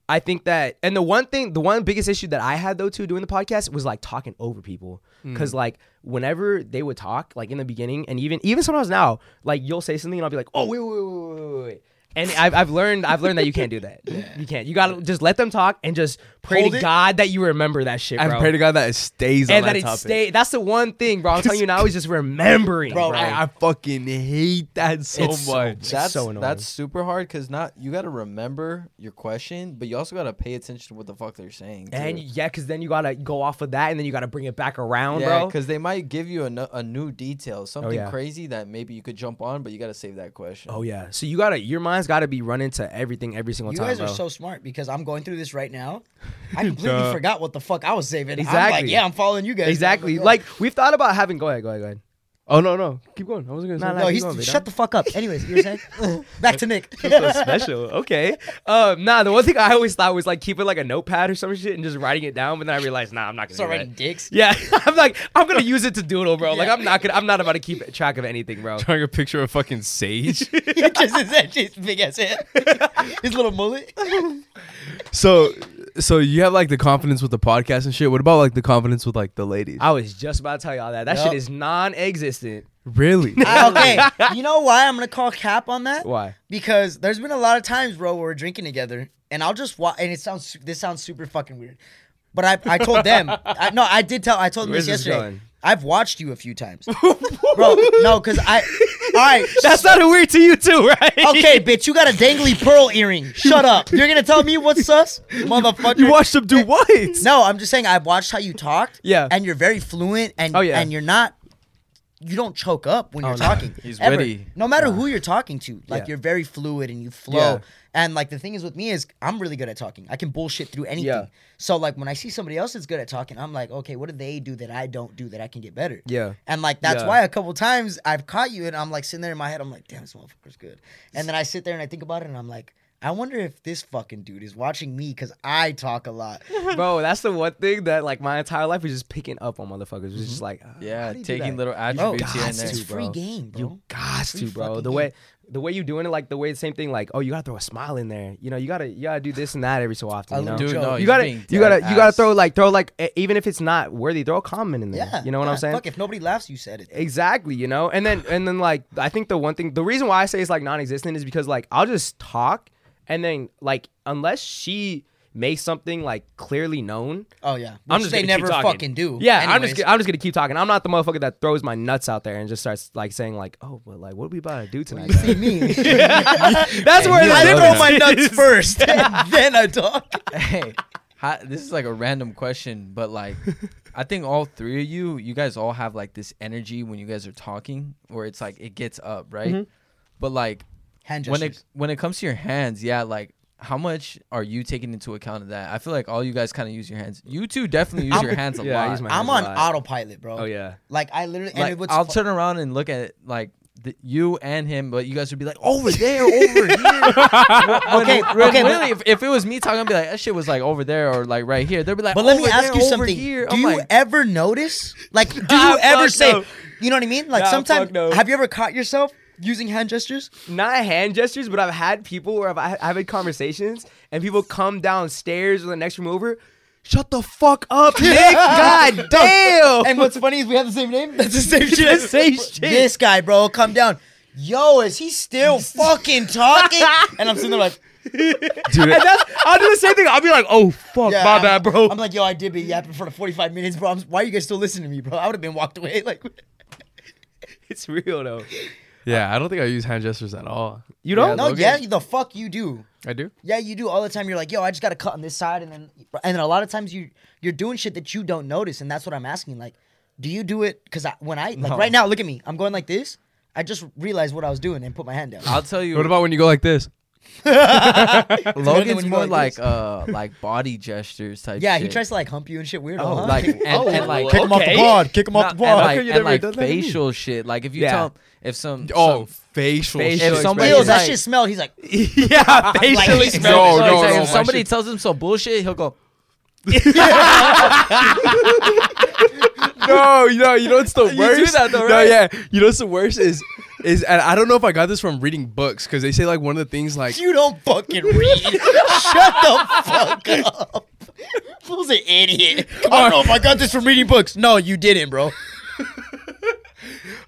I think that and the one thing the one biggest issue that I had though too doing the podcast was like talking over people. Mm. Cause like whenever they would talk, like in the beginning and even even sometimes now, like you'll say something and I'll be like, Oh wait, wait, wait, wait, wait, wait. And I've, I've learned I've learned that you can't do that. You can't. You gotta just let them talk and just pray Hold to it. God that you remember that shit, I bro. pray to God that it stays and on that, that, it topic. stay. That's the one thing, bro. I'm telling you now is just remembering, bro. Bro, I, I fucking hate that so It's so much. It's that's so annoying. that's super hard because not you got to remember your question, but you also got to pay attention to what the fuck they're saying. and too. yeah, because then you gotta go off of that, and then you gotta bring it back around, yeah, bro. Oh, because they might give you a, no- a new detail, something yeah. crazy that maybe you could jump on, but you got to save that question. Oh yeah. So you gotta your mind's gotta be running to everything every single You time, guys bro. are so smart because I'm going through this right now. I completely Duh. forgot what the fuck I was saving. I'm like, Exactly. yeah, I'm following you guys. exactly. I'm Like we've thought about having. Go ahead. Go ahead. Go ahead. Oh no no, keep going. I was gonna Nah, say. nah, yeah. no, keep he's going, Vidal. shut the fuck up. Anyways, you were saying? Back to Nick. so special. Okay. Um, nah, the one thing I always thought was like keeping like a notepad or some shit and just writing it down, but then I realized, nah, I'm not gonna It's do already that. dicks. Yeah, I'm like, I'm gonna use it to doodle, bro. Like, I'm not gonna, I'm not about to keep track of anything, bro. Drawing a picture of fucking sage. just his head, just big ass head. his little mullet. so, so you have like the confidence with the podcast and shit. What about like the confidence with like the ladies? I was just about to tell y'all that. That Yup. shit is non-existent. really? I- okay, you know why I'm gonna call cap on that? Why? Because there's been a lot of times, bro, where we're drinking together, and I'll just watch. And it sounds su- this sounds super fucking weird, but I I told them, I, no, I did tell I told them Where's this this yesterday. going? I've watched you a few times, bro. No, because I. All right, That sounded weird to you too, right? okay, bitch, you got a dangly pearl earring. Shut up. You're gonna tell me what's sus, motherfucker. You watched them do what? No, I'm just saying I've watched how you talked. Yeah. And you're very fluent and Oh, yeah. Oh, and you're not you don't choke up when you're no. talking. He's ever. witty. No matter who you're talking to, like Yeah. you're very fluid and you flow. Yeah. And like the thing is with me is I'm really good at talking. I can bullshit through anything. Yeah. So like when I see somebody else that's good at talking, I'm like, okay, what do they do that I don't do that I can get better? Yeah. And like that's Yeah. why a couple times I've caught you and I'm like sitting there in my head, I'm like, damn, this motherfucker's good. And then I sit there and I think about it and I'm like, I wonder if this fucking dude is watching me because I talk a lot. bro. That's the one thing that like my entire life was just picking up on motherfuckers. It was just like, ah, Yeah, how do you do taking that? little Bro, attributes here God, and there. it's free bro. game, bro. You got Free to, bro. fucking The way the way you doing it, like the way the same thing, like oh, you gotta throw a smile in there. You know, you gotta you gotta do this and that every so often. I You know, love Dude, Joe. no, You he's you gotta being you gotta dead you gotta ass. throw like throw like e- even if it's not worthy, throw a comment in there. yeah, you know what yeah, I'm saying? Fuck, if nobody laughs, you said it. Exactly, you know, and then and then like I think the one thing, the reason why I say it's like non-existent is because like I'll just talk, and then like unless she makes something like clearly known, Oh yeah, Which I'm just they gonna keep never talking. fucking do. Yeah, I'm just Anyways. I'm just gonna keep talking. I'm not the motherfucker that throws my nuts out there and just starts like saying like, oh, but like what are we about to do tonight? You see me. That's where I the throw difference my is. nuts first, and then I talk. hey, how, this is like a random question, but like, I think all three of you, you guys all have like this energy when you guys are talking, where it's like it gets up, right? Mm-hmm. But like, Hand when gestures. it when it comes to your hands, yeah, like. How much are you taking into account of that? I feel like all you guys kind of use your hands. You two definitely use your hands a Yeah, I lot. use my I'm hands on a lot. autopilot, bro. Oh yeah. Like I literally, and it Like, was I'll turn around and look at it, like the, you and him, but you guys would be like over there, over here. okay, Really- okay, but- really, if, if it was me talking, I'd be like, that shit was like over there or like right here. They'd be like, But oh, let me "Over ask there, you over something. Here. Do I'm you like, ever notice? Like, do Ah, you ever fuck say, no. you know what I mean? Like, Nah, sometimes, fuck no. have you ever caught yourself using hand gestures? not hand gestures, but I've had people where I've, I've had conversations and people come downstairs or the next room over. Shut the fuck up, Nick. God damn. And what's funny is we have the same name. That's the same It's shit. the same shit. This guy, bro, come down. Yo, is he still fucking talking? And I'm sitting there like, And that's, I'll do the same thing. I'll be like, oh fuck, yeah, my I'm- bad, bro. I'm like, yo, I did be yapping for the 45 minutes, bro. I'm, why are you guys still listening to me, bro? I would have been walked away. Like, it's real though. Yeah, I don't think I use hand gestures at all. You don't? no, yeah, the fuck you do. I do. Yeah, you do all the time. You're like, yo, I just got to cut on this side, and then and then a lot of times you you're doing shit that you don't notice, and that's what I'm asking. Like, do you do it? Because I, when I like right now, look at me. I'm going like this. I just realized what I was doing and put my hand down. I'll tell you. What about when you go like this? Better than Logan's when you more go like like this. uh like body gestures type. yeah, he shit. tries to like hump you and shit weird. Oh, huh? like and, Oh, and like kick him off the Okay. pod, Kick him Not- and How like, come you and never like done that to me? facial shit. Like if you Yeah. tell if some some- Oh, facial. Facial shit. If somebody- Feels that like- shit smell. He's like, yeah, facially like- smell. No, Like, no, if no, my somebody shit- tells him some bullshit, he'll go. no, no, you know what's the do worst? that though, No, right? yeah. You know what's the worst is is and I don't know if I got this from reading books because they say like one of the things like you don't fucking read. Shut the fuck up. Fool's an idiot. I don't know if I got this from reading books. No, you didn't, bro.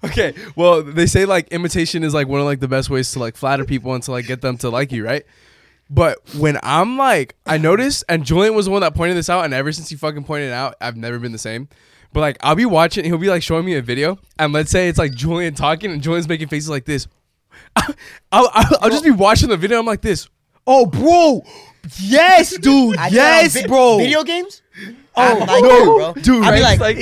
Okay. Well, they say like imitation is like one of like the best ways to like flatter people and to like get them to like you, right? But when I'm like, I noticed, and Julian was the one that pointed this out, and ever since he fucking pointed it out, I've never been the same. But like, I'll be watching, he'll be like showing me a video, and let's say it's like Julian talking, and Julian's making faces like this. I'll, I'll, I'll just be watching the video, I'm like this. Oh, bro. Yes, dude. I thought yes, vi- bro. Video games? oh, I'm like no, that, bro. dude. I'd be right? like-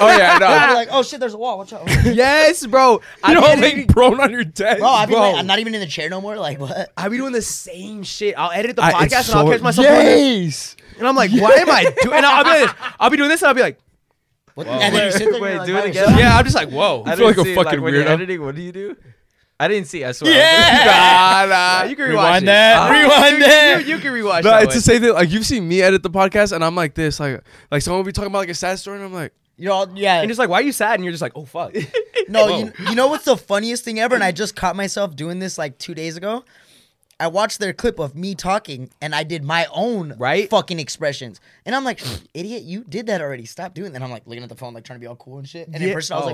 oh yeah, no. I'd be like, oh shit, there's a wall. Watch out. Bro, yes, bro. You I don't don't make prone on your desk. I'd be Bro. like, I'm not even in the chair no more. Like, what? I be doing the same shit. I'll edit the I- it's podcast and I'll so- catch myself doing this. And I'm like, why am I doing? And I'll be like, this. I'll be doing this and I'll be like, what? And then you sit there Wait, and you're do like, it "Oh, again? yeah, I'm just like, whoa. I, feel like a didn't see it, fucking when you're weirdo. editing, what do you do? I didn't see. I swear. nah, nah. you can rewatch Rewind it. that. Ah. Rewind that. You, you can rewatch. No, that it's one. the same thing. Like you've seen me edit the podcast, and I'm like this, like like someone will be talking about like a sad story, and I'm like, You're all, yeah. and just like, why are you sad? And you're just like, oh fuck. No, you, you know what's the funniest thing ever? And I just caught myself doing this like two days ago. I watched their clip of me talking and I did my own Right? fucking expressions. And I'm like, idiot, you did that already. Stop doing that. And I'm like looking at the phone, like trying to be all cool and shit. And in person, I was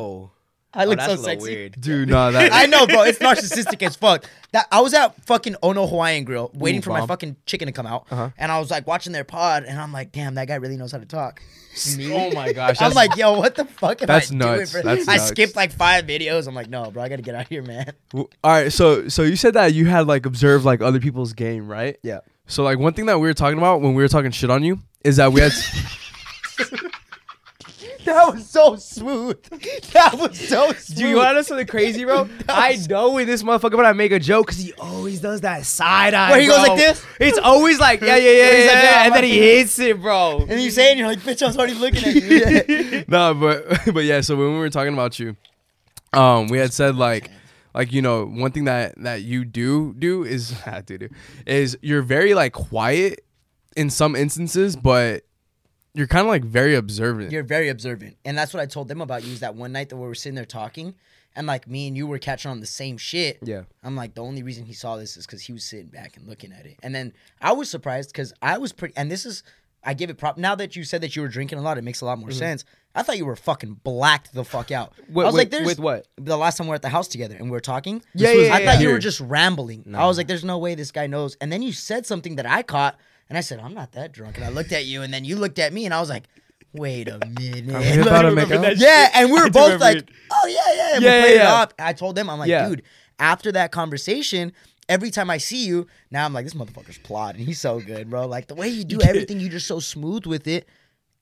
Oh, like, I look so sexy. dude, no, that I know, bro. It's narcissistic as fuck. That I was at fucking Ono Hawaiian Grill waiting for my fucking chicken to come out, and I was like watching their pod, and I'm like, damn, that guy really knows how to talk. oh my gosh, I'm like, yo, what the fuck am That's I nuts. doing? Bro? That's I nuts. skipped like five videos. I'm like, no, bro, I gotta get out of here, man. all right. So so you said that you had like observed like other people's game, right? Yeah. So like one thing that we were talking about when we were talking shit on you is that we had That was so smooth. That was so smooth. Do you want to know something crazy, bro? I know with this motherfucker when I make a joke because he always does that side eye. Where he goes bro. like this? It's always like, yeah, yeah, yeah, Where yeah, he's like, yeah, yeah, I'm and then like- he hits it, bro. and you say it, and you're like, bitch, I was already looking at you. no, but but yeah. So when we were talking about you, um, we had said like, like you know, one thing that that you do do is do do is you're very like quiet in some instances, but you're kind of like very observant. You're very observant, and that's what I told them about you. Is that one night that we were sitting there talking, and like me and you were catching on the same shit. Yeah. I'm like, the only reason he saw this is because he was sitting back and looking at it. And then I was surprised because I was pretty. And this is, I give it prop. Now that you said that you were drinking a lot, it makes a lot Mm-hmm. more sense. I thought you were fucking blacked the fuck out. With- I was like, with- "There's with what? The last time we were at the house together and we were talking. Yeah, was yeah, I yeah, thought yeah. you were here. just rambling. I was like, "There's no way this guy knows." And then you said something that I caught, and I said, "I'm not that drunk." And I looked at you, and then you looked at me, and I was like. Wait a minute. about to make out? Yeah, and we were both remember like, it. "Oh yeah, yeah." And Yeah, we yeah, played it yeah. off. I told them, I'm like, Yeah. dude. After that conversation, every time I see you, now I'm like, this motherfucker's plotting. He's so good, bro. Like the way you do everything, you're just so smooth with it.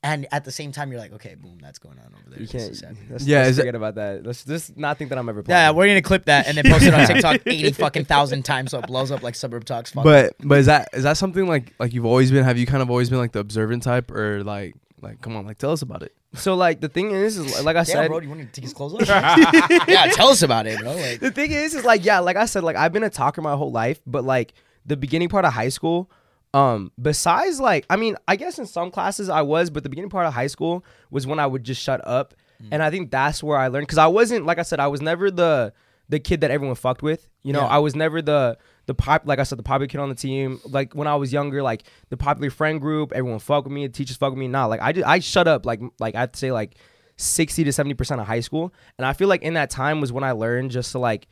And at the same time, you're like, okay, boom, that's going on over there. You This can't. is happening. Let's, Yeah, yeah, is let's it- forget about that. Let's just not think that I'm ever. Yeah, playing. we're gonna clip that and then post it on TikTok eighty fucking thousand times, so it blows up like suburb talks. Fuck. But but is that is that something like like you've always been? Have you kind of always been like the observant type, or like like come on, like tell us about it? So like the thing is, is like I Damn, said, bro, do you want to take his clothes off? yeah, tell us about it, bro. Like, the thing is, is like, yeah, like I said, like I've been a talker my whole life, but like the beginning part of high school, um, besides like, I mean, I guess in some classes I was, but the beginning part of high school was when I would just shut up, and I think that's where I learned because I wasn't, like I said, I was never the the kid that everyone fucked with. You know, Yeah. I was never the the pop, like I said, the popular kid on the team. Like when I was younger, like the popular friend group, everyone fucked with me, the teachers fucked with me. Nah, like I just, I shut up, like like I'd say like. 60 to 70% of high school and i feel like in that time was when i learned just to like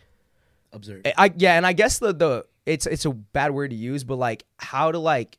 observe. I I- yeah, and I guess the the it's it's a bad word to use, but like how to like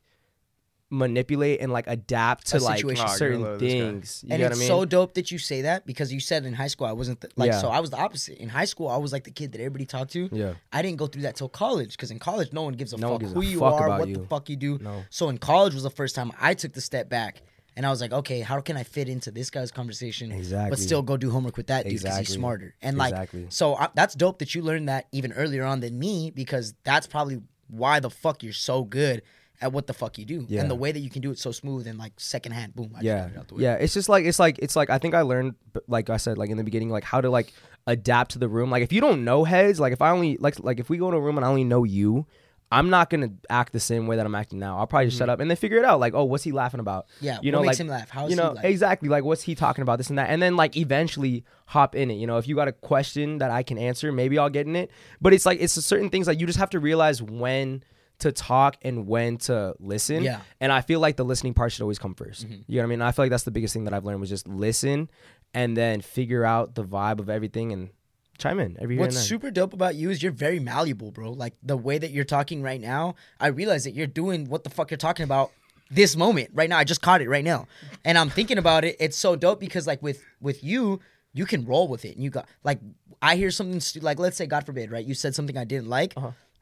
manipulate and like adapt to A like situation. Oh, you're low, certain this guy. things. You and know what it's I mean? so dope that you say that because you said in high school I wasn't th- like Yeah. so I was the opposite. In high school I was like the kid that everybody talked to. Yeah. I didn't go through that till college because in college no one gives a No one fuck gives a who you fuck are, about what the you. fuck you do. No. So in college was the first time I took the step back and I was like, okay, how can I fit into this guy's conversation, Exactly. but still go do homework with that dude because he's Exactly. smarter. And like, Exactly. so I, that's dope that you learned that even earlier on than me because that's probably why the fuck you're so good at what the fuck you do Yeah. and the way that you can do it so smooth and like secondhand, boom. I just yeah, got it out the way. yeah. It's just like it's like it's like I think I learned, b- like I said, like in the beginning, like how to like adapt to the room. Like if you don't know heads, like if I only like like if we go in a room and I only know you. I'm not gonna act the same way that I'm acting now. I'll probably just shut up and then figure it out. Like, oh, what's he laughing about? Mm-hmm. Yeah, you know, what makes like, him laugh? How is you he know, like? exactly. Like, what's he talking about? This and that, and then like eventually hop in it. You know, if you got a question that I can answer, maybe I'll get in it. But it's like it's a certain things like you just have to realize when to talk and when to listen. Yeah. Mm-hmm. And I feel like the listening part should always come 1st You know what I mean? I feel like that's the biggest thing that I've learned was just listen and then figure out the vibe of everything and chime in every here What's and there. super dope about you is you're very malleable, bro. Like the way that you're talking right now, I realize that you're doing what the fuck you're talking about this moment right now. I just caught it right now, and I'm thinking about it. It's so dope because like with with you, you can roll with it, and you got like I hear something stu- like let's say God forbid, right? You said something I didn't like.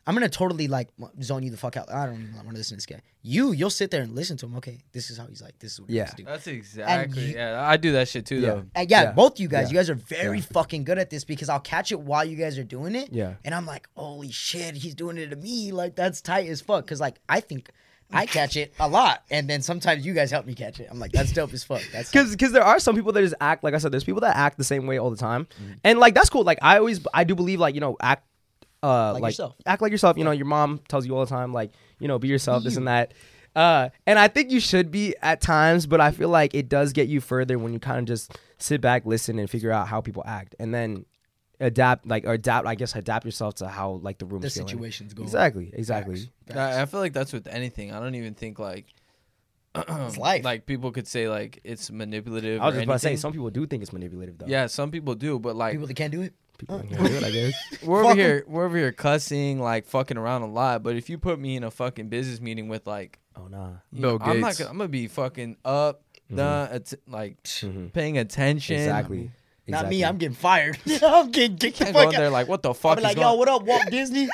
I'm gonna totally like zone you the fuck out. I don't even want to listen to this guy. You, you'll sit there and listen to him. Okay, this is how he's like. This is what he Yeah. has to do. That's exactly. you- yeah, I do that shit too, Yeah. though. Uh, yeah, Yeah. both you guys. Yeah. You guys are very fucking good at this because I'll catch it while you guys are doing it. Yeah. And I'm like, holy shit, he's doing it to me. Like that's tight as fuck. Cause like I think I catch it a lot, and then sometimes you guys help me catch it. I'm like, that's dope as fuck. That's because because there are some people that just act like I said. There's people that act the same way all the time, and like that's cool. Like I always I do believe like you know act uh Like like, yourself. act like yourself. You know your mom tells you all the time like you know be yourself this and that. Uh, and I think you should be at times, but I feel like it does get you further when you kind of just sit back, listen, and figure out how people act, and then adapt like or adapt. I guess adapt yourself to how like the room the situation's going. Exactly, exactly. I, I feel like that's with anything. I don't even think like It's life. Like, like people could say like it's manipulative. I was or just about to say anything. some people do think it's manipulative though. Yeah, some people do, but like People that can't do it. people can do it, I guess. we're over Fuck 'em. here, we're over here cussing, like fucking around a lot. But if you put me in a fucking business meeting with like Oh nah. you Bill know, I'm not Gates. gonna, I'm gonna be fucking up, done, att- like paying attention. Mm-hmm. Exactly. Not exactly. me. I'm getting fired. I'm getting kicked the Can't go fuck in there out. like what the I'll fuck be is like, going? yo, what up, Walt Disney?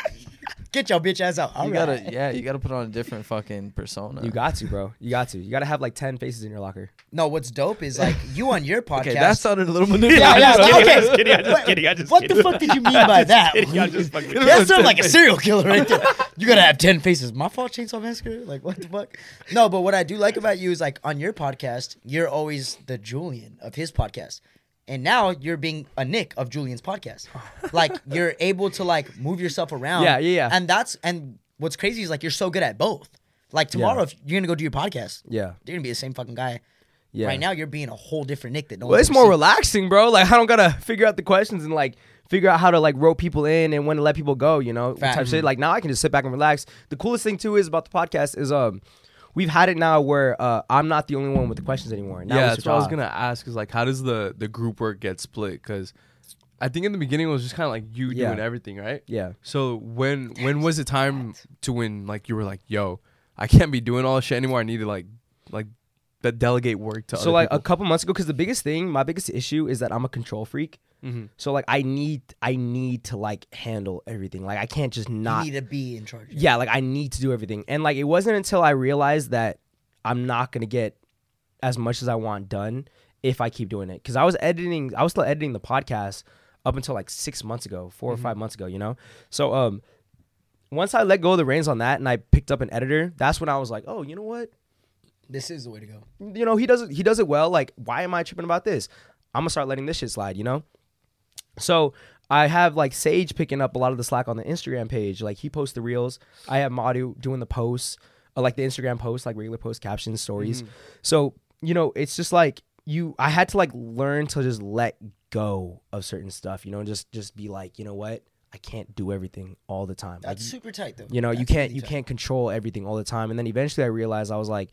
Get your bitch ass out. All you right. gotta, yeah, you gotta put on a different fucking persona. You got to, bro. You got to. You got to have like 10 faces in your locker. No, what's dope is like you on your podcast. okay. That sounded a little yeah, manipulative. yeah, I'm just okay. kidding, I'm just kidding, I'm just What- kidding, I'm just What the kidding. fuck did you mean by that? That sounds like a serial killer right there. You gotta have ten faces. My fault, Chainsaw Massacre. Like what the fuck? No, but what I do like about you is like on your podcast, you're always the Julian of his podcast, and now you're being a Nick of Julian's podcast. Like you're able to like move yourself around. Yeah, yeah, yeah. And that's and what's crazy is like you're so good at both. Like tomorrow, if you're gonna go do your podcast, Yeah. you're gonna be the same fucking guy. Yeah. Right now, you're being a whole different Nick that no. Well, one's it's ever more seen. relaxing, bro. Like I don't gotta figure out the questions and like figure out how to like rope people in and when to let people go. You know, Fact. type shit. Like now I can just sit back and relax. The coolest thing too is about the podcast is um, we've had it now where uh, I'm not the only one with the questions anymore. Now yeah, it's that's what I was Rod. gonna ask. Is like, how does the the group work get split? Because I think in the beginning it was just kind of like you Yeah. doing everything, right? Yeah. So when when was the time to when like you were like, yo, I can't be doing all this shit anymore. I need to like like that delegate work to. so other like a people. couple months ago because the biggest thing my biggest issue is that i'm a control freak so like i need i need to like handle everything like i can't just You not need to be in charge. yeah like i need to do everything and like it wasn't until i realized that i'm not gonna get as much as i want done if i keep doing it because i was editing i was still editing the podcast up until like six months ago 4 or five months ago you know so um once i let go of the reins on that and i picked up an editor that's when i was like oh you know what This is the way to go. you know he does it he does it well like why am i tripping about this i'm gonna start letting this shit slide you know so i have like sage picking up a lot of the slack on the instagram page like he posts the reels i have madu doing the posts uh, like the instagram posts like regular post captions stories Mm-hmm. so you know it's just like you i had to like learn to just let go of certain stuff you know and just just be like you know what i can't do everything all the time like, That's super tight though. you know you That's can't really you tight. can't control everything all the time and then eventually i realized i was like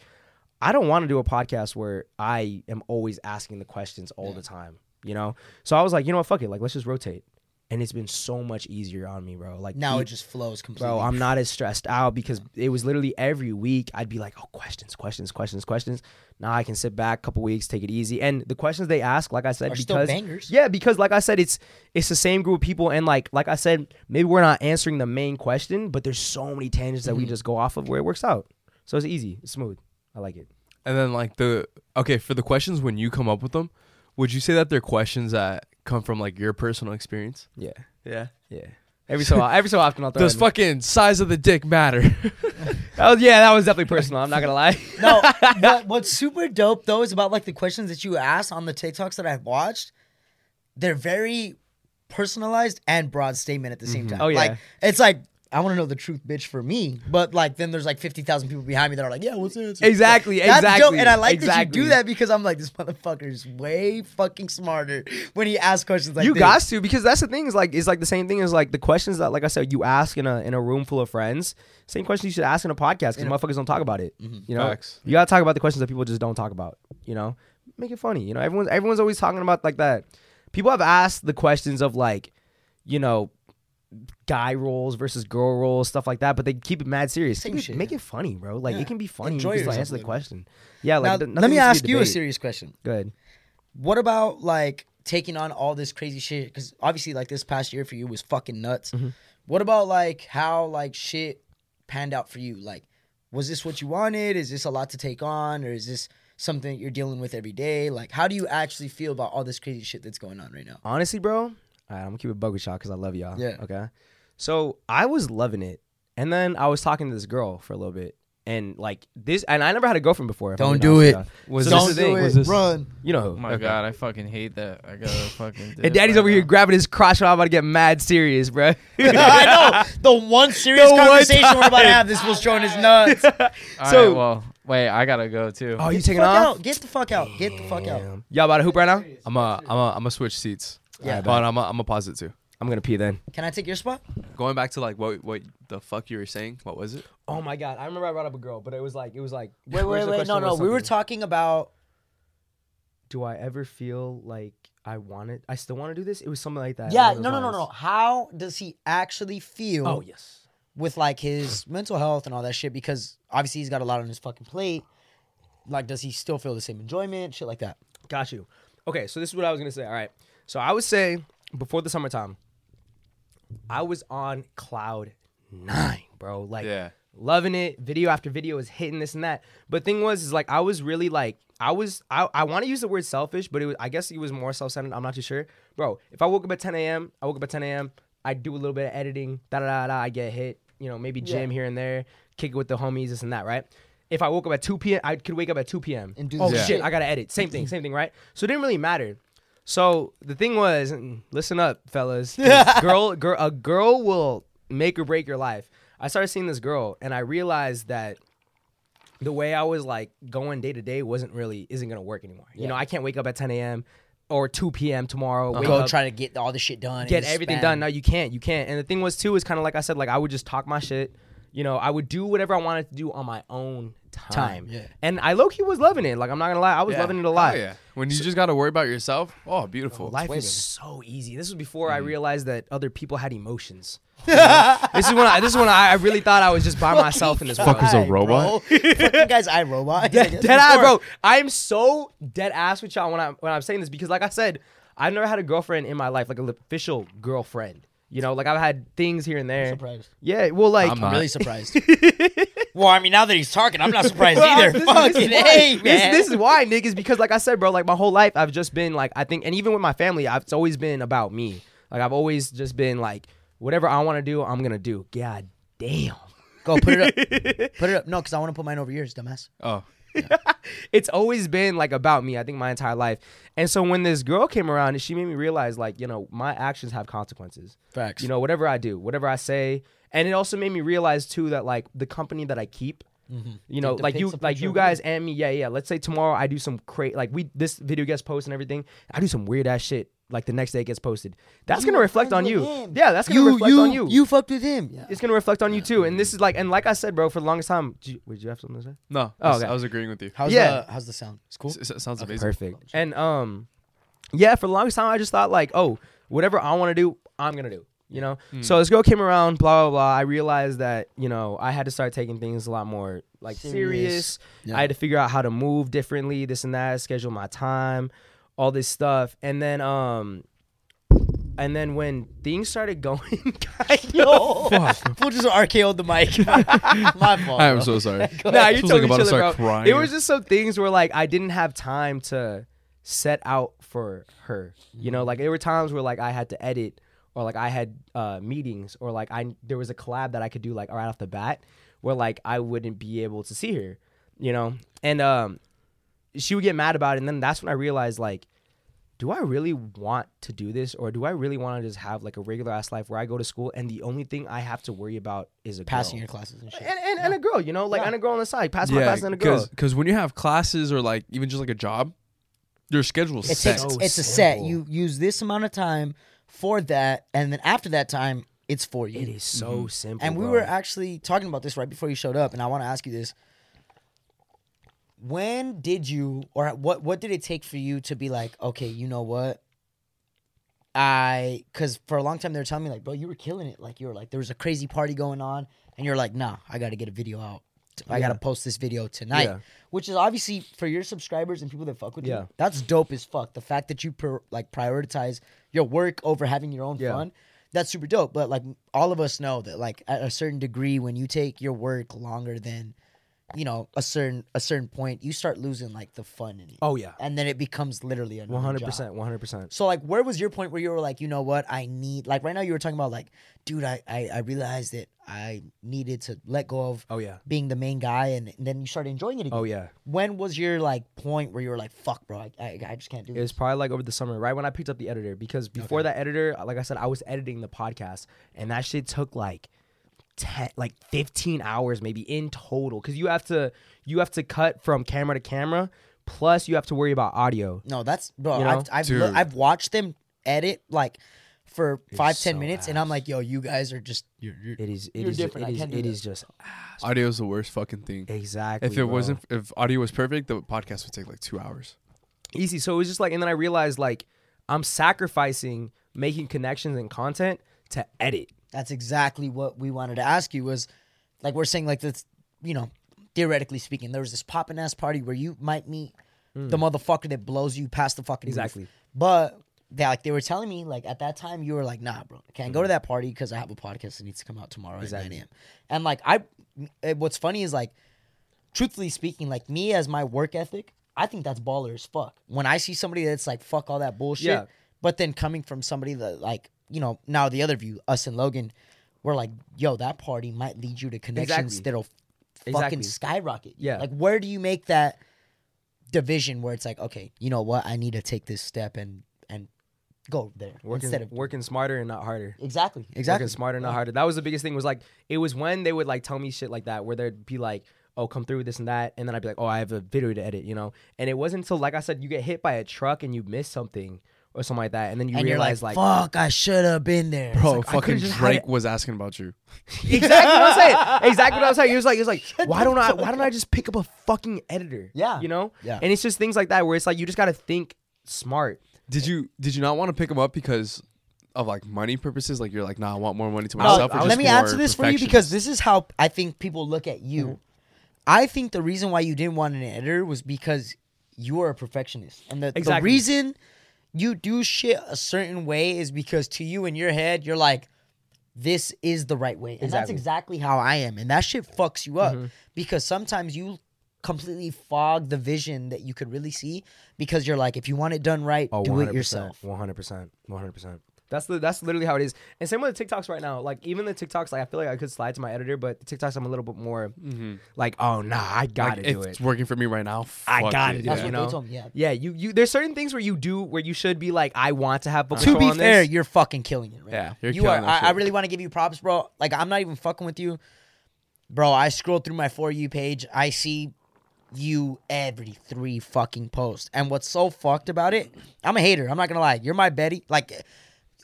i don't want to do a podcast where i am always asking the questions all the time you know so i was like you know what fuck it like let's just rotate and it's been so much easier on me bro like Now e- it just flows completely. bro i'm not as stressed out because it was literally every week i'd be like oh questions questions questions questions now i can sit back a couple weeks take it easy and the questions they ask like i said Are still because bangers. yeah because like i said it's it's the same group of people and like like i said maybe we're not answering the main question but there's so many tangents that we Mm-hmm. just go off of where it works out so it's easy it's smooth i like it And then like the okay for the questions when you come up with them, would you say that they're questions that come from like your personal experience? yeah Yeah. yeah every so every so often i'll throw Does in- fucking size of the dick matter? that was, yeah that was definitely personal i'm not gonna lie no, what, what's super dope though is about like the questions that you ask on the TikToks that I've watched. They're very personalized and broad statement at the same time. Oh, yeah. Like it's like I want to know the truth, bitch, for me. But like then there's like fifty thousand people behind me that are like, yeah, what's the answer? Exactly, That's dope, exactly, and I like that you exactly. do that because I'm like, this motherfucker's way fucking smarter when he asks questions like you this. got to because that's the thing is like it's like the same thing as like the questions that like I said you ask in a in a room full of friends. Same questions you should ask Mm-hmm. in a podcast because motherfuckers don't talk about it. You know, Facts. you gotta talk about the questions that people just don't talk about. You know, make it funny. You know, everyone's everyone's always talking about like that. People have asked the questions of like, you know, guy roles versus girl roles, stuff like that, but they keep it mad serious. Same Make it- shit. Make it funny, bro. Like Yeah. it can be funny. Enjoy you just like, yourself answer a the little bit. question. Yeah, Now, like let me ask you a serious question. Good. What about like taking on all this crazy shit? Because obviously, like this past year for you was fucking nuts. What about like how like shit panned out for you? Like, was this what you wanted? Is this a lot to take on, or is this something that you're dealing with every day? Like, how do you actually feel about all this crazy shit that's going on right now? Honestly, bro. All right, I'm gonna keep it bug with y'all because I love y'all. Yeah. Okay. So I was loving it, and then I was talking to this girl for a little bit, and like this, and I never had a girlfriend before. if I'm Don't being honest do with it. y'all. So Don't this is the do thing. it. Was this- Run. You know who? Oh my Okay. god, I fucking hate that. I gotta fucking. And daddy's over here grabbing his crotch while I'm about to get mad serious, bro. I know the one serious The one conversation we're about time. to have. This was showing his nuts. so So- well, wait, I gotta go too. oh, you Get the taking fuck off? out. Get the fuck out. Get the fuck out. Damn. Y'all about to hoop right now? I'm a, I'm a, I'm a switch seats. Yeah. Yeah, but I'm a, I'm a pause it too. I'm gonna pee then. Can I take your spot? Going back to like what, what the fuck you were saying? What was it? Oh my god, I remember I brought up a girl, but it was like, it was like, Wait, wait, wait. No, no. We were talking about Do I ever feel like I want it? I still want to do this? It was something like that. yeah. along those No, no, no, no. lines. How does he actually feel Oh yes. with like his mental health and all that shit? Because obviously he's got a lot on his fucking plate. Like, does he still feel the same enjoyment? Shit like that. Got you. Okay, so this is what I was gonna say. All right, so I would say before the summertime, I was on cloud nine, bro. Like, Yeah. loving it. Video after video is hitting this and that. But thing was, is like I was really like I was I, I want to use the word selfish, but it was I guess it was more self centered. I'm not too sure, bro. If I woke up at 10 a.m., I woke up at 10 a.m. I do a little bit of editing, da da da da. I get hit, you know, maybe gym here and there, kick it with the homies, this and that, right? If I woke up at 2 p.m., I could wake up at 2 p.m. And do oh the same shit, shit. I gotta edit. Same thing, same thing, right? So it didn't really matter. So the thing was, and listen up, fellas. 'cause girl, girl, a girl will make or break your life. I started seeing this girl, and I realized that the way I was like going day to day wasn't really isn't gonna work anymore. You know, I can't wake up at 10 a.m. or 2 p.m. tomorrow. Wake Uh-huh. Go up, try to get all this shit done. Uh-huh. get everything done. No, you can't. You can't. And the thing was too is kind of like I said, like I would just talk my shit. You know, I would do whatever I wanted to do on my own time. yeah. And I low key was loving it. Like I'm not gonna lie, I was Yeah. loving it a lot. Hell Oh, yeah. When you just gotta worry about yourself. Oh, beautiful. Oh, Life way is better. so easy. This was before I realized that other people had emotions. You know? this is when I, this is when I, I really thought I was just by myself in this world. Fucker's a robot? fucking guy's eye robot. dead, dead ass, bro. I'm so dead ass with y'all when I'm when I'm saying this because, like I said, I've never had a girlfriend in my life, like an official girlfriend. You know, like I've had things here and there. surprised. Yeah, well, like I'm I'm not. really surprised. well, I mean, now that he's talking, I'm not surprised Well, either. this is- Fucking this, is why, hey, this- man. this is why, niggas, because like I said, bro, like my whole life I've just been like I think, and even with my family, I've, it's always been about me. Like I've always just been like, whatever I want to do, I'm gonna do. God damn. Go put it up. put it up. No, because I want to put mine over yours, dumbass. Oh, it's always been like about me, I think my entire life. And so when this girl came around, she made me realize like, you know, my actions have consequences. Facts. You know, whatever I do, whatever I say. And it also made me realize too that like the company that I keep, you know, It like you depicts a like picture you of you. guys and me, yeah, yeah. Let's say tomorrow I do some crazy like we this video gets posted and everything. I do some weird ass shit like the next day it gets posted. That's gonna reflect on you. Yeah, that's gonna reflect on you. You fucked with him. Yeah. it's gonna reflect on you too. And this is like and like I said, bro, for the longest time. Did you, wait, did you have something to say? no. Oh, I was- okay. I was agreeing with you. How's Yeah. the How's the sound? It's cool. S- s- sounds amazing. Perfect. And um, yeah, for the longest time I just thought like, oh, whatever I want to do, I'm gonna do. You know. So this girl came around, blah blah blah. I realized that you know I had to start taking things a lot more like serious. Serious. I had to figure out how to move differently, this and that, schedule my time, all this stuff, and then um. And then when things started going, kind of, Yo, fool just RKO'd the mic. My fault. I am bro. so sorry. nah, I you was told about each to other, bro. start crying. There was just some things where like I didn't have time to set out for her. You Mm-hmm. know, like there were times where like I had to edit or like I had uh, meetings or like I there was a collab that I could do like right off the bat where like I wouldn't be able to see her. You know, and um, she would get mad about it, and then that's when I realized like. Do I really want to do this, or do I really want to just have like a regular ass life where I go to school and the only thing I have to worry about is a girl? Passing your classes and shit. and, and, and a girl, you know, like and a girl on the side, pass my class and a girl. because when you have classes or like even just like a job, your schedule's It set. takes, So it's a set. simple. You use this amount of time for that, and then after that time, it's for you. It is so simple. And we bro. were actually talking about this right before you showed up, and I want to ask you this. when did you or what what did it take for you to be like, okay, you know what? I cuz for a long time they were telling me like, bro, you were killing it. Like you were like there was a crazy party going on and you're like, "Nah, I got to get a video out. I got to post this video tonight." Yeah. Which is obviously for your subscribers and people that fuck with Yeah. you. That's dope as fuck. The fact that you per, like prioritize your work over having your own Yeah. fun that's super dope. But like all of us know that like at a certain degree, when you take your work longer than you know a certain a certain point, you start losing like the fun in it. Oh, yeah. and then it becomes literally another One hundred job. percent. One hundred percent. So like, where was your point where you were like, you know what, I need like right now you were talking about like, dude, I I, I realized that I needed to let go of Oh yeah. being the main guy, and, then you started enjoying it again. Oh yeah. When was your like point where you were like, fuck, bro, I I, I just can't do It this. was probably like over the summer, right when I picked up the editor. Because before that editor, like I said, I was editing the podcast, and that shit took like ten, like fifteen hours maybe in total. Because you have to you have to cut from camera to camera, plus you have to worry about audio. No, that's bro. You know? I've I've, lo- Dude. I've watched them edit like for five ten so minutes, and I'm like, yo, you guys are just you're, you're It is it You're is- different, I It is, can't do it that. is just Audio is the worst fucking thing. exactly. If it bro. wasn't, if audio was perfect, the podcast would take like two hours. easy. So it was just like, and then I realized like I'm sacrificing making connections and content to edit. that's exactly what we wanted to ask you was like we're saying like that's you know theoretically speaking there was this poppin' ass party where you might meet the motherfucker that blows you past the fucking roof. Hmm. Exactly. but they like they were telling me like at that time you were like nah bro I can't go to Hmm. that party because I have a podcast that needs to come out tomorrow at 9 a.m. and like I eh, what's funny is like truthfully speaking like me as my work ethic I think that's baller as fuck when I see somebody that's like fuck all that bullshit Yeah. but then coming from somebody that like, you know, now the other view, us and Logan, we're like, yo, that party might lead you to connections Exactly. that'll fucking Exactly. skyrocket. you. Yeah. Like where do you make that division where it's like, okay, you know what, I need to take this step and and go there Working, instead of working smarter and not harder. Exactly. Exactly. Exactly. Working smarter, not harder. That was the biggest thing. Was like it was when they would like tell me shit like that, where they'd be like, "Oh, come through with this and that," and then I'd be like, "Oh, I have a video to edit," you know. And it wasn't until like I said, you get hit by a truck and you miss something or something like that, and then you and you're realize like, like, fuck, I should have been there. Bro, like, I could've fucking just had Drake it- was asking about you. exactly what I'm saying. Exactly what I'm saying. He was like, he was like, why don't I, why don't I just pick up a fucking editor? Yeah. you know. Yeah. And it's just things like that where it's like you just gotta think smart. Did you did you not want to pick him up because of like money purposes? Like you're like, nah, I want more money to myself. or Let just me more answer this for you perfection? because this is how I think people look at you. Mm-hmm. I think the reason why you didn't want an editor was because you are a perfectionist, and the, the Exactly. reason you do shit a certain way is because to you in your head, you're like, this is the right way, and that's Exactly. Mm-hmm. exactly how I am, and that shit fucks you up because sometimes you completely fog the vision that you could really see because you're like, if you want it done right, do it yourself. Oh, One hundred percent. One hundred percent. That's li- that's literally how it is. And same with the TikToks right now. Like even the TikToks, like I feel like I could slide to my editor, but the TikToks I'm a little bit more Mm-hmm. like, oh nah, I Like, gotta if do it. it's working for me right now. I fuck gotta it, do That's it. yeah. what You they know? told me, yeah. Yeah, you you. There's certain things where you do where you should be like, I want to have full to control be on fair, this. you're fucking killing it right Yeah, now. you're you killing are. that I, I shit. really want to give you props, bro. Like I'm not even fucking with you, bro. I scroll through my for you page. I see you every three fucking posts. And what's so fucked about it? I'm a hater. I'm not gonna lie. You're my Betty. Like,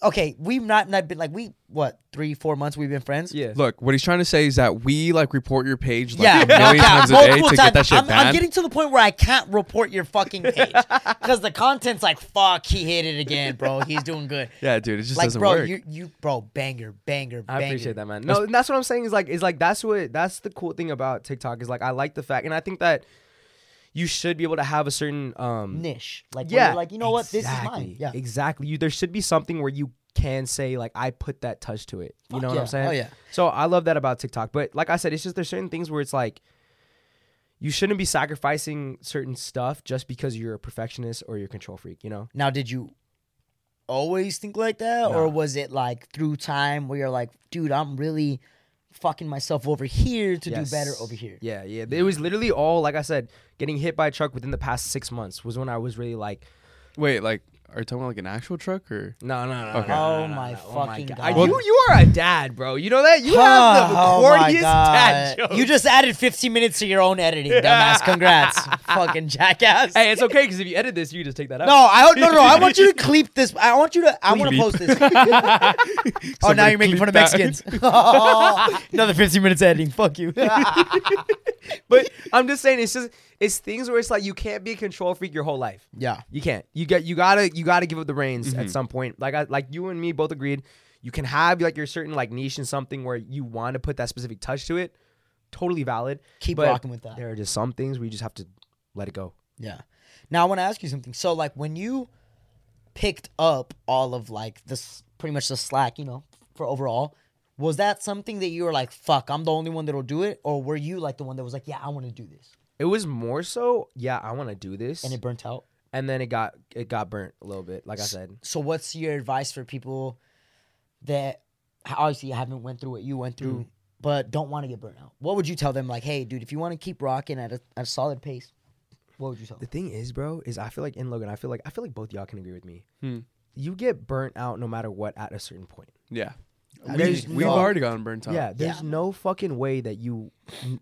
okay, we've not not been like we what three four months we've been friends. Yeah. Look, what he's trying to say is that we like report your page like Yeah, a million yeah, times a day multiple to times. get that shit I'm, banned. I'm getting to the point where I can't report your fucking page because the content's like, fuck, he hit it again, bro. He's doing good. yeah, dude, it just like, doesn't bro, work. you you bro, banger, banger, I banger. appreciate that, man. No, and that's what I'm saying is like is like that's what that's the cool thing about TikTok is like I like the fact, and I think that you should be able to have a certain um niche. Like, yeah, yeah, like you know what, this is mine. exactly, Yeah, exactly. You there should be something where you can say like I put that touch to it. You know what yeah. I'm saying? Oh, yeah. So I love that about TikTok, but like I said, it's just there's certain things where it's like you shouldn't be sacrificing certain stuff just because you're a perfectionist or you're a control freak. You know? Now, did you always think like that, or was it like through time where you're like, dude, I'm really fucking myself over here to do better Yes. over here? Yeah, yeah. It was literally all like I said, getting hit by a truck within the past six months was when I was really like, Wait, like, are you talking about like an actual truck or? no, no, no. Okay. no, Oh no, no, my no, fucking I- God. oh you, you are a dad, bro. You know that you have the corniest dad joke. You just added 15 minutes to your own editing, dumbass. Congrats, fucking jackass. Hey, uh, it's okay because if you edit this, you just take that out. no, I hope- no no. I want you to clip this. I want you to. I want to Bleep. post this. oh, now you're making fun of Mexicans. Another 15 minutes editing. Fuck you. but I'm just saying it's just it's things where it's like you can't be a control freak your whole life. Yeah. You can't. You get. You gotta. You gotta give up the reins at some point. Like I, like you and me both agreed. You can have like your certain like niche in something where you want to put that specific touch to it. Totally valid. Keep But rocking with that. There are just some things where you just have to let it go. Yeah. Now I want to ask you something. So like when you picked up all of like this pretty much the slack, you know, for overall, was that something that you were like, fuck, I'm the only one that'll do it? Or were you like the one that was like, yeah, I want to do this? It was more so. Yeah, I want to do this. And it burnt out. and then it got it got burnt a little bit. Like I said. So what's your advice for people that obviously haven't went through what you went through, but don't want to get burnt out? What would you tell them? Like, hey, dude, if you want to keep rocking at a, at a solid pace, what would you tell The them? thing is, bro, is I feel like in Logan, I feel like I feel like both y'all can agree with me. Hmm. You get burnt out no matter what at a certain point. Yeah. There's We, have no- already gotten burnt out. Yeah, there's no fucking way that you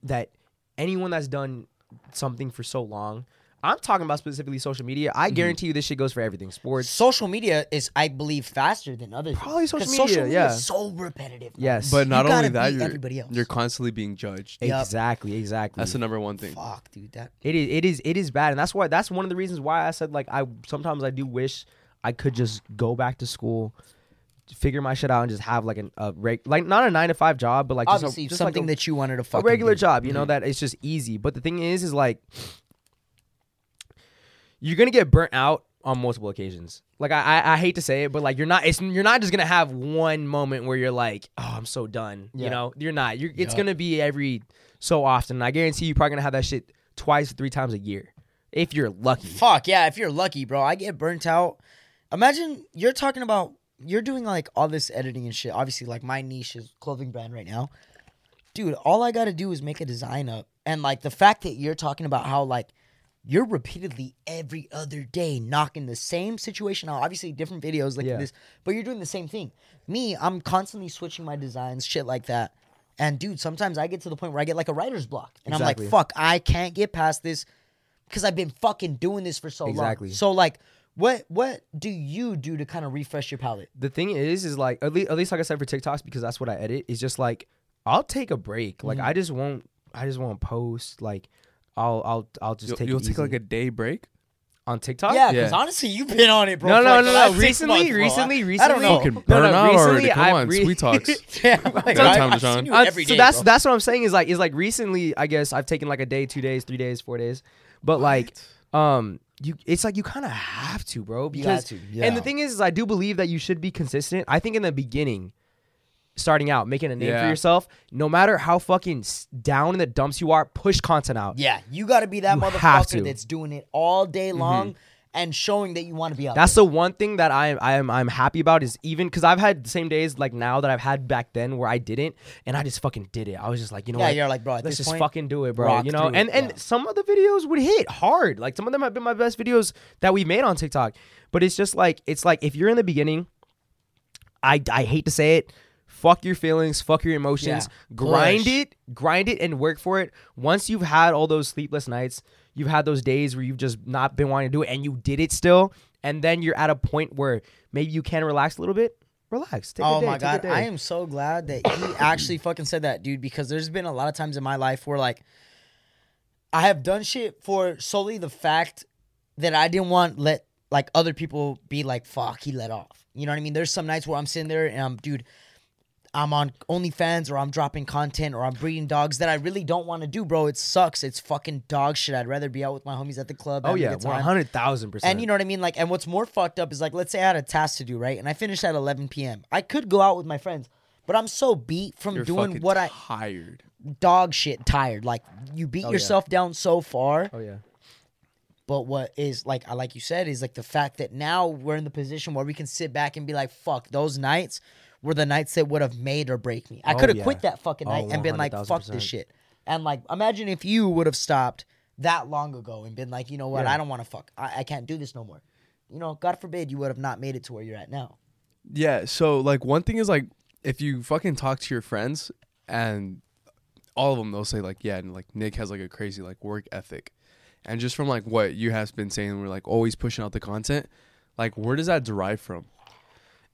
that anyone that's done something for so long. I'm talking about specifically social media. I Mm-hmm. guarantee you this shit goes for everything. Sports. Social media is, I believe, faster than others. Probably social media, Social media yeah. is so repetitive. now. Yes. But not gotta only that, beat you're, everybody else. you're constantly being judged. Yup. exactly, exactly. That's the number one thing. Fuck, dude, that It is it is it is bad, and that's why that's one of the reasons why I said like I sometimes I do wish I could just go back to school, figure my shit out, and just have like an, a reg- like not a nine to five job, but like just a- obviously just, something like a, that you wanted to a fucking regular do. job, you Mm-hmm. know, that it's just easy. But the thing is, is like you're gonna get burnt out on multiple occasions. Like I, I, I hate to say it, but like you're not, it's you're not just gonna have one moment where you're like, oh, I'm so done. You know, you're not. You're, it's gonna be every so often. I guarantee you're probably gonna have that shit twice, three times a year, if you're lucky. Fuck yeah, if you're lucky, bro, I get burnt out. Imagine you're talking about you're doing like all this editing and shit. Obviously, like my niche is clothing brand right now. Dude, all I gotta do is make a design up. And like the fact that you're talking about how like you're repeatedly every other day knocking the same situation out. Obviously, different videos like Yeah. this, but you're doing the same thing. Me, I'm constantly switching my designs, shit like that. And dude, sometimes I get to the point where I get like a writer's block. And Exactly. I'm like, fuck, I can't get past this because I've been fucking doing this for so Exactly. long. So like, what what do you do to kind of refresh your palate? the thing is, is like at least, at least like I said for TikToks because that's what I edit. Is just like I'll take a break. Mm-hmm. Like I just won't. I just won't post. Like I'll I'll I'll just You'll, take. you'll it take like easy. a day break. on TikTok. Yeah, because Yeah. honestly, you've been on it, bro. No, for, no, like, no, the no. last six Recently, months, bro. recently, I don't recently. know. Fucking burn out already. Come I've on, re- sweet talks. Yeah, I'm like, Don't I- time to I've seen shine. you Uh, every so day, that's bro. that's what I'm saying is like is like recently I guess I've taken like a day, two days, three days, four days, but like um you it's like you kind of have to, bro. Because to, and the yeah. thing is, is I do believe that you should be consistent. I think in the beginning, starting out, making a name for Yeah. yourself, no matter how fucking s- down in the dumps you are, push content out. yeah, you got to be that You have to. Mm-hmm. motherfucker that's doing it all day long and showing that you want to be out. That's the one thing that I I am I'm happy about is even because I've had the same days like now that I've had back then where I didn't and I just fucking did it. I was just like, you know Yeah, what? you're like, bro, at let's this just point, fucking do it, bro. rock You know, through it, and and yeah. some of the videos would hit hard. Like some of them have been my best videos that we made on TikTok. But it's just like it's like if you're in the beginning, I I hate to say it. Fuck your feelings, fuck your emotions. Yeah. Grind Push. it, grind it, and work for it. Once you've had all those sleepless nights, you've had those days where you've just not been wanting to do it, and you did it still, and then you're at a point where maybe you can relax a little bit. Relax. Take a Oh day, my take a god, day. I am so glad that he actually fucking said that, dude. Because there's been a lot of times in my life where like I have done shit for solely the fact that I didn't want let like other people be like, fuck, he let off. You know what I mean? There's some nights where I'm sitting there and I'm, dude, I'm on OnlyFans or I'm dropping content or I'm breeding dogs that I really don't want to do, bro. It sucks. It's fucking dog shit. I'd rather be out with my homies at the club. Oh having a yeah, good time. one hundred thousand percent. And you know what I mean? Like, and what's more fucked up is like, let's say I had a task to do, right? And I finished at 11 p.m. I could go out with my friends, but I'm so beat from You're doing fucking what I tired. dog shit tired. Like, you Oh, beat yourself down so far. Oh yeah. But what is like, I like you said, is like the fact that now we're in the position where we can sit back and be like, fuck, those nights were the nights that would have made or break me. I Oh, could have yeah. quit that fucking Oh, night and been like, fuck 100,000%. this shit. And like, imagine if you would have stopped that long ago and been like, you know what, I don't want to fuck. I, I can't do this no more. You know, God forbid you would have not made it to where you're at now. Yeah. So like one thing is like if you fucking talk to your friends and all of them they'll say like yeah and like Nick has like a crazy like work ethic, and just from like what you have been saying we're like always pushing out the content, like where does that derive from?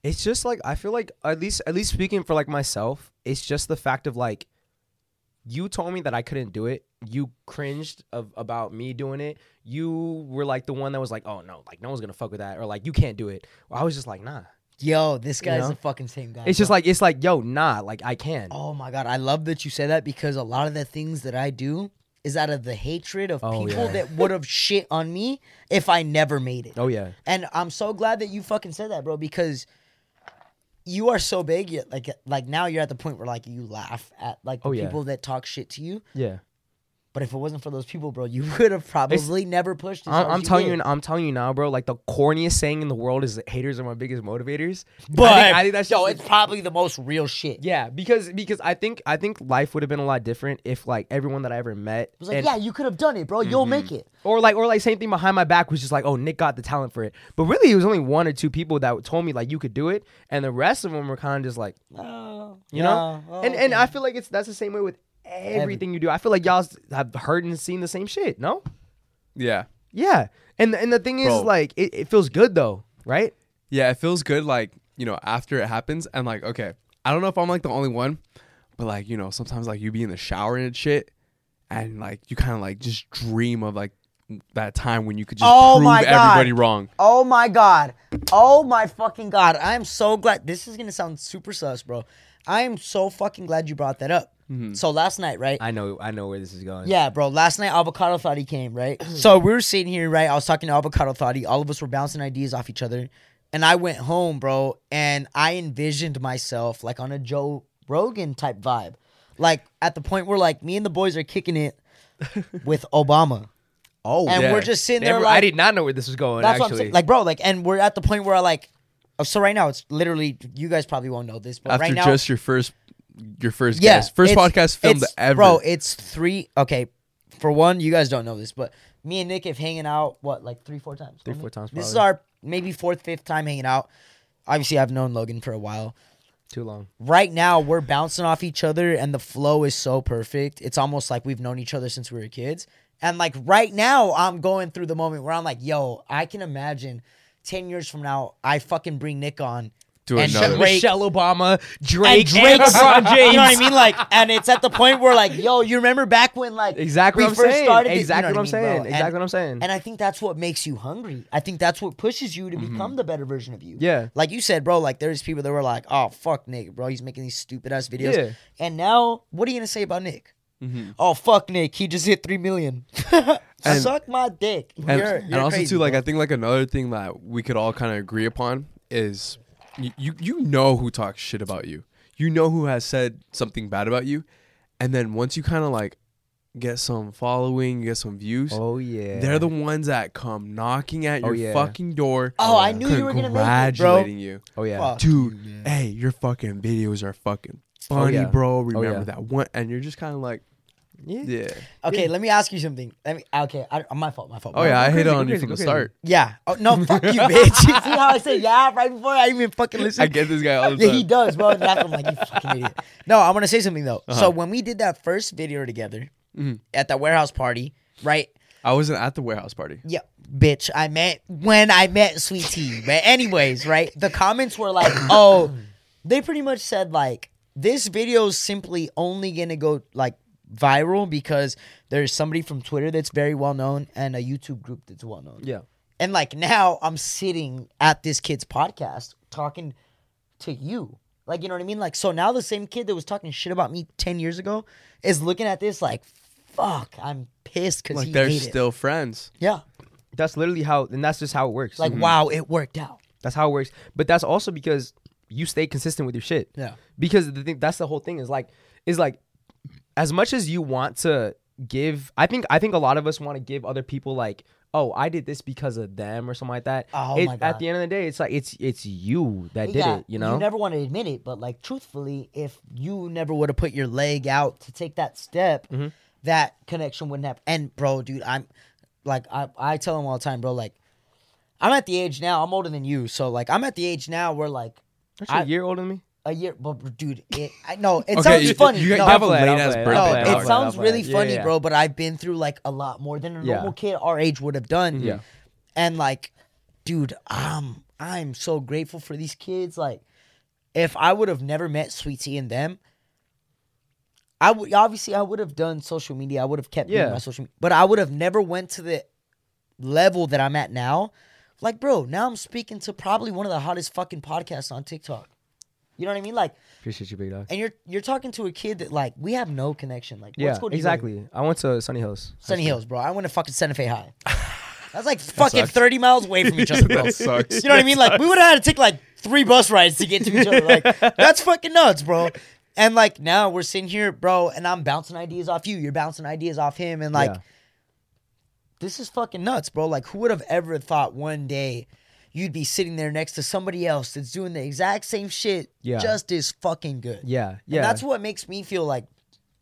it's just like I feel like at least at least speaking for like myself, it's just the fact of like you told me that I couldn't do it. You cringed of, about me doing it. You were like the one that was like, "Oh no, like no one's gonna fuck with that," or like, "You can't do it." Well, I was just like, "Nah." Yo, this guy's know? the fucking same guy. It's just bro. like it's like, "Yo, nah," like I can. oh my god, I love that you say that because a lot of the things that I do is out of the hatred of Oh, people yeah. that would have shit on me if I never made it. Oh yeah, And I'm so glad that you fucking said that, bro, because you are so big. Yet, like, like now you're at the point where like you laugh at like the Oh, yeah. people that talk shit to you. yeah. But if it wasn't for those people, bro, you would have probably never pushed. I'm, as hard as I'm telling did. you, I'm telling you now, bro. Like the corniest saying in the world is that haters are my biggest motivators. But I think, I think that's yo, just- it's probably the most real shit. yeah, because because I think I think life would have been a lot different if like everyone that I ever met It was like, and- yeah, you could have done it, bro. Mm-hmm. You'll make it. Or like, or like, same thing behind my back was just like, oh, Nick got the talent for it. But really, it was only one or two people that told me like you could do it, and the rest of them were kind of just like, you know. Yeah, oh, and and okay. I feel like it's that's the same way with everything you do. I feel like y'all have heard and seen the same shit. No. Yeah. Yeah. And and the thing is, Bro. like, it, it feels good though, right? Yeah, it feels good like, you know, after it happens and like, okay, I don't know if I'm like the only one, but like, you know, sometimes like you be in the shower and shit and like you kind of like just dream of like that time when you could just Oh prove my God. everybody wrong. Oh my god. Oh my fucking god. I am so glad. This is gonna sound super sus, bro. I am so fucking glad you brought that up. So last night, right? Mm-hmm. I know, I know where this is going. Yeah, bro. Last night, Avocado thought he came, right? so we were sitting here, right? I was talking to Avocado thought he. All of us were bouncing ideas off each other. And I went home, bro, and I envisioned myself like on a Joe Rogan type vibe. Like at the point where like me and the boys are kicking it with Obama. Oh, And yeah. we're just sitting Damn, there bro, like I did not know where this was going. that's what I'm actually, saying. Like, bro, like, and we're at the point where I like. oh, So right now, it's literally you guys probably won't know this, but After right now, just your first your first yeah, guest, first it's- podcast filmed it's- ever. Bro, it's three. Okay, for one, you guys don't know this, but me and Nick have hanging out what like three, four times. Three, four times, This is probably. our maybe fourth, fifth time hanging out. Obviously, I've known Logan for a while. too long. Right now, we're bouncing off each other, and the flow is so perfect. It's almost like we've known each other since we were kids. And like right now, I'm going through the moment where I'm like, yo, I can imagine 10 years from now, I fucking bring Nick on. Do and another. Drake- Michelle Obama, and Drake, Drake, LeBron you James. know what I mean? Like, and it's at the point where, like, yo, you remember back when, like, Exactly we what I'm first saying. started, this- you know Exactly what I'm I mean, bro? saying. And- Exactly what I'm saying. And I think that's what makes you hungry. I think that's what pushes you to become the better version of you. Mm-hmm. Yeah. like you said, bro. Like, there's people that were like, oh fuck Nick, bro, he's making these stupid ass videos. Yeah. And now, what are you gonna say about Nick? Oh fuck Nick, he just hit three million. Mm-hmm. And- Suck my dick. and, You're- and you're also crazy, too like bro. i think like another thing that we could all kind of agree upon is you, you you know who talks shit about you you know who has said something bad about you and then once you kind of like get some following you get some views oh yeah, they're the ones that come knocking at Oh, your yeah. fucking door Oh, I knew you were gonna make it, bro. congratulating you Oh yeah. Fuck. dude hey your fucking videos are fucking funny yeah. bro Oh, remember yeah. that one and you're just kind of like Yeah. yeah okay, let me ask you something. Let me. Okay, I, my fault. My fault. oh my yeah fault. i go hate crazy, on go you crazy, from the go crazy. start Yeah. Oh no, fuck you, bitch. You see how I say yeah right before I even fucking listen? i get this guy all the time Yeah, he does, bro. And that's- I'm like, you fucking idiot. No, I want to say something Uh-huh. though. So when we did that first video together Mm-hmm. at that warehouse party, right? i wasn't at the warehouse party Yeah, bitch. I met when I met Sweet Tea. But anyways, right? The comments were like, oh, they pretty much said like this video is simply only gonna go like viral because there's somebody from Twitter that's very well known and a YouTube group that's well known. Yeah. And like now I'm sitting at this kid's podcast talking to you. Like, you know what I mean? Like, so now the same kid that was talking shit about me 10 years ago is looking at this like, fuck, I'm pissed because like he they're made it. still friends Yeah. That's literally how, and that's just how it works. Like, wow, it worked out. that's how it works. But that's also because you stay consistent with your shit. Yeah. Because the thing, that's the whole thing is like, is like, as much as you want to give, I think, I think a lot of us want to give other people like, oh, I did this because of them or something like that. Oh It- my At God. the end of the day, it's like it's it's you that did Yeah, it. You know. You never want to admit it, but like, truthfully, if you never would have put your leg out to take that step, that connection wouldn't have. And, bro, dude, I'm like, I, I tell him all the time, bro, like, I'm at the age now, I'm older than you. So, like, I'm at the age now where, like, Aren't you I- a year older than me? a year, but dude, it, I know it Okay, you- sounds funny. you no, have a I'll play it, I'll late-ass play it, birthday, I'll play no, it, it I'll play I'll sounds play really Yeah, funny, yeah, yeah. bro. But I've been through like a lot more than a Yeah. Mm-hmm. normal kid our age would have done. Yeah. and like, dude, um, I'm so grateful for these kids. Like, if I would have never met Sweetie and them, I would obviously I would have done social media. I would have kept doing Yeah. my social media, but I would have never went to the level that I'm at now. Like, bro, now I'm speaking to probably one of the hottest fucking podcasts on TikTok. You know what I mean? Like, Appreciate you, big dog. and you're you're talking to a kid that like we have no connection. Like, Yeah, what school do you go to? exactly. I went to Sunny Hills. Sunny Hills, bro. I went to fucking Santa Fe High. That's like fucking 30 miles away from each other, bro. sucks. You know what I mean? Like, we would have had to take like three bus rides to get to each other. Like, that's fucking nuts, bro. And like, now we're sitting here, bro, and I'm bouncing ideas off you. You're bouncing ideas off him. And like, Yeah. this is fucking nuts, bro. Like, who would have ever thought one day you'd be sitting there next to somebody else that's doing the exact same shit Yeah. just as fucking good? Yeah, And yeah. that's what makes me feel like,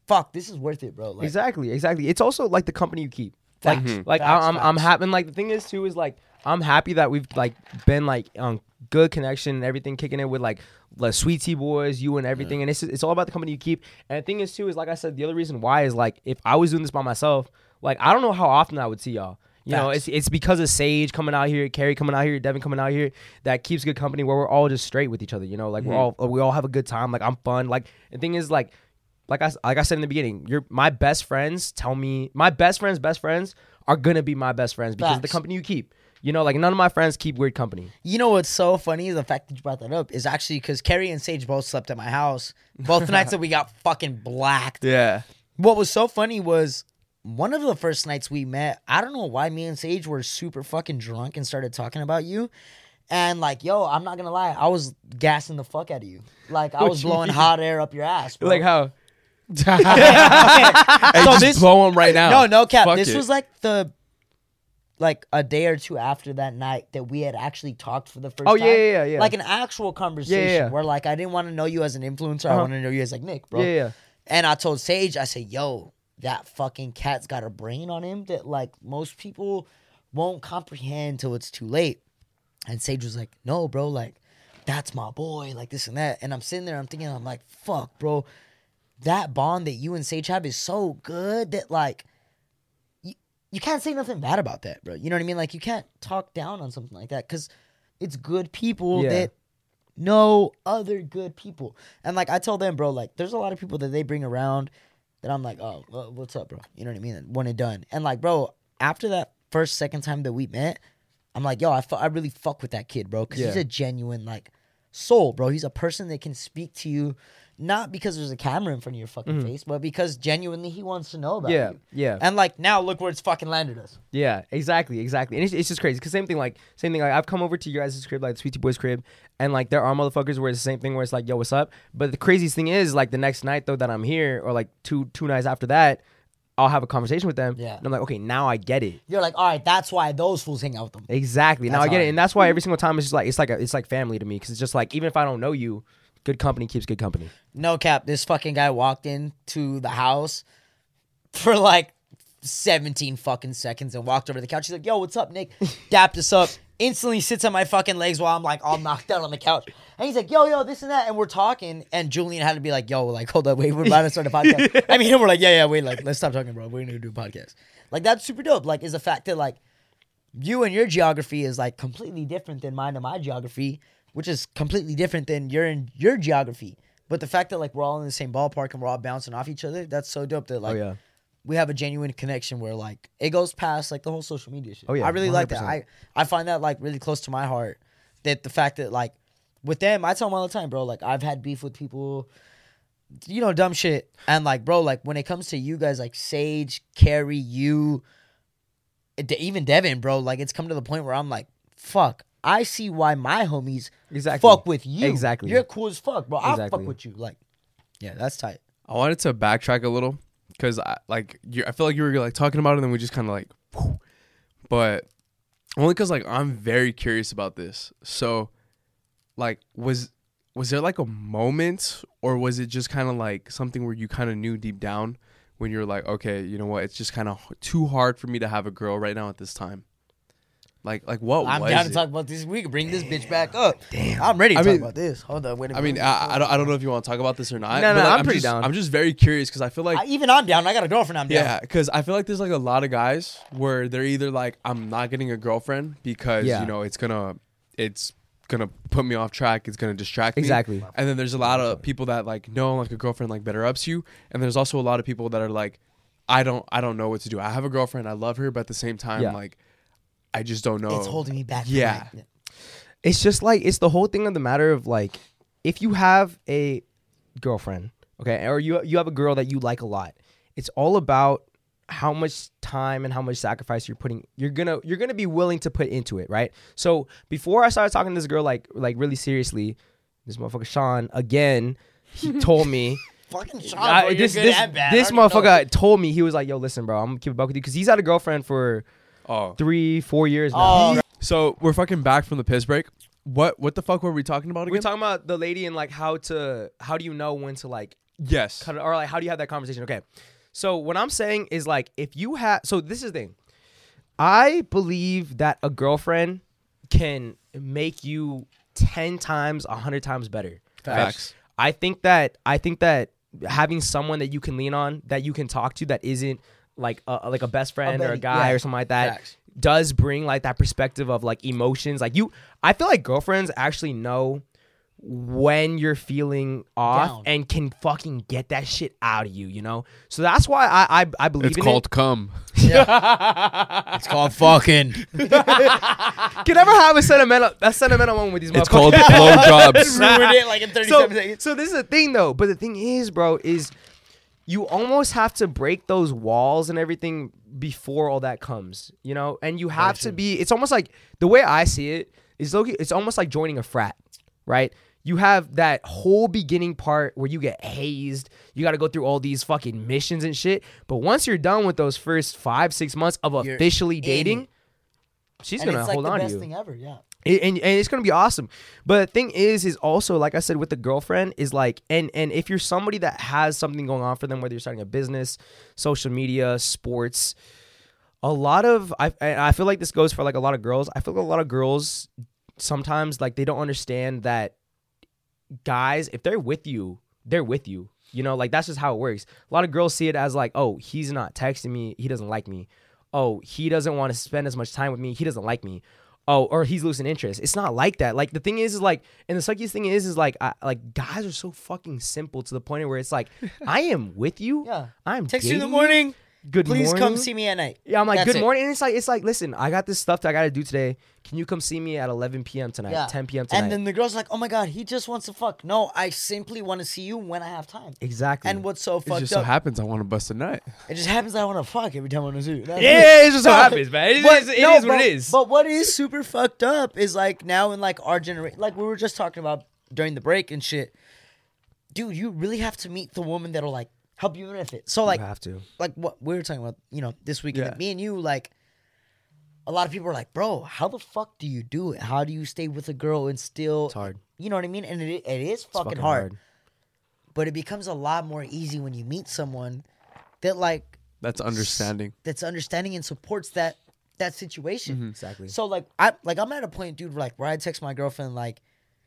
fuck, this is worth it, bro. Like, exactly, exactly. It's also like the company you keep. Like, Facts. like Facts, I, I'm, I'm facts. happy. and, Like the thing is too is like I'm happy that we've like been like on good connection and everything, kicking it with like the Sweet Tea Boys, you and everything. And it's it's all about the company you keep. And the thing is too is like I said, the other reason why is like if I was doing this by myself, like I don't know how often I would see y'all. You know, it's it's because of Sage coming out here, Carrie coming out here, Devin coming out here that keeps good company where we're all just straight with each other. You know, like we're all we all have a good time. Like I'm fun. Like the thing is like like I like I said in the beginning, your my best friends tell me my best friends' best friends are gonna be my best friends because of the Facts. company you keep. You know, like none of my friends keep weird company. You know what's so funny? The fact that you brought that up is actually because Carrie and Sage both slept at my house both nights that we got fucking blacked. Yeah. What was so funny was one of the first nights we met. I don't know why me and Sage were super fucking drunk and started talking about you. And like, yo, I'm not gonna lie, I was gassing the fuck out of you. Like, I was blowing hot air up your ass. Bro. Like how? Hey, just blow them right now. No, no cap. Fuck this it. was like the like a day or two after that night that we had actually talked for the first Oh, time. yeah, yeah, yeah, yeah. Like an actual conversation yeah. Uh-huh. where like I didn't want to know you as an influencer. I wanted to know you as like Nick, bro. Yeah, yeah. And I told Sage, I said, yo, that fucking cat's got a brain on him that like most people won't comprehend till it's too late. And Sage was like, no, bro, like that's my boy, like this and that. And I'm sitting there, I'm thinking, I'm like, fuck, bro. That bond that you and Sage have is so good that like you, you can't say nothing bad about that, bro. You know what I mean? Like you can't talk down on something like that because it's good people Yeah. that no other good people. And like I tell them, bro, like there's a lot of people that they bring around that I'm like, oh, wha- what's up, bro? You know what I mean? And One and done. And like, bro, after that first second time that we met, I'm like, yo, I fu- I really fuck with that kid, bro, because he's Yeah. a genuine like soul, bro. He's a person that can speak to you. Not because there's a camera in front of your fucking face, but because genuinely he wants to know about Mm-hmm. Yeah, you. yeah. And like now, look where it's fucking landed us. Yeah, exactly, exactly. And it's, it's just crazy. Cause same thing, like same thing. Like I've come over to your guys' crib, like Sweet Tea Boys' crib, and like there are motherfuckers where it's the same thing where it's like, yo, what's up? But the craziest thing is, like the next night though that I'm here, or like two two nights after that, I'll have a conversation with them. Yeah. And I'm like, okay, now I get it. You're like, all right, that's why those fools hang out with them. Exactly. now I That's get it, hard. and that's why every single time it's just like it's like a, it's like family to me because it's just like even if I don't know you, good company keeps good company. No cap, this fucking guy walked into the house for like 17 fucking seconds and walked over to the couch. He's like, yo, what's up, Nick? Dapped us up. Instantly sits on my fucking legs while I'm like all knocked out on the couch. And he's like, yo, yo, this and that. And we're talking. And Julian had to be like, yo, like, hold up, wait, we're about to start a podcast. I mean, we're like, yeah, yeah, wait, like, let's stop talking, bro. We're going to do a podcast. Like, that's super dope. Like, is the fact that, like, you and your geography is like completely different than mine and my geography, which is completely different than your and your geography. But the fact that like we're all in the same ballpark and we're all bouncing off each other, that's so dope that like Oh, yeah. we have a genuine connection where like it goes past like the whole social media shit. Oh, yeah, I really like that. 100%. I I find that like really close to my heart that the fact that like with them, I tell them all the time, bro. Like I've had beef with people, you know, dumb shit, and like, bro, like when it comes to you guys, like Sage, Carrie, you, De- even Devin, bro, like it's come to the point where I'm like, fuck, I see why my homies Exactly. fuck with you. Exactly. you're cool as fuck, bro. I Exactly. fuck with you, like, yeah, that's tight. I wanted to backtrack a little because I like you. I feel like you were like talking about it, and then we just kind of like, whew. but only because like I'm very curious about this. So, like, was was there like a moment, or was it just kind of like something where you kind of knew deep down when you were like, okay, you know what, it's just kind of too hard for me to have a girl right now at this time. Like, like what I'm was down it? to talk about this. We can bring this bitch back up. Damn, I'm ready to I talk mean- about this. Hold on, wait a I minute. mean, I, I, don't, I don't know if you want to talk about this or not. No, but, no, like, I'm pretty just- down. I'm just very curious because I feel like I- even I'm down. I got a girlfriend. I'm down. Yeah, because I feel like there's like a lot of guys where they're either like, I'm not getting a girlfriend because Yeah. you know it's gonna, it's gonna put me off track. It's gonna distract me. Exactly. And then there's a lot of people that like know like a girlfriend like better ups you. And there's also a lot of people that are like, I don't I don't know what to do. I have a girlfriend. I love her, but at the same time, Yeah. like, I just don't know. It's holding me back. from Yeah. my- it's just like it's the whole thing of the matter of like if you have a girlfriend okay or you you have a girl that you like a lot it's all about how much time and how much sacrifice you're putting you're gonna you're gonna be willing to put into it right so before i started talking to this girl like like really seriously this motherfucker sean again he told me Fucking Sean, I- Oh, bro, this you're good this, and bad. I this already know motherfucker told me he was like yo listen bro i'm gonna keep it back with you because he's had a girlfriend for Oh. three four years now Oh, So we're fucking back from the piss break. What what the fuck were we talking about again? We're talking about the lady and like how to how do you know when to like yes. cut it or like how do you have that conversation? Okay. So what I'm saying is like if you have so this is the thing. I believe that a girlfriend can make you ten times, a hundred times better. Facts. I think that I think that having someone that you can lean on, that you can talk to, that isn't like a, like a best friend or a buddy, guy yeah. or something like that, Facts. does bring like that perspective of like emotions. Like you, I feel like girlfriends actually know when you're feeling off Down. and can fucking get that shit out of you. You know, so that's why I I, I believe It's in called cum. It's called fucking. It. Can never have a sentimental a sentimental moment with these. motherfuckers. It's called blowjobs. ruined it like in 37 so, seconds. so this is the thing though. But the thing is, bro, is you almost have to break those walls and everything before all that comes, you know. And you have to be. It's almost like the way I see it is low-key- it's almost like joining a frat, right? You have that whole beginning part where you get hazed. You got to go through all these fucking missions and shit. But once you're done with those first five, six months of officially in dating, it. she's And gonna it's like hold the on to best you. thing ever. Yeah. It- and, and it's gonna be awesome. But the thing is, is also like I said with the girlfriend is like, and and if you're somebody that has something going on for them, whether you're starting a business, social media, sports, a lot of I and I feel like this goes for like a lot of girls. I feel like a lot of girls sometimes like they don't understand that guys, if they're with you, they're with you. You know, like that's just how it works. A lot of girls see it as like, oh, he's not texting me, he doesn't like me. Oh, he doesn't want to spend as much time with me, he doesn't like me. Oh, or he's losing interest. It's not like that. Like the thing is, is like, and the suckiest thing is, is like, I, like guys are so fucking simple to the point where it's like, I am with you. Yeah. I'm Text you in the dating morning. Good Please morning. come see me at night. Yeah, I'm like, That's good it. morning. And it's like, it's like, listen, I got this stuff that I got to do today. Can you come see me at 11 p.m. tonight, Yeah. 10 p.m. tonight? And then the girl's like, oh my God, he just wants to fuck. No, I simply want to see you when I have time. exactly. And what's so It fucked just up? so happens I want to bust a nut. it just happens that I want to fuck every time I want to see you. That's it. yeah, it's just what happens, man. It, But is- it no, is what but- it is. But what is super fucked up is like now in like our generation, like we were just talking about during the break and shit. Dude, you really have to meet the woman that'll like help you benefit. So like, you have to. like what we were talking about, you know, this weekend. Me and you, like, a lot of people are like, bro, how the fuck do you do it? How do you stay with a girl and still? It's hard. You know what I mean? And it, it is fucking, fucking hard, hard. But it becomes a lot more easy when you meet someone that like That's understanding. that's understanding and supports that that situation. Mm-hmm, Exactly. So like I like I'm at a point, dude, like where I text my girlfriend like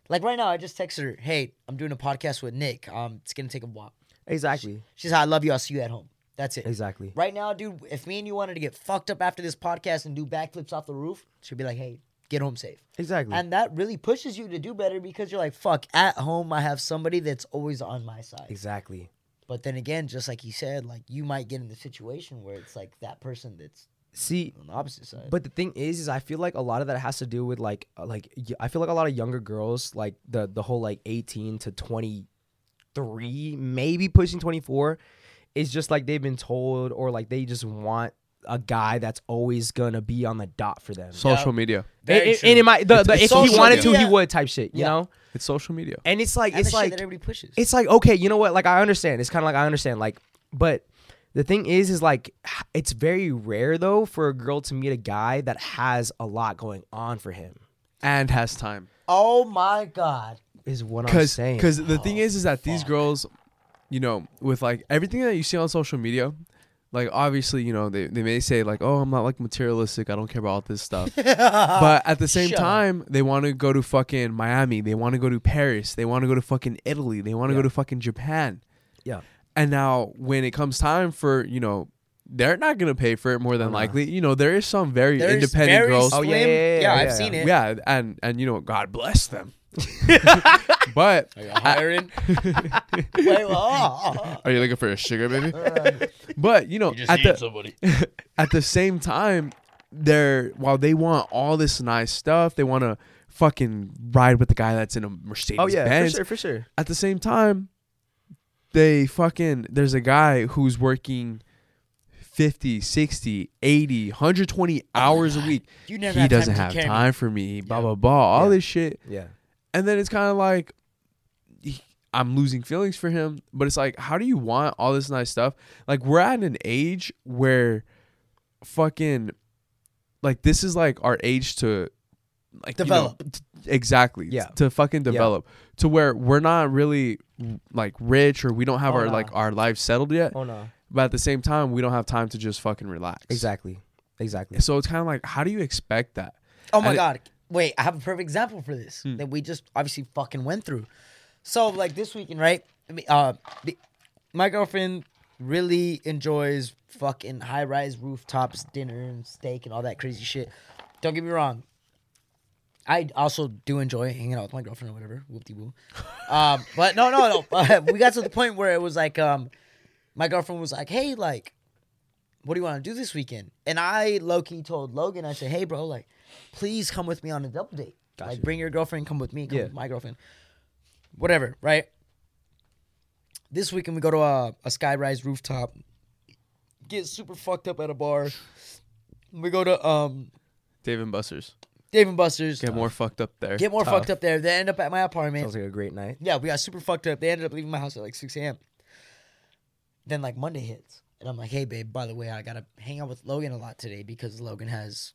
like right now I just texted her, hey, I'm doing a podcast with Nick. Um, it's gonna take a while. Exactly. She's like, I love you. I'll see you at home. That's it. Exactly. Right now, dude, if me and you wanted to get fucked up after this podcast and do backflips off the roof, she'd be like, hey, get home safe. Exactly. And that really pushes you to do better because you're like, fuck, at home I have somebody that's always on my side. exactly. But then again, just like you said, like you might get in the situation where it's like that person that's See, on the opposite side. But the thing is, is I feel like a lot of that has to do with like, uh, like y- I feel like a lot of younger girls, like the the whole like eighteen to twenty three, maybe pushing twenty four, is just like they've been told, or like they just want a guy that's always gonna be on the dot for them. Social media. and, Very and- and it might, the, the, if it's he social wanted to, he media. would type shit, you Yeah. know. It's social media. And it's like And it's the shit like that everybody pushes. it's like okay you know what like i understand it's kind of like i understand like but the thing is is like h- it's very rare though for a girl to meet a guy that has a lot going on for him And has time. oh my god. is what i'm Cause, saying Cause the thing is is that these girls, you know, with like everything that you see on social media, like obviously, you know, they, they may say like, Oh, I'm not like materialistic, I don't care about all this stuff. but at the same Shut up. time, they want to go to fucking Miami, they want to go to Paris, they want to go to fucking Italy, they want to go to fucking Japan. yeah And now when it comes time for, you know, they're not gonna pay for it more than likely. You know, there is some very There's independent very girls. Slim, Oh, yeah, yeah, yeah, yeah, I've yeah. seen it. yeah, and and you know, God bless them. but Are you hiring? Wait, well, are you looking for a sugar baby? but you know, at the somebody. at the same time, they're while they want all this nice stuff, they want to fucking ride with the guy that's in a Mercedes Oh yeah, Benz. for sure, for sure. At the same time, they fucking there's a guy who's working 50, 60, 80, 120 hours a week. Oh You never he have time doesn't to have care. time for me, blah blah blah, all Yeah. this shit. Yeah. And then it's kind of like he- I'm losing feelings for him, but it's like how do you want all this nice stuff? Like we're at an age where fucking like this is like our age to like you know, Develop. t- exactly. Yeah. To fucking develop to where we're not really like rich or we don't have Oh, our nah. like our life settled yet, Oh no. but at the same time we don't have time to just fucking relax. Exactly. Exactly. So it's kind of like how do you expect that? Oh my And it- god! Wait, I have a perfect example for this that we just obviously fucking went through. So like this weekend, right? I mean, uh, the, my girlfriend really enjoys fucking high rise rooftops, dinner and steak and all that crazy shit. Don't get me wrong. I also do enjoy hanging out with my girlfriend or whatever. Whoop de woo. Um, but no, no, no. we got to the point where it was like, um, my girlfriend was like, "Hey, like, what do you want to do this weekend?" And I low key told Logan, I said, "Hey, bro, like, please come with me on a double date. Like, bring your girlfriend, come with me, come Yeah. with my girlfriend, whatever." Right. This weekend we go to a, a skyrise rooftop, get super fucked up at a bar. We go to um, Dave and Buster's Dave and Buster's. Oh. get more fucked up there. Get more fucked up there. They end up at my apartment. Sounds like a great night. Yeah, we got super fucked up. They ended up leaving my house at like 6 a.m. Then like Monday hits. And I'm like, hey, babe, by the way, I got to hang out with Logan a lot today because Logan has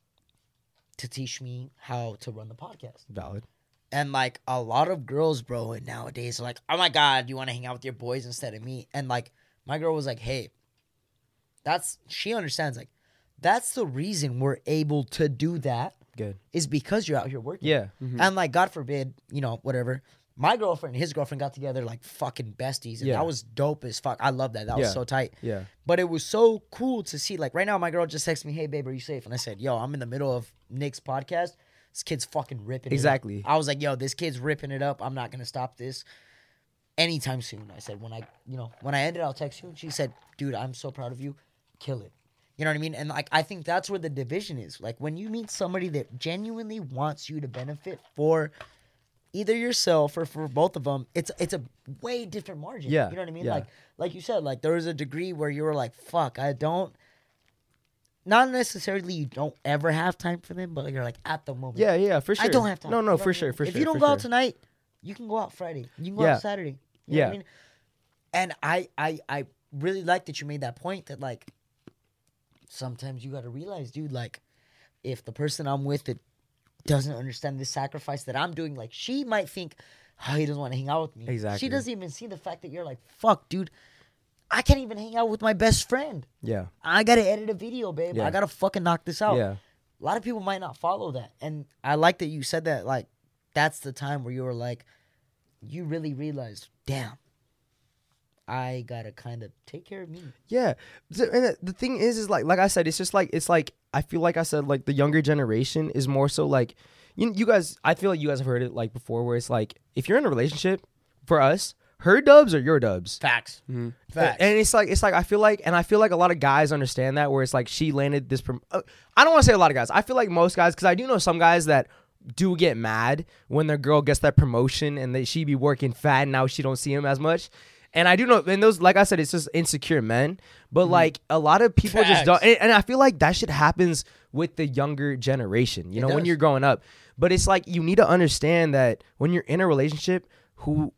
to teach me how to run the podcast. Valid. And like a lot of girls, bro, and nowadays are like, oh my God, you want to hang out with your boys instead of me. And like my girl was like, hey, that's, she understands. Like, that's the reason we're able to do that Good. is because you're out here working. Yeah. mm-hmm. And like, God forbid, you know, whatever. My girlfriend and his girlfriend got together like fucking besties, and Yeah. that was dope as fuck. I love that. That Yeah. was so tight. Yeah. But it was so cool to see. Like right now, my girl just texted me, "Hey babe, are you safe?" And I said, "Yo, I'm in the middle of Nick's podcast. This kid's fucking ripping." it up." Exactly. I was like, "Yo, this kid's ripping it up. I'm not gonna stop this anytime soon." I said, "When I, you know, when I end it, I'll text you." And she said, "Dude, I'm so proud of you. Kill it." You know what I mean? And like, I think that's where the division is. Like when you meet somebody that genuinely wants you to benefit for either yourself or for both of them, it's it's a way different margin. Yeah, you know what I mean? yeah. Like like you said, like there was a degree where you were like, "Fuck, I don't." Not necessarily you don't ever have time for them, but you're like at the moment. Yeah, yeah, for sure. I don't have time. No, You know no, what for I sure, mean? for sure. If you don't for go out sure. tonight, you can go out Friday. You can go Yeah. out Saturday. You know what I Yeah. mean? And I, I, I really like that you made that point that like sometimes you got to realize, dude, like if the person I'm with that doesn't understand this sacrifice that I'm doing, like she might think, oh, he doesn't want to hang out with me. Exactly. She doesn't even see the fact that you're like, fuck, dude, I can't even hang out with my best friend. yeah, I gotta edit a video, babe. Yeah. I gotta fucking knock this out. Yeah. A lot of people might not follow that. And I like that you said that, like, that's the time where you were like, you really realized, damn, I gotta kind of take care of me. yeah. So, and the- the thing is, is like, like I said, it's just like, it's like, I feel like I said, like the younger generation is more so like, you, you guys. I feel like you guys have heard it like before, where it's like, if you're in a relationship, for us, her dubs are your dubs. Facts. Mm-hmm. A- And it's like it's like I feel like and I feel like a lot of guys understand that where it's like she landed this prom- uh, I don't want to say a lot of guys. I feel like most guys cuz I do know some guys that do get mad when their girl gets that promotion and that she be working fat and now she don't see him as much. And I do know and those like I said it's just insecure men, but Mm-hmm. like a lot of people just don't and, and I feel like that shit happens with the younger generation. You know, when does. you're growing up. But it's like you need to understand that when you're in a relationship who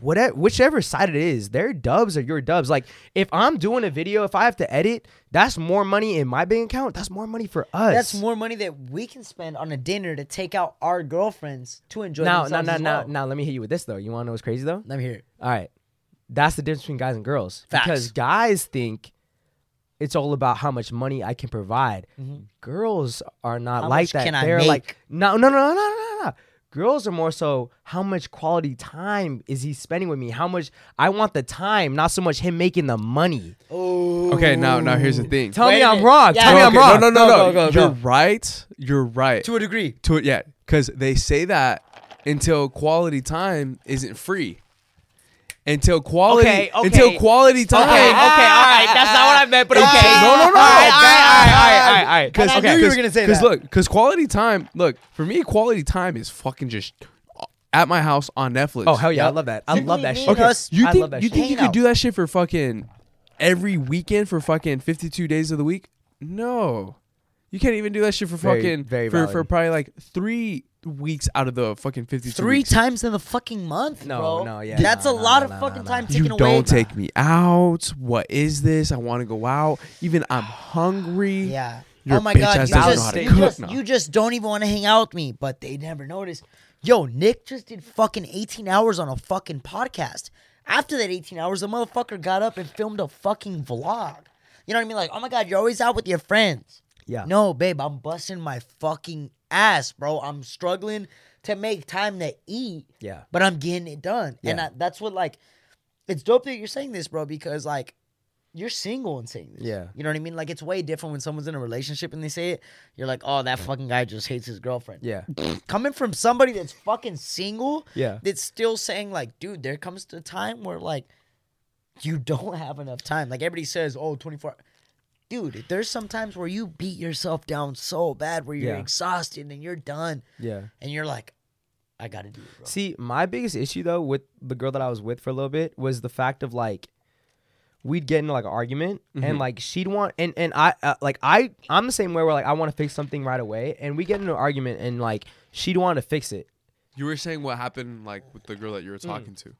whatever whichever side it is, their dubs are your dubs. Like if I'm doing a video, if I have to edit, that's more money in my bank account. That's more money for us. That's more money that we can spend on a dinner to take out our girlfriends to enjoy now, now, themselves now, as now, well. now. Let me hit you with this though. You want to know what's crazy though? Let me hear it. All right, that's the difference between guys and girls Facts. because guys think it's all about how much money I can provide. Girls are not How like much that. can I They're like no, no, no, no, no, no. Girls are more so how much quality time is he spending with me? How much I want the time, not so much him making the money. Oh. Okay, now now here's the thing. Tell Wait me a I'm minute. wrong. Yeah, Tell me Okay, I'm wrong. No, no, no, Go, go, no. go, You're go. right. You're right. to a degree. to it yet because they say that until quality time isn't free until quality Okay, okay. until quality time Okay, okay, all right. That's not what I meant, but okay. No, no, no. All right, all right, all right, all right, all right. Cause, I knew you were gonna say Because that. look, because quality time. Look for me, quality time is fucking just at my house on Netflix. Oh, hell yeah. I love that. I love that shit. Okay, you I think love that you shit. think you Hang could out. do that shit for fucking every weekend for fucking fifty two days of the week? No, you can't even do that shit for Very- fucking very for, for valid. probably like three weeks out of the fucking fifty two. Three times in the fucking month. No, bro. no, yeah, That's no, a no, lot no, of no, fucking no, time taken You away. don't take me out. What is this? I want to go out. Even I'm hungry. Yeah. Your oh my bitch god, ass you doesn't know just, how to you, cook just, now. you just don't even want to hang out with me, but they never notice. Yo, Nick just did fucking 18 hours on a fucking podcast. After that 18 hours, the motherfucker got up and filmed a fucking vlog. You know what I mean? Like, oh my god, you're always out with your friends. Yeah. No, babe, I'm busting my fucking ass, bro. I'm struggling to make time to eat. Yeah. But I'm getting it done. And Yeah. I, that's what like it's dope that you're saying this, bro, because like you're single and saying this. Yeah. You know what I mean? Like it's way different when someone's in a relationship and they say it. You're like, oh, that fucking guy just hates his girlfriend. Yeah. Coming from somebody that's fucking single, Yeah. that's still saying, like, dude, there comes a time where like you don't have enough time. Like everybody says, oh, 24 Dude, there's some times where you beat yourself down so bad where you're Yeah. exhausted and you're done Yeah. and you're like, I gotta do it, bro. See, my biggest issue though with the girl that I was with for a little bit was the fact of like we'd get into like an argument Mm-hmm. and like she'd want and and I uh, like I I'm the same way where like I want to fix something right away and we get into an argument and like she'd want to fix it. You were saying what happened like with the girl that you Mm. were talking to.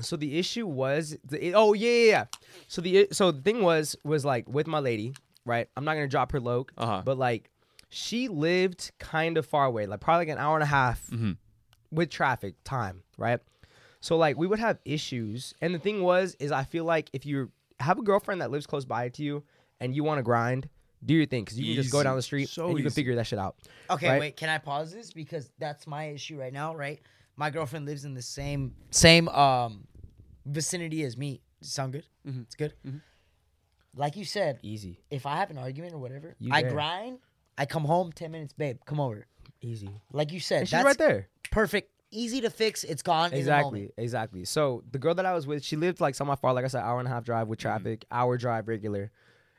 So the issue was the it, oh yeah, yeah yeah. So the i- so the thing was was like with my lady right. I'm not gonna drop her low, Uh-huh. but like she lived kind of far away, like probably like an hour and a half with traffic time, right? So like we would have issues, and the thing was is I feel like if you have a girlfriend that lives close by to you and you want to grind, do your thing because you can just go Easy. down the street So and you can easy. figure that shit out. Okay, right? wait. Can I pause this because that's my issue right now, right? My girlfriend lives in the same same um vicinity as me. Does it sound good? Mm-hmm. It's good. Like you said, Easy, if I have an argument or whatever, You I there. grind. I come home ten minutes, babe. Come over. easy. Like you said, And she's that's right there. Perfect, easy to fix. It's gone. Exactly, exactly. So the girl that I was with, she lived like somewhat far, like I said, hour and a half drive with Mm-hmm. traffic, hour drive regular.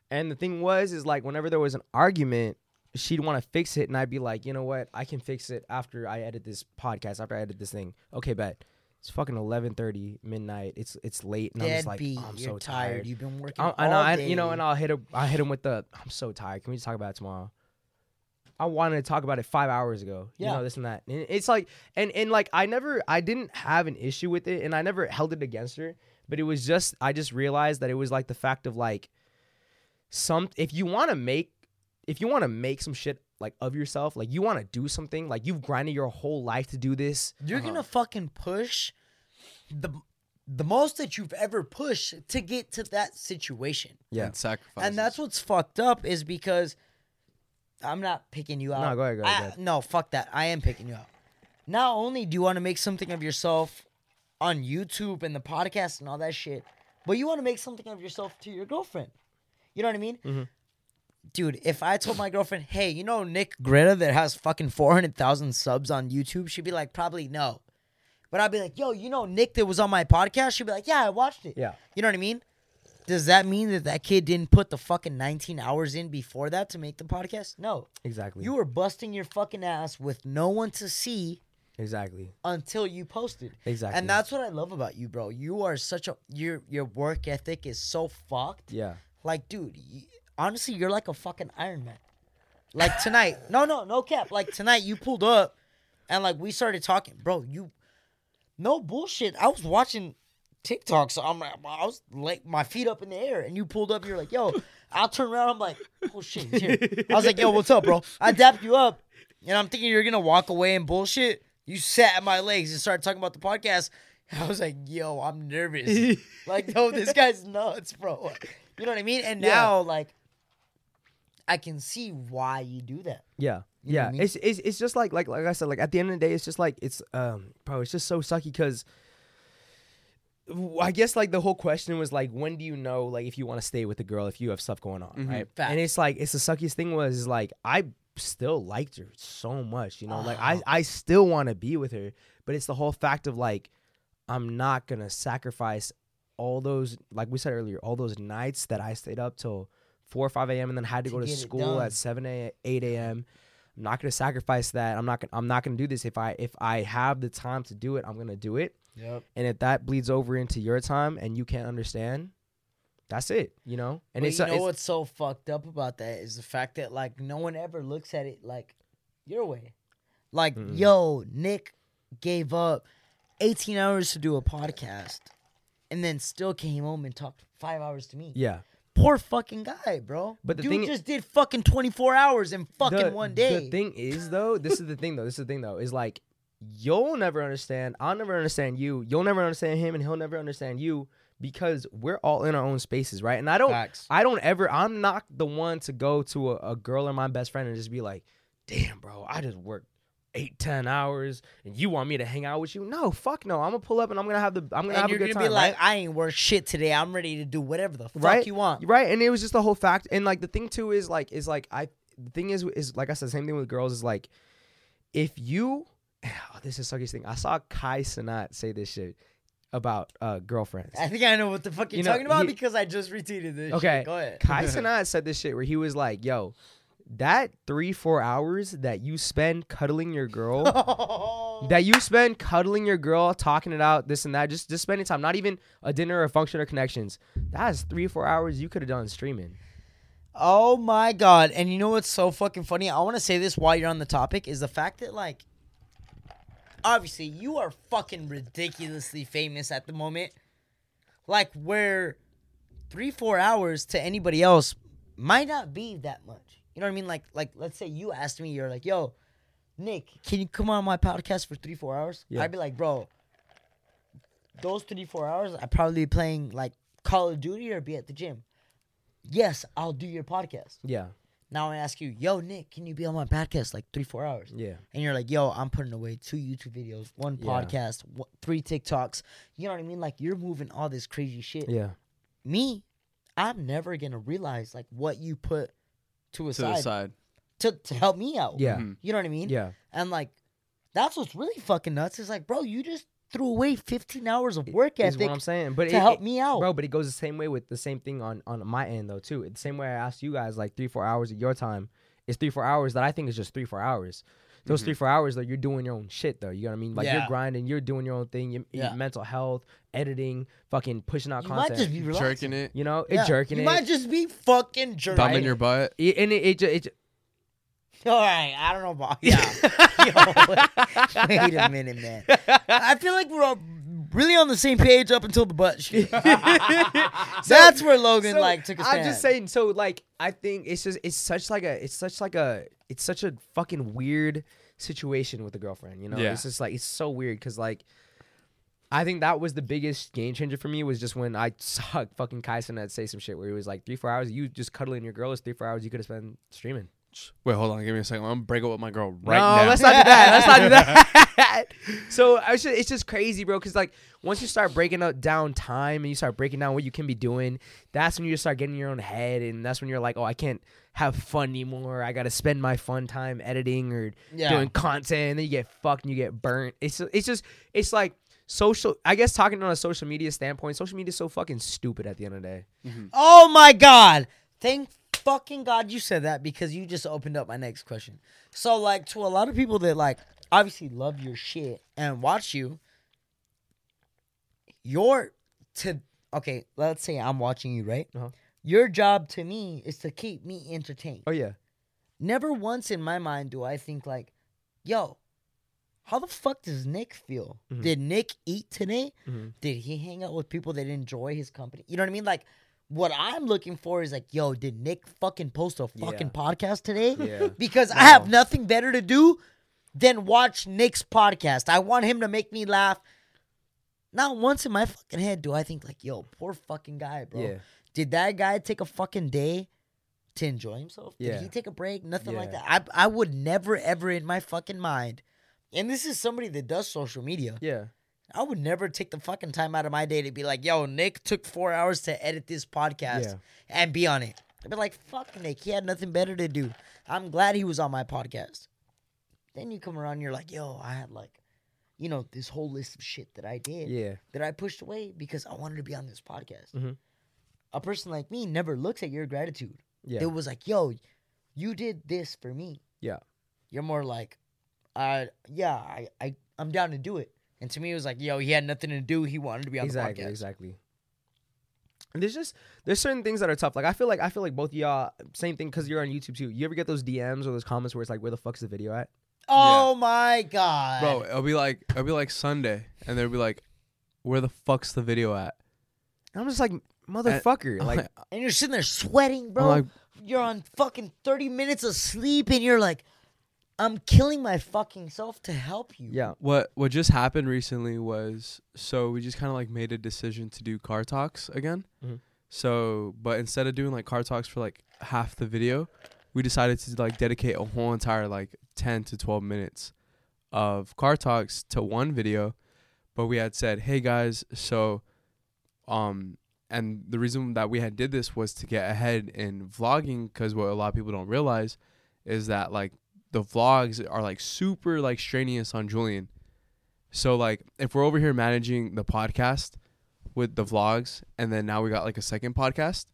And the thing was, is like whenever there was an argument, she'd want to fix it, and I'd be like, you know what, I can fix it after I edit this podcast, after I edit this thing. Okay, bet. It's fucking eleven thirty midnight. It's it's late, and I'm Dead just like, beat. "Oh, I'm You're so tired. tired. You've been working I, all and I, day. you know, and I'll hit him. I hit him with the. I'm so tired. Can we just talk about it tomorrow? I wanted to talk about it five hours ago. You Yeah. know this and that. And it's like, and and like I never, I didn't have an issue with it, and I never held it against her. But it was just, I just realized that it was like the fact of like, some if you want to make, if you want to make some shit like of yourself, like you want to do something, like you've grinded your whole life to do this. You're gonna fucking push the the most that you've ever pushed to get to that situation. Yeah. And sacrifice. And that's what's fucked up is because I'm not picking you out. go ahead, go ahead, go I- ahead. No, fuck that. I am picking you out. Not only do you want to make something of yourself on YouTube and the podcast and all that shit, but you want to make something of yourself to your girlfriend. You know what I mean? Mm-hmm. Dude, if I told my girlfriend, hey, you know Nick Greta that has fucking 400,000 subs on YouTube, she'd be like, probably no. But I'd be like, yo, you know Nick that was on my podcast? She'd be like, yeah, I watched it. Yeah. You know what I mean? Does that mean that that kid didn't put the fucking 19 hours in before that to make the podcast? No. Exactly. You were busting your fucking ass with no one to see exactly. until you posted. Exactly. And that's what I love about you, bro. You are such a your your work ethic is so fucked. Yeah. Like, dude, you, honestly, you're like a fucking Iron Man. Like tonight, no, no, no cap. Like tonight, you pulled up, and like we started talking, bro. You, no bullshit. I was watching TikTok, so I'm like, I was like my feet up in the air, and you pulled up. You're like, yo, I'll turn around. I'm like, oh shit, he's here. I was like, yo, what's up, bro? I dapped you up, and I'm thinking you're gonna walk away and bullshit. You sat at my legs and started talking about the podcast. I was like, yo, I'm nervous. like, yo, this guy's nuts, bro. You know what I mean? And now, like, I can see why you do that. You Yeah. know what yeah, I mean? it's, it's it's just like like like I said, like at the end of the day, it's just like it's um bro, it's just so sucky because I guess like the whole question was like, when do you know like if you want to stay with the girl if you have stuff going Mm-hmm. on, right? Facts. And it's like it's the suckiest thing was is, like I still liked her so much, you know, like I I still want to be with her, but it's the whole fact of like I'm not gonna sacrifice all those like we said earlier, all those nights that I stayed up till four or five a.m. and then had to, go to get it school done. at seven a eight a.m. I'm not gonna sacrifice that. I'm not gonna I'm not gonna do this. If I if I have the time to do it, I'm gonna do it. Yep. And if that bleeds over into your time and you can't understand, that's it. You know. And But it's, you uh, know it's- what's so fucked up about that is the fact that like no one ever looks at it like your way. Like, yo, Nick gave up 18 hours to do a podcast and then still came home and talked five hours to me. yeah. Poor fucking guy, bro. But the Dude thing- just did fucking 24 hours in fucking the- one day. The thing is though, this is the thing though. This is the thing though. Is like you'll never understand. I'll never understand you. You'll never understand him, and he'll never understand you because we're all in our own spaces, right? And I don't. Facts. I don't ever. I'm not the one to go to a, a girl or my best friend and just be like, "Damn, bro, I just worked." Eight ten hours, and you want me to hang out with you? No, fuck no. I'm gonna pull up, and I'm gonna have the. I'm gonna and have you're a good gonna time. be like, right? I ain't worth shit today. I'm ready to do whatever the fuck right? you want. right? And it was just the whole fact. And like the thing too is like is like I the thing is is like I said, same thing with girls is like if you oh, this is suckiest thing. I saw Kai Sanat say this shit about uh girlfriends. I think I know what the fuck you're You know, talking about he- because I just retweeted this. Okay, shit. go ahead. Kai Sanat said this shit where he was like, "Yo." That three four hours that you spend cuddling your girl, that you spend cuddling your girl, talking it out, this and that, just just spending time, not even a dinner or a function or connections. That's three four hours you could have done streaming. Oh my god! And you know what's so fucking funny? I want to say this while you're on the topic is the fact that like, obviously you are fucking ridiculously famous at the moment. Like where three four hours to anybody else might not be that much. You know what I mean? Like like let's say you asked me, you're like, yo, Nick, can you come on my podcast for three four hours? Yeah. I'd be like, bro, those three four hours, I'd probably be playing like Call of Duty or be at the gym. Yes, I'll do your podcast. Yeah, Now I ask you, yo, Nick, can you be on my podcast like three, four hours? yeah. And you're like, yo, I'm putting away two YouTube videos, one Yeah. podcast, wh- three TikToks. You know what I mean? Like you're moving all this crazy shit. Yeah. Me, I'm never gonna realize like what you put to a to the side, side. to to help me out. Yeah. You know what I mean? Yeah. And like, that's what's really fucking nuts. Is like, bro, you just threw away 15 hours of work Is ethic what I'm saying. But to it, help it- me out. Bro, but it goes the same way with the same thing on on my end though too. The same way I asked you guys like three, four hours of your time is three, four hours that I think is just three, four hours. Those three, four hours though, you're doing your own shit though. You know what I mean? Like you're Yeah. grinding, you're doing your own thing, your, your Yeah. mental health, editing, fucking pushing out you content. might just be relaxing. Jerking it. you know, Yeah. it jerking You it. might just be fucking jerking. Thumb it. in your butt. It- and it, it, ju- it ju- All right, I don't know about yeah. Yo, wait, wait a minute, man. I feel like we're all really on the same page up until the butt shit. That's where Logan So, like took a stand. I'm just saying. So like, I think it's just it's such like a it's such like a it's such a fucking weird situation with a girlfriend. You know, Yeah. it's just like it's so weird because like. I think that was the biggest game changer for me was just when I saw fucking Kaisen that say some shit where he was like three four hours you just cuddling your girl is three four hours you could have spent streaming. Wait, hold on. Give me a second. I'm gonna break up with my girl right no, now. let's not do that. Let's not do that. so I should, it's just crazy, bro. Because like once you start breaking up down time and you start breaking down what you can be doing, that's when you just start getting in your own head, and that's when you're like, oh, I can't have fun anymore. I got to spend my fun time editing or Yeah. doing content, and then you get fucked and you get burnt. It's it's just it's like social. I guess talking on a social media standpoint, social media is so fucking stupid at the end of the day. oh my god! Thank fucking god you said that because you just opened up my next question. So like to a lot of people that like obviously love your shit and watch you, your to okay, let's say I'm watching you right. Uh-huh. Your job to me is to keep me entertained. Oh yeah, never once in my mind do I think like, yo, how the fuck does Nick feel? Mm-hmm. Did Nick eat today? Mhm. Did he hang out with people that enjoy his company? You know what I mean? Like what I'm looking for is like, yo, did Nick fucking post a fucking Yeah. podcast today? Yeah. because I have nothing better to do than watch Nick's podcast. I want him to make me laugh. Not once in my fucking head do I think like, yo, poor fucking guy, bro. Yeah. Did that guy take a fucking day to enjoy himself? Did Yeah. he take a break? Nothing like Yeah. that. I I would never ever in my fucking mind. And this is somebody that does social media. Yeah. I would never take the fucking time out of my day to be like, yo, Nick took four hours to edit this podcast Yeah. and be on it. I'd be like, fuck Nick, he had nothing better to do. I'm glad he was on my podcast. Then you come around and you're like, yo, I had like, you know, this whole list of shit that I did Yeah. that I pushed away because I wanted to be on this podcast. Mhm. A person like me never looks at your gratitude. Yeah. It was like, yo, you did this for me. Yeah. You're more like, uh, yeah, I, I, I'm down to do it. And to me, it was like, yo, he had nothing to do. He wanted to be on exactly, the podcast. exactly. And there's just there's certain things that are tough. Like I feel like I feel like both of y'all same thing because you're on YouTube too. You ever get those DMs or those comments where it's like, where the fuck's the video at? Oh my God. Bro, it'll be like it'll be like Sunday, and they'll be like, "Where the fuck's the video at?" And I'm just like, motherfucker. I'm like, like, And you're sitting there sweating, bro. like- you're on fucking 30 minutes of sleep and you're like, I'm killing my fucking self to help you. yeah, What what just happened recently was so we just kind of like made a decision to do car talks again. Mhm. So, but instead of doing like car talks for like half the video, we decided to like dedicate a whole entire like 10 to 12 minutes of car talks to one video, but we had said, "Hey guys, so um and the reason that we had did this was to get ahead in vlogging cuz what a lot of people don't realize is that like the vlogs are like super like strenuous on Julian. So like if we're over here managing the podcast with the vlogs and then now we got like a second podcast,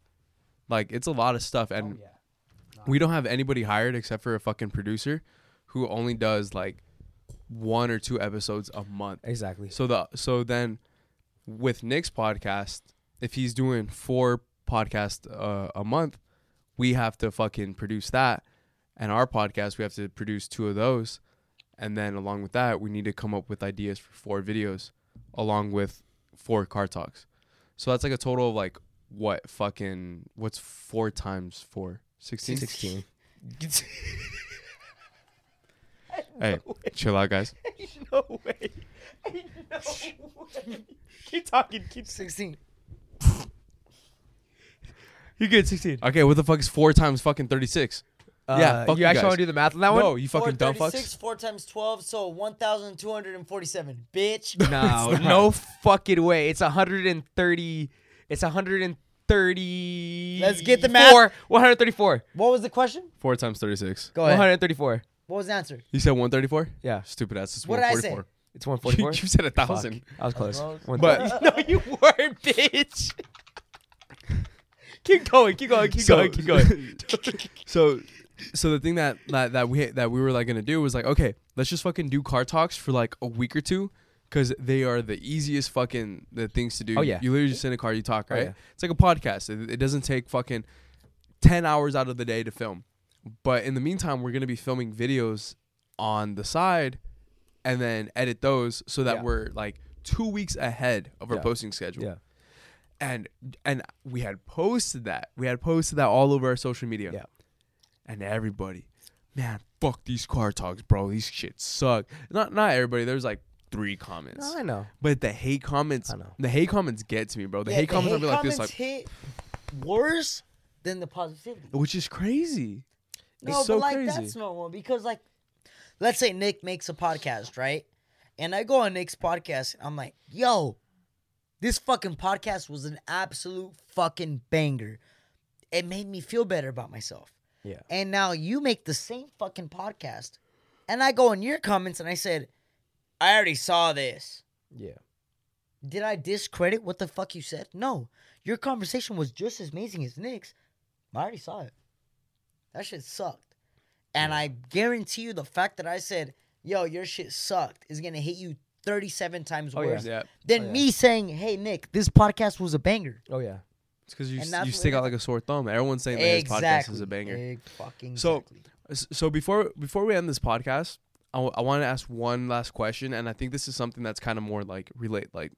like it's a lot of stuff and we don't have anybody hired except for a fucking producer who only does like one or two episodes a month. exactly. So the so then with Nick's podcast, if he's doing four podcasts uh, a month, we have to fucking produce that, and our podcast we have to produce two of those, and then along with that we need to come up with ideas for four videos, along with four car talks. So that's like a total of like what fucking what's four times four? 16? 16. Hey, chill out, guys. no way. No way. keep talking. Keep 16. You get 16. Okay, what the fuck is four times fucking thirty six? yeah. Yeah, fuck Uh, you you actually guys. want to do the math on that No, one? you fucking dumb fucks. 436, 4 times 12, so 1,247. Bitch. No, no fucking way. It's 130. It's 130. Let's get the math. 134. What was the question? Four times thirty six. Go ahead. 134. What was the answer? You said one thirty four. Yeah, Stupid ass. It's What did I say? 144. it's 144. You, you said a thousand. I was close. close. But no, you weren't, bitch. keep going. Keep going. Keep So- going. Keep going. so, so the thing that, that that we that we were like gonna do was like, okay, let's just fucking do car talks for like a week or two, because they are the easiest fucking the things to do. Oh, yeah. You literally just sit in a car, you talk, Oh, right? yeah. It's like a podcast. It, it doesn't take fucking ten hours out of the day to film. But in the meantime, we're gonna be filming videos on the side, and then edit those so that Yeah. we're like two weeks ahead of our Yeah. posting schedule. Yeah. and and we had posted that we had posted that all over our social media Yeah. and everybody man fuck these car talks bro these shit suck not not everybody there's like three comments I know. but the hate comments I know. the hate comments get to me bro the Yeah, hate the comments are like this comments like hit worse than the positivity. which is crazy No, it's so but like crazy that's normal because like, let's say Nick makes a podcast, right? And I go on Nick's podcast, and I'm like, yo, this fucking podcast was an absolute fucking banger. It made me feel better about myself. Yeah. And now you make the same fucking podcast, and I go in your comments and I said, I already saw this. Yeah. Did I discredit what the fuck you said? No. Your conversation was just as amazing as Nick's. I already saw it. That shit sucked. And I guarantee you the fact that I said, yo, your shit sucked is gonna hit you 37 times Oh, yeah. worse yeah than Oh, yeah. me saying, hey, Nick, this podcast was a banger. Oh yeah. it's because you, And s- that's you what stick it out is. like a sore thumb everyone's saying that his podcast is a banger Big fucking So- exactly. S- So before before we end this podcast, I want to ask one last question, and I think this is something that's kind of more like relate like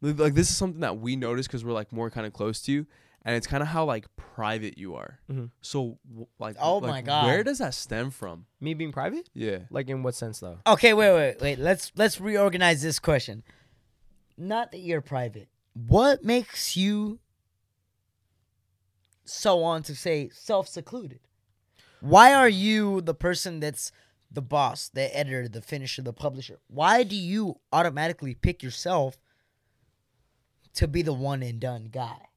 li- like this is something that we notice because we're like more kind of close to you, and it's kind of how like private you are. Mhm. So w- like, Oh like, my God. where does that stem from? Me being private? Yeah, Like in what sense though? Okay, wait, wait, wait. Let's let's reorganize this question. Not that you're private. What makes you so on to say self secluded. Why are you the person that's the boss, the editor, the finisher, the publisher? Why do you automatically pick yourself to be the one and done guy?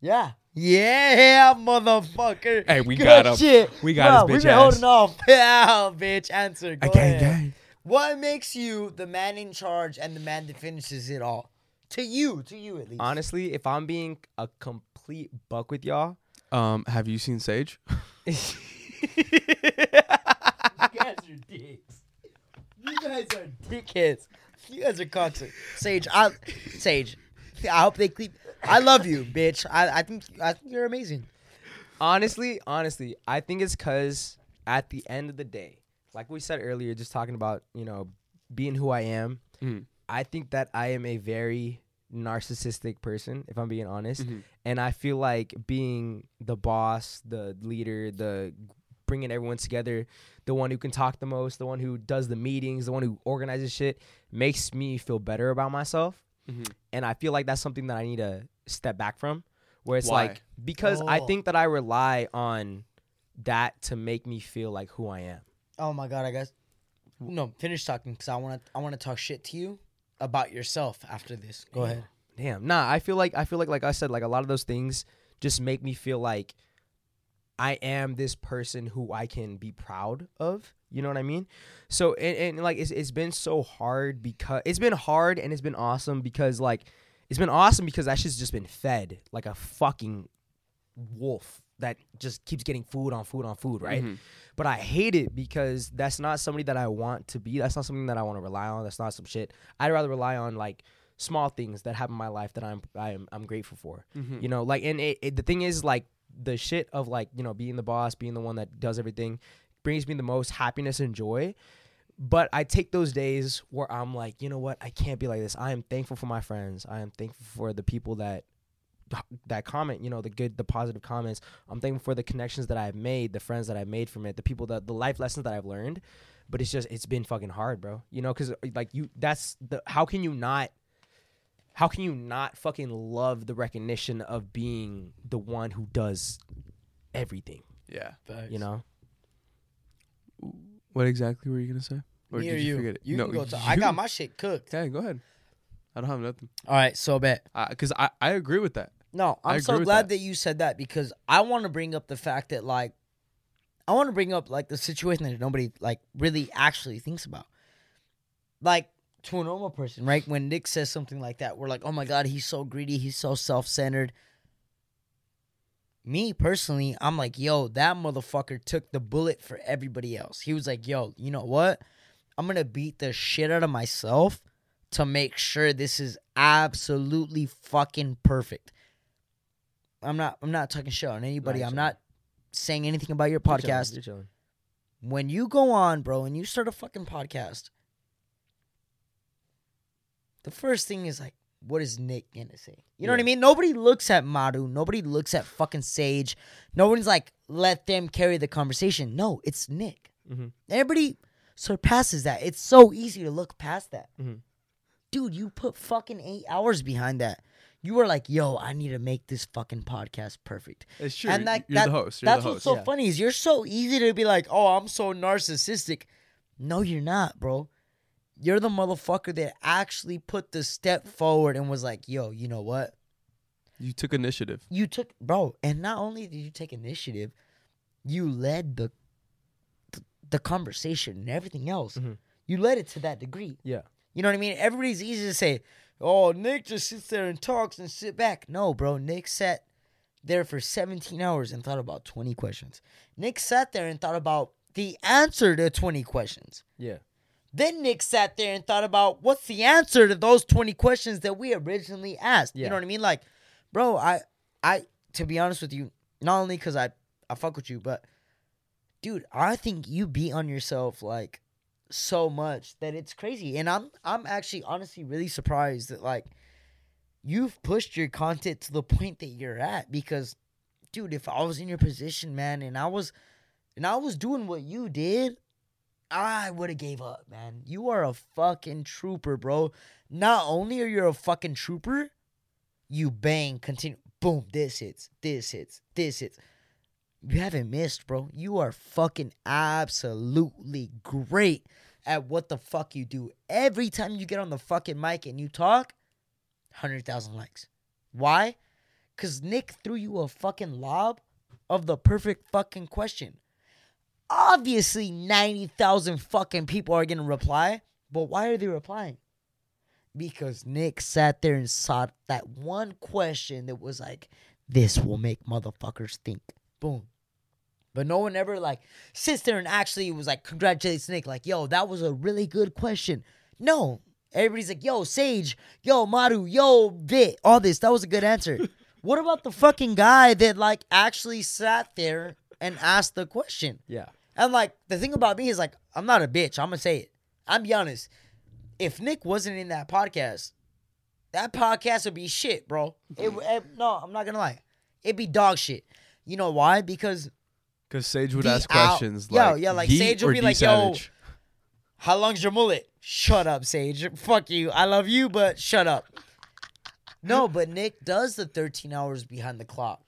Yeah. Yeah, motherfucker. Hey, we Good got him. shit. We got Bro, his We've been bitch holding ass. off. Yeah, bitch. Answer. Go Gang, ahead. gang. What makes you the man in charge and the man that finishes it all? To you, to you at least. Uh. Honestly, if I'm being a complete buck with y'all, Um, have you seen Sage? You guys are dicks. You guys are dickheads. You guys are cocks. Sage, I Sage, I hope they keep. I love you, bitch. I, I think I think you're amazing. honestly, honestly, I think it's because at the end of the day, like we said earlier, just talking about you know being who I am, Mhm. I think that I am a very narcissistic person, if I'm being honest, and I feel like being the boss, the leader, the bringing everyone together, the one who can talk the most, the one who does the meetings, the one who organizes shit, makes me feel better about myself, Mm-hmm. and I feel like that's something that I need to step back from. Where it's Why? like because I Oh. think that I rely on that to make me feel like who I am. Oh my god, I guess. No, finish talking because I want to. I want to talk shit to you about yourself after this. Go ahead. Damn, nah. I feel like I feel like like I said, like a lot of those things just make me feel like I am this person who I can be proud of. You know what I mean? So and, and like it's, it's been so hard because it's been hard and it's been awesome because like it's been awesome because that shit's just been fed like a fucking wolf that just keeps getting food on food on food, right? But I hate it because that's not somebody that I want to be. That's not something that I want to rely on. That's not some shit. I'd rather rely on like small things that happen in my life that I'm I'm I'm grateful for. You know, like and it, it, the thing is like the shit of like, you know, being the boss, being the one that does everything brings me the most happiness and joy. But I take those days where I'm like, you know what? I can't be like this. I am thankful for my friends. I am thankful for the people that that comment, you know, the good, the positive comments. I'm thankful for the connections that I've made, the friends that I've made from it, the people that the life lessons that I've learned. But it's just it's been fucking hard, bro. You know, because like you, that's the how can you not. How can you not fucking love the recognition of being the one who does everything? Yeah. You know, What exactly were you gonna say? Or Me or did you, you? forget it? You no, can go. To, I got you. my shit cooked. Okay, go ahead. I don't have nothing. All right, so bet. Because I, I agree with that. No, I I'm so agree with glad that. that. you said that because I want to bring up the fact that like I want to bring up like the situation that nobody like really actually thinks about. Like to a normal person, right? When Nick says something like that, we're like, "Oh my god, he's so greedy, he's so self-centered." Me personally, I'm like, "Yo, that motherfucker took the bullet for everybody else." He was like, "Yo, you know what? I'm going to beat the shit out of myself." to make sure this is absolutely fucking perfect. I'm not I'm not talking shit on anybody. you're I'm chilling. not saying anything about your You're chilling, podcast. you're chilling. When you go on, bro, and you start a fucking podcast, the first thing is like, what is Nick gonna say? You know what I mean? Nobody looks at Maru. Nobody looks at fucking Sage. No one's like, let them carry the conversation. No, it's Nick. Mhm. Everybody surpasses that. It's so easy to look past that dude, you put fucking eight hours behind that. You were like, yo, I need to make this fucking podcast perfect. It's true. And that, you're that- the host. You're that's the what's host. so funny is you're so easy to be like, oh, I'm so narcissistic. No, you're not, bro. You're the motherfucker that actually put the step forward and was like, yo, you know what? You took initiative. You took, bro, and not only did you take initiative, you led the the, the conversation and everything else. Mm-hmm. You led it to that degree. Yeah. You know what I mean? Everybody's easy to say, oh, Nick just sits there and talks and sit back. No, bro. Nick sat there for 17 hours and thought about 20 questions. Nick sat there and thought about the answer to 20 questions. Yeah. Then Nick sat there and thought about what's the answer to those 20 questions that we originally asked. You Yeah. know what I mean? Like, bro, I, I, to be honest with you, not only because I, I fuck with you, but dude, I think you beat on yourself like so much that it's crazy. And I'm I'm actually honestly really surprised that like you've pushed your content to the point that you're at because dude, if I was in your position, man, and I was and I was doing what you did, I would have gave up, man. You are a fucking trooper, bro. Not only are you a fucking trooper, You bang, continue, boom, this hits, this hits, this hits. You haven't missed, bro. You are fucking absolutely great at what the fuck you do. Every time you get on the fucking mic and you talk, 100,000 likes. Why? Because Nick threw you a fucking lob of the perfect fucking question. Obviously, 90,000 fucking people are going to reply, but why are they replying? Because Nick sat there and sought that one question that was like, this will make motherfuckers think. Boom. But no one ever like sits there and actually was like congratulates Nick, like, yo, that was a really good question. No. Everybody's like, yo, Sage, yo, Maru, yo, Bit, all this. That was a good answer. what about the fucking guy that like actually sat there and asked the question? Yeah. And like the thing about me is like, I'm not a bitch. I'm gonna say it. I'm be honest. If Nick wasn't in that podcast, that podcast would be shit, bro. It, w- it no, I'm not gonna lie. It'd be dog shit. You know why? Because Because Sage would The ask out- questions Yo, like, yeah, like "Yeet Sage would or be D like, yo, Savage?" how long's your mullet? Shut up, Sage. Fuck you. I love you, but shut up. No, but Nick does the 13 hours behind the clock.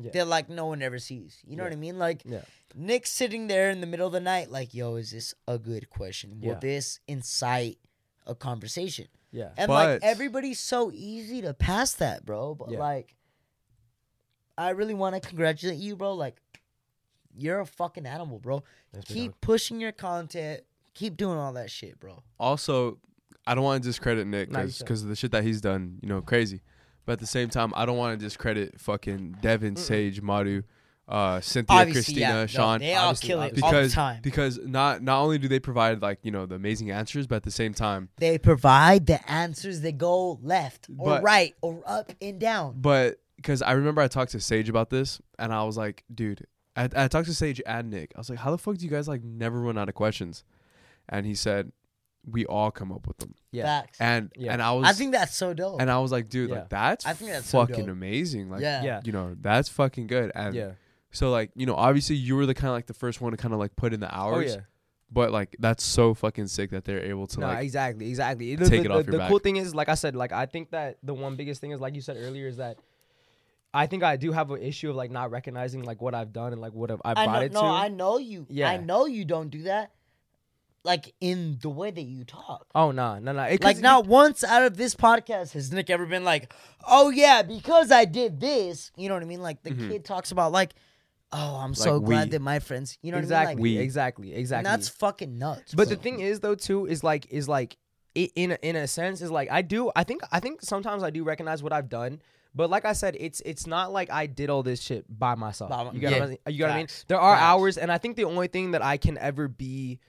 Yeah. That like no one ever sees. You know what I mean? Like Yeah. Nick's sitting there in the middle of the night, like, yo, is this a good question? Will Yeah. this incite a conversation? Yeah. And like But- everybody's so easy to pass that, bro. But Yeah. like I really want to congratulate you, bro. Like you're a fucking animal, bro. big keep pushing your content. Keep doing all that shit, bro. also, I don't want to discredit Nick Nah, you because shouldn't. of the shit that he's done, you know, crazy. But at the same time, I don't want to discredit fucking Devin, Sage, Madu, uh, Cynthia, Obviously, Christina, yeah. No, Sean. they all obviously, kill it because all the time. because not not only do they provide like you know the amazing answers, but at the same time, They provide the answers that go left or But- right or up and down. but because I remember I talked to Sage about this, and I was like, dude, I, I talked to Sage and Nick. I was like, how the fuck do you guys like never run out of questions? And he said, we all come up with them. Yeah. Facts. And Yeah. and I was I think that's so dope. and I was like, dude, Yeah. like that's I think that's so fucking dope. amazing. Like, yeah. Yeah. you know, that's fucking good. And Yeah. so like, you know, obviously you were the kind of like the first one to kind of like put in the Oh hours, yeah. but like that's so fucking sick that they're able to No, like exactly, exactly. The, the- take it off the- your the back. cool thing is, like I said, like I think that the one biggest thing is, like you said earlier, is that I think I do have an issue of like not recognizing like what I've done and like what I've, I've I brought know, it no, to. I know you. Yeah. I know you don't do that. Like in the way that you talk. oh no, no, no. Like not once out of this podcast has Nick ever been like, "Oh yeah, because I did this." You know what I mean? Like the Mm-hmm. kid talks about like, "Oh, I'm so Like, glad we. that my friends." You know exactly, what I mean? We- Like, exactly, and exactly. that's fucking nuts. But the bro. thing is, though, too, is like, is like, i in a, in a sense, is like, I do, I think, I think sometimes I do recognize what I've done, but like I said, it's it's not like I did all this shit by myself. By my- you got what, yeah. I'm saying? you got what I mean? Facts. There are Facts. hours, and I think the only thing that I can ever be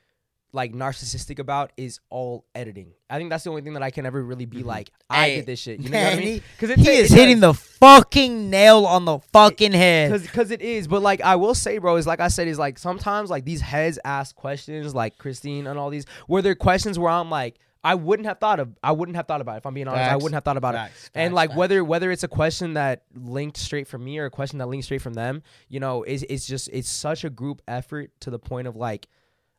like narcissistic about is all editing. I think that's the only thing that I can ever really be like, I Mm-hmm. Hey, did this shit. You know what I man, mean? he, it's he is hitting the fucking nail on the fucking head. Cause, Cause, it is, but like I will say, bro, is like I said, is like sometimes like these heads ask questions, like Christine and all these, where they're questions where I'm like, I wouldn't have thought of, I wouldn't have thought about it. If I'm being honest, I Facts. wouldn't have thought about Facts, it. And facts, like facts. whether whether it's a question that linked straight from me or a question that linked straight from them, you know, it's it's just it's such a group effort to the point of like,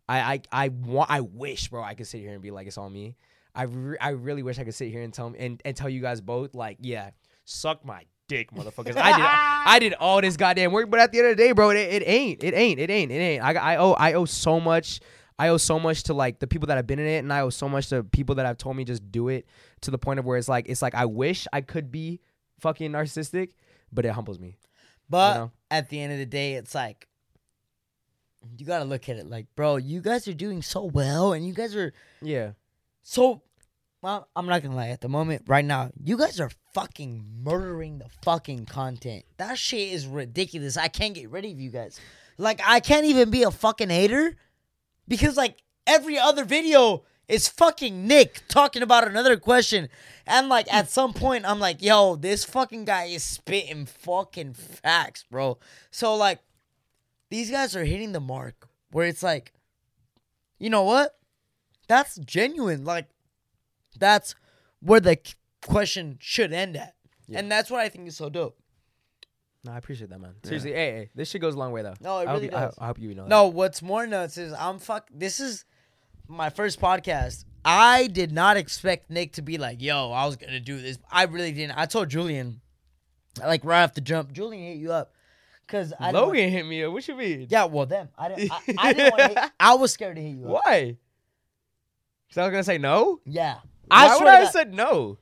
I I I want, I wish, bro, I could sit here and be like, it's all me. I, re- I really wish I could sit here and tell and, and tell you guys both like yeah suck my dick motherfuckers I did I did all this goddamn work but at the end of the day bro it, it ain't it ain't it ain't it ain't I, I owe I owe so much I owe so much to like the people that have been in it and I owe so much to people that have told me just do it to the point of where it's like it's like I wish I could be fucking narcissistic but it humbles me But You know? at the end of the day, it's like you gotta look at it like, bro, you guys are doing so well, and you guys are yeah so. Well, I'm not gonna lie. At the moment, right now, you guys are fucking murdering the fucking content. That shit is ridiculous. I can't get rid of you guys. Like, I can't even be a fucking hater because like every other video is fucking Nick talking about another question. And like at some point I'm like, yo, this fucking guy is spitting fucking facts, bro. So like these guys are hitting the mark where it's like, you know what? That's genuine. Like that's where the c- question should end at. And that's what I think is so dope. no I appreciate that man seriously hey, hey this shit goes a long way though No, it I hope really you- I- does. I, hope you know that. No, what's more nuts is I'm fuck. This is my first podcast. I did not expect Nick to be like, yo, I was gonna do this. I really didn't. I told Julian, like right off the jump, Julian hit you up. Cause I didn't wa- Logan hit me up. What you mean? yeah, well, them. I didn't. I, I didn't want to. I was scared to hit you. up. Why? Because I was gonna say no. Yeah. Why would swear to I God- have said no?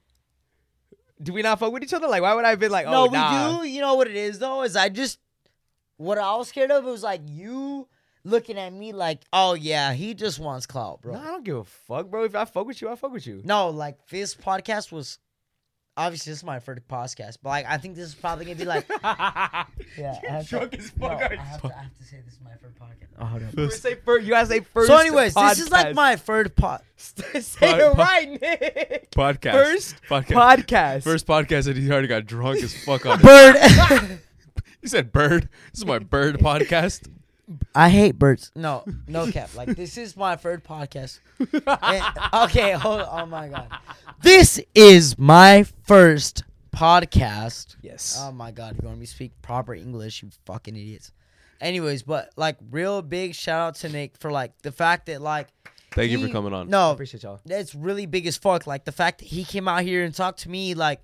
Do we not fuck with each other? Like, why would I have been like, no, oh, nah. we do. You know what it is though? Is I just what I was scared of was like you looking at me like, oh yeah, he just wants clout, bro. No, I don't give a fuck, bro. If I fuck with you, I fuck with you. No, like this podcast was obviously this is my first podcast, but like I think this is probably gonna be like yeah, I have to- drunk as fuck, no, aren't I, have to, I have to say this is my first podcast. Oh, hold up. You gotta say first. You gotta say first. so, anyways, this is like my third pod. podcast. say it Pod- pod- right, Nick. Podcast. First podcast. podcast. First podcast that he already got drunk as fuck on. Bird. he said bird. This is my bird podcast. I hate birds. No, no cap. Like this is my third podcast. And- okay, hold. Oh my god, this is my first podcast. Yes. Um, Oh my god, you want me to speak proper English, you fucking idiots. Anyways, but like real big shout out to Nick for like the fact that like Thank you for he- coming on. No, Appreciate y'all. that's really big as fuck. Like the fact that he came out here and talked to me, like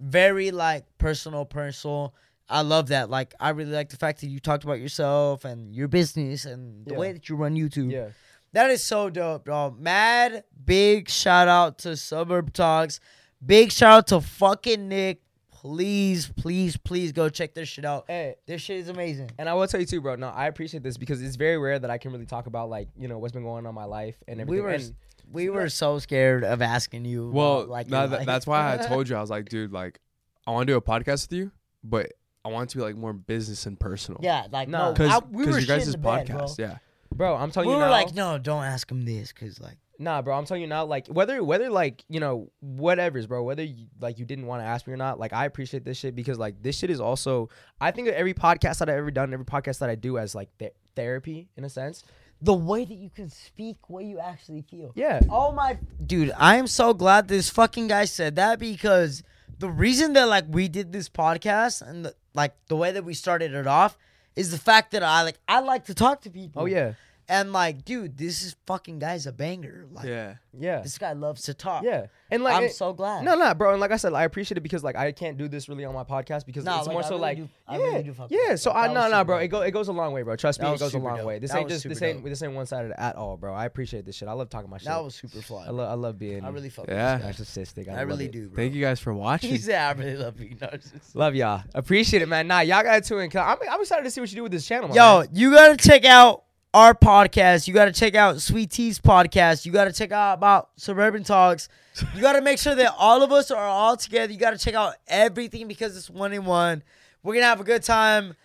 very like personal, personal. I love that. Like I really like the fact that you talked about yourself and your business and the Yeah. way that you run YouTube. Yeah. That is so dope, bro. Mad big shout out to Suburb Talks. Big shout out to fucking Nick. Please, please, please go check their shit out. Hey, Their shit is amazing. And I will tell you too, bro. No, I appreciate this because it's very rare that I can really talk about like you know what's been going on in my life and everything. We were and, we were so scared of asking you. Well, about, like nah, your tha- life. that's why I told you I was like, dude, like, I want to do a podcast with you, but I want it to be like more business and personal. Yeah, like Nah. no, because I- we were you guys' shitting the bed, bro. podcast. yeah, bro, I'm telling we you were now, like, no, don't ask him this, cause like, nah, bro. I'm telling you now, like whether whether like you know whatever's, bro. Whether you, like you didn't want to ask me or not, like I appreciate this shit because like this shit is also. I think of every podcast that I've ever done, every podcast that I do as like th- therapy in a sense. the way that you can speak, what you actually feel. Yeah. Oh my, dude, I am so glad this fucking guy said that because the reason that like we did this podcast and the, like the way that we started it off is the fact that I like I like to talk to people. Oh yeah. And like, dude, this is fucking guy's a banger. Like, yeah. Yeah. this guy loves to talk. Yeah. And like I'm it- so glad. No, no, bro. And like I said, I appreciate it because like I can't do this really on my podcast because Nah, it's like, more I so really like do- yeah, I really do fuck with yeah. it. So I That no, was no, super bro. dope. It go it goes a long way, bro. Trust That me, it was goes a super long dope. way. This That ain't was just this super ain't dope. this ain't one sided at all, bro. I appreciate this shit. I love talking my shit. That was super fly. I love I love being I really fuck. Yeah. With this narcissistic. I, guy. I love really it. do. Bro. Thank you guys for watching. He said, "I really love being narcissist." Love y'all. Appreciate it, man. Nah, y'all got to in. I'm I'm excited to see what you do with this channel, my Yo, man. you gotta check out our podcast. You gotta check out Sweet Tea's podcast. You gotta check out about Suburban Talks. You gotta make sure that all of us are all together. You gotta check out everything because it's one in one. We're gonna have a good time.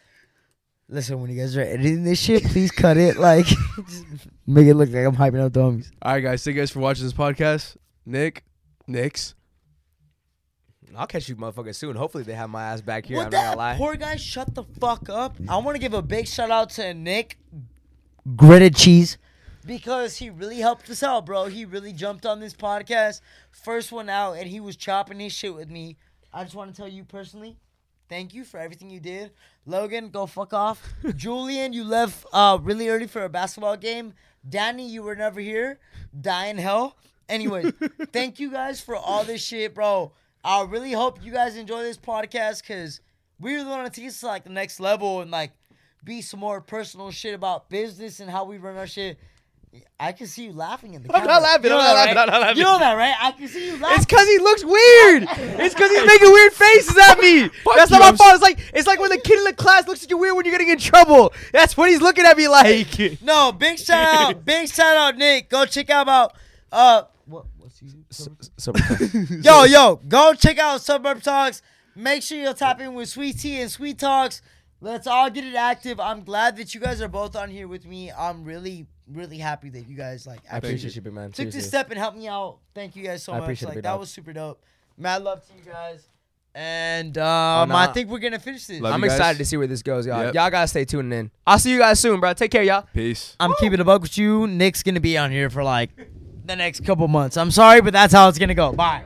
Listen, when you guys are editing this shit, please cut it. Like, just make it look like I'm hyping up the homies. All right, guys. Thank you guys for watching this podcast. Nick, Nick's. I'll catch you motherfuckers soon. Hopefully they have my ass back here. Would I'm not that gonna lie. poor guy shut the fuck up? I want to give a big shout out to Nick Gritted Cheese because he really helped us out, bro. He really jumped on this podcast, first one out, and he was chopping his shit with me. I just want to tell you personally, thank you for everything you did. Logan, go fuck off. Julian, you left uh, really early for a basketball game. Danny, you were never here. Die in hell. Anyway, thank you guys for all this shit, bro. I really hope you guys enjoy this podcast because we really want to take this to like the next level and like be some more personal shit about business and how we run our shit. I can see you laughing in the camera. not laughing, You know I'm not that, laughing, right? I'm not laughing. You know that, right? I can see you laughing. It's cause he looks weird. It's cause he's making weird faces at me. That's you, not my I'm fault. It's like it's like when the kid in the class looks at you weird when you're getting in trouble. That's what he's looking at me like. No, big shout out, big shout out, Nick. Go check out about uh, what, what's he? yo, yo, go check out Suburb Talks. Make sure you'll tap in with Sweet Tea and Sweet Talks. Let's all get it active. I'm glad that you guys are both on here with me. I'm really, really happy that you guys like I actually appreciate you, big man. took Seriously. this step and helped me out. Thank you guys so I much. appreciate it, Like big that dog. was super dope. Mad love to you guys. And um, Oh, nah. I think we're gonna finish this. Love I'm you guys. excited to see where this goes, y'all. Yep. Y'all gotta stay tuned in. I'll see you guys soon, bro. Take care, y'all. Peace. I'm keeping a bug with you. Nick's gonna be on here for like the next couple months. I'm sorry, but that's how it's gonna go. Bye.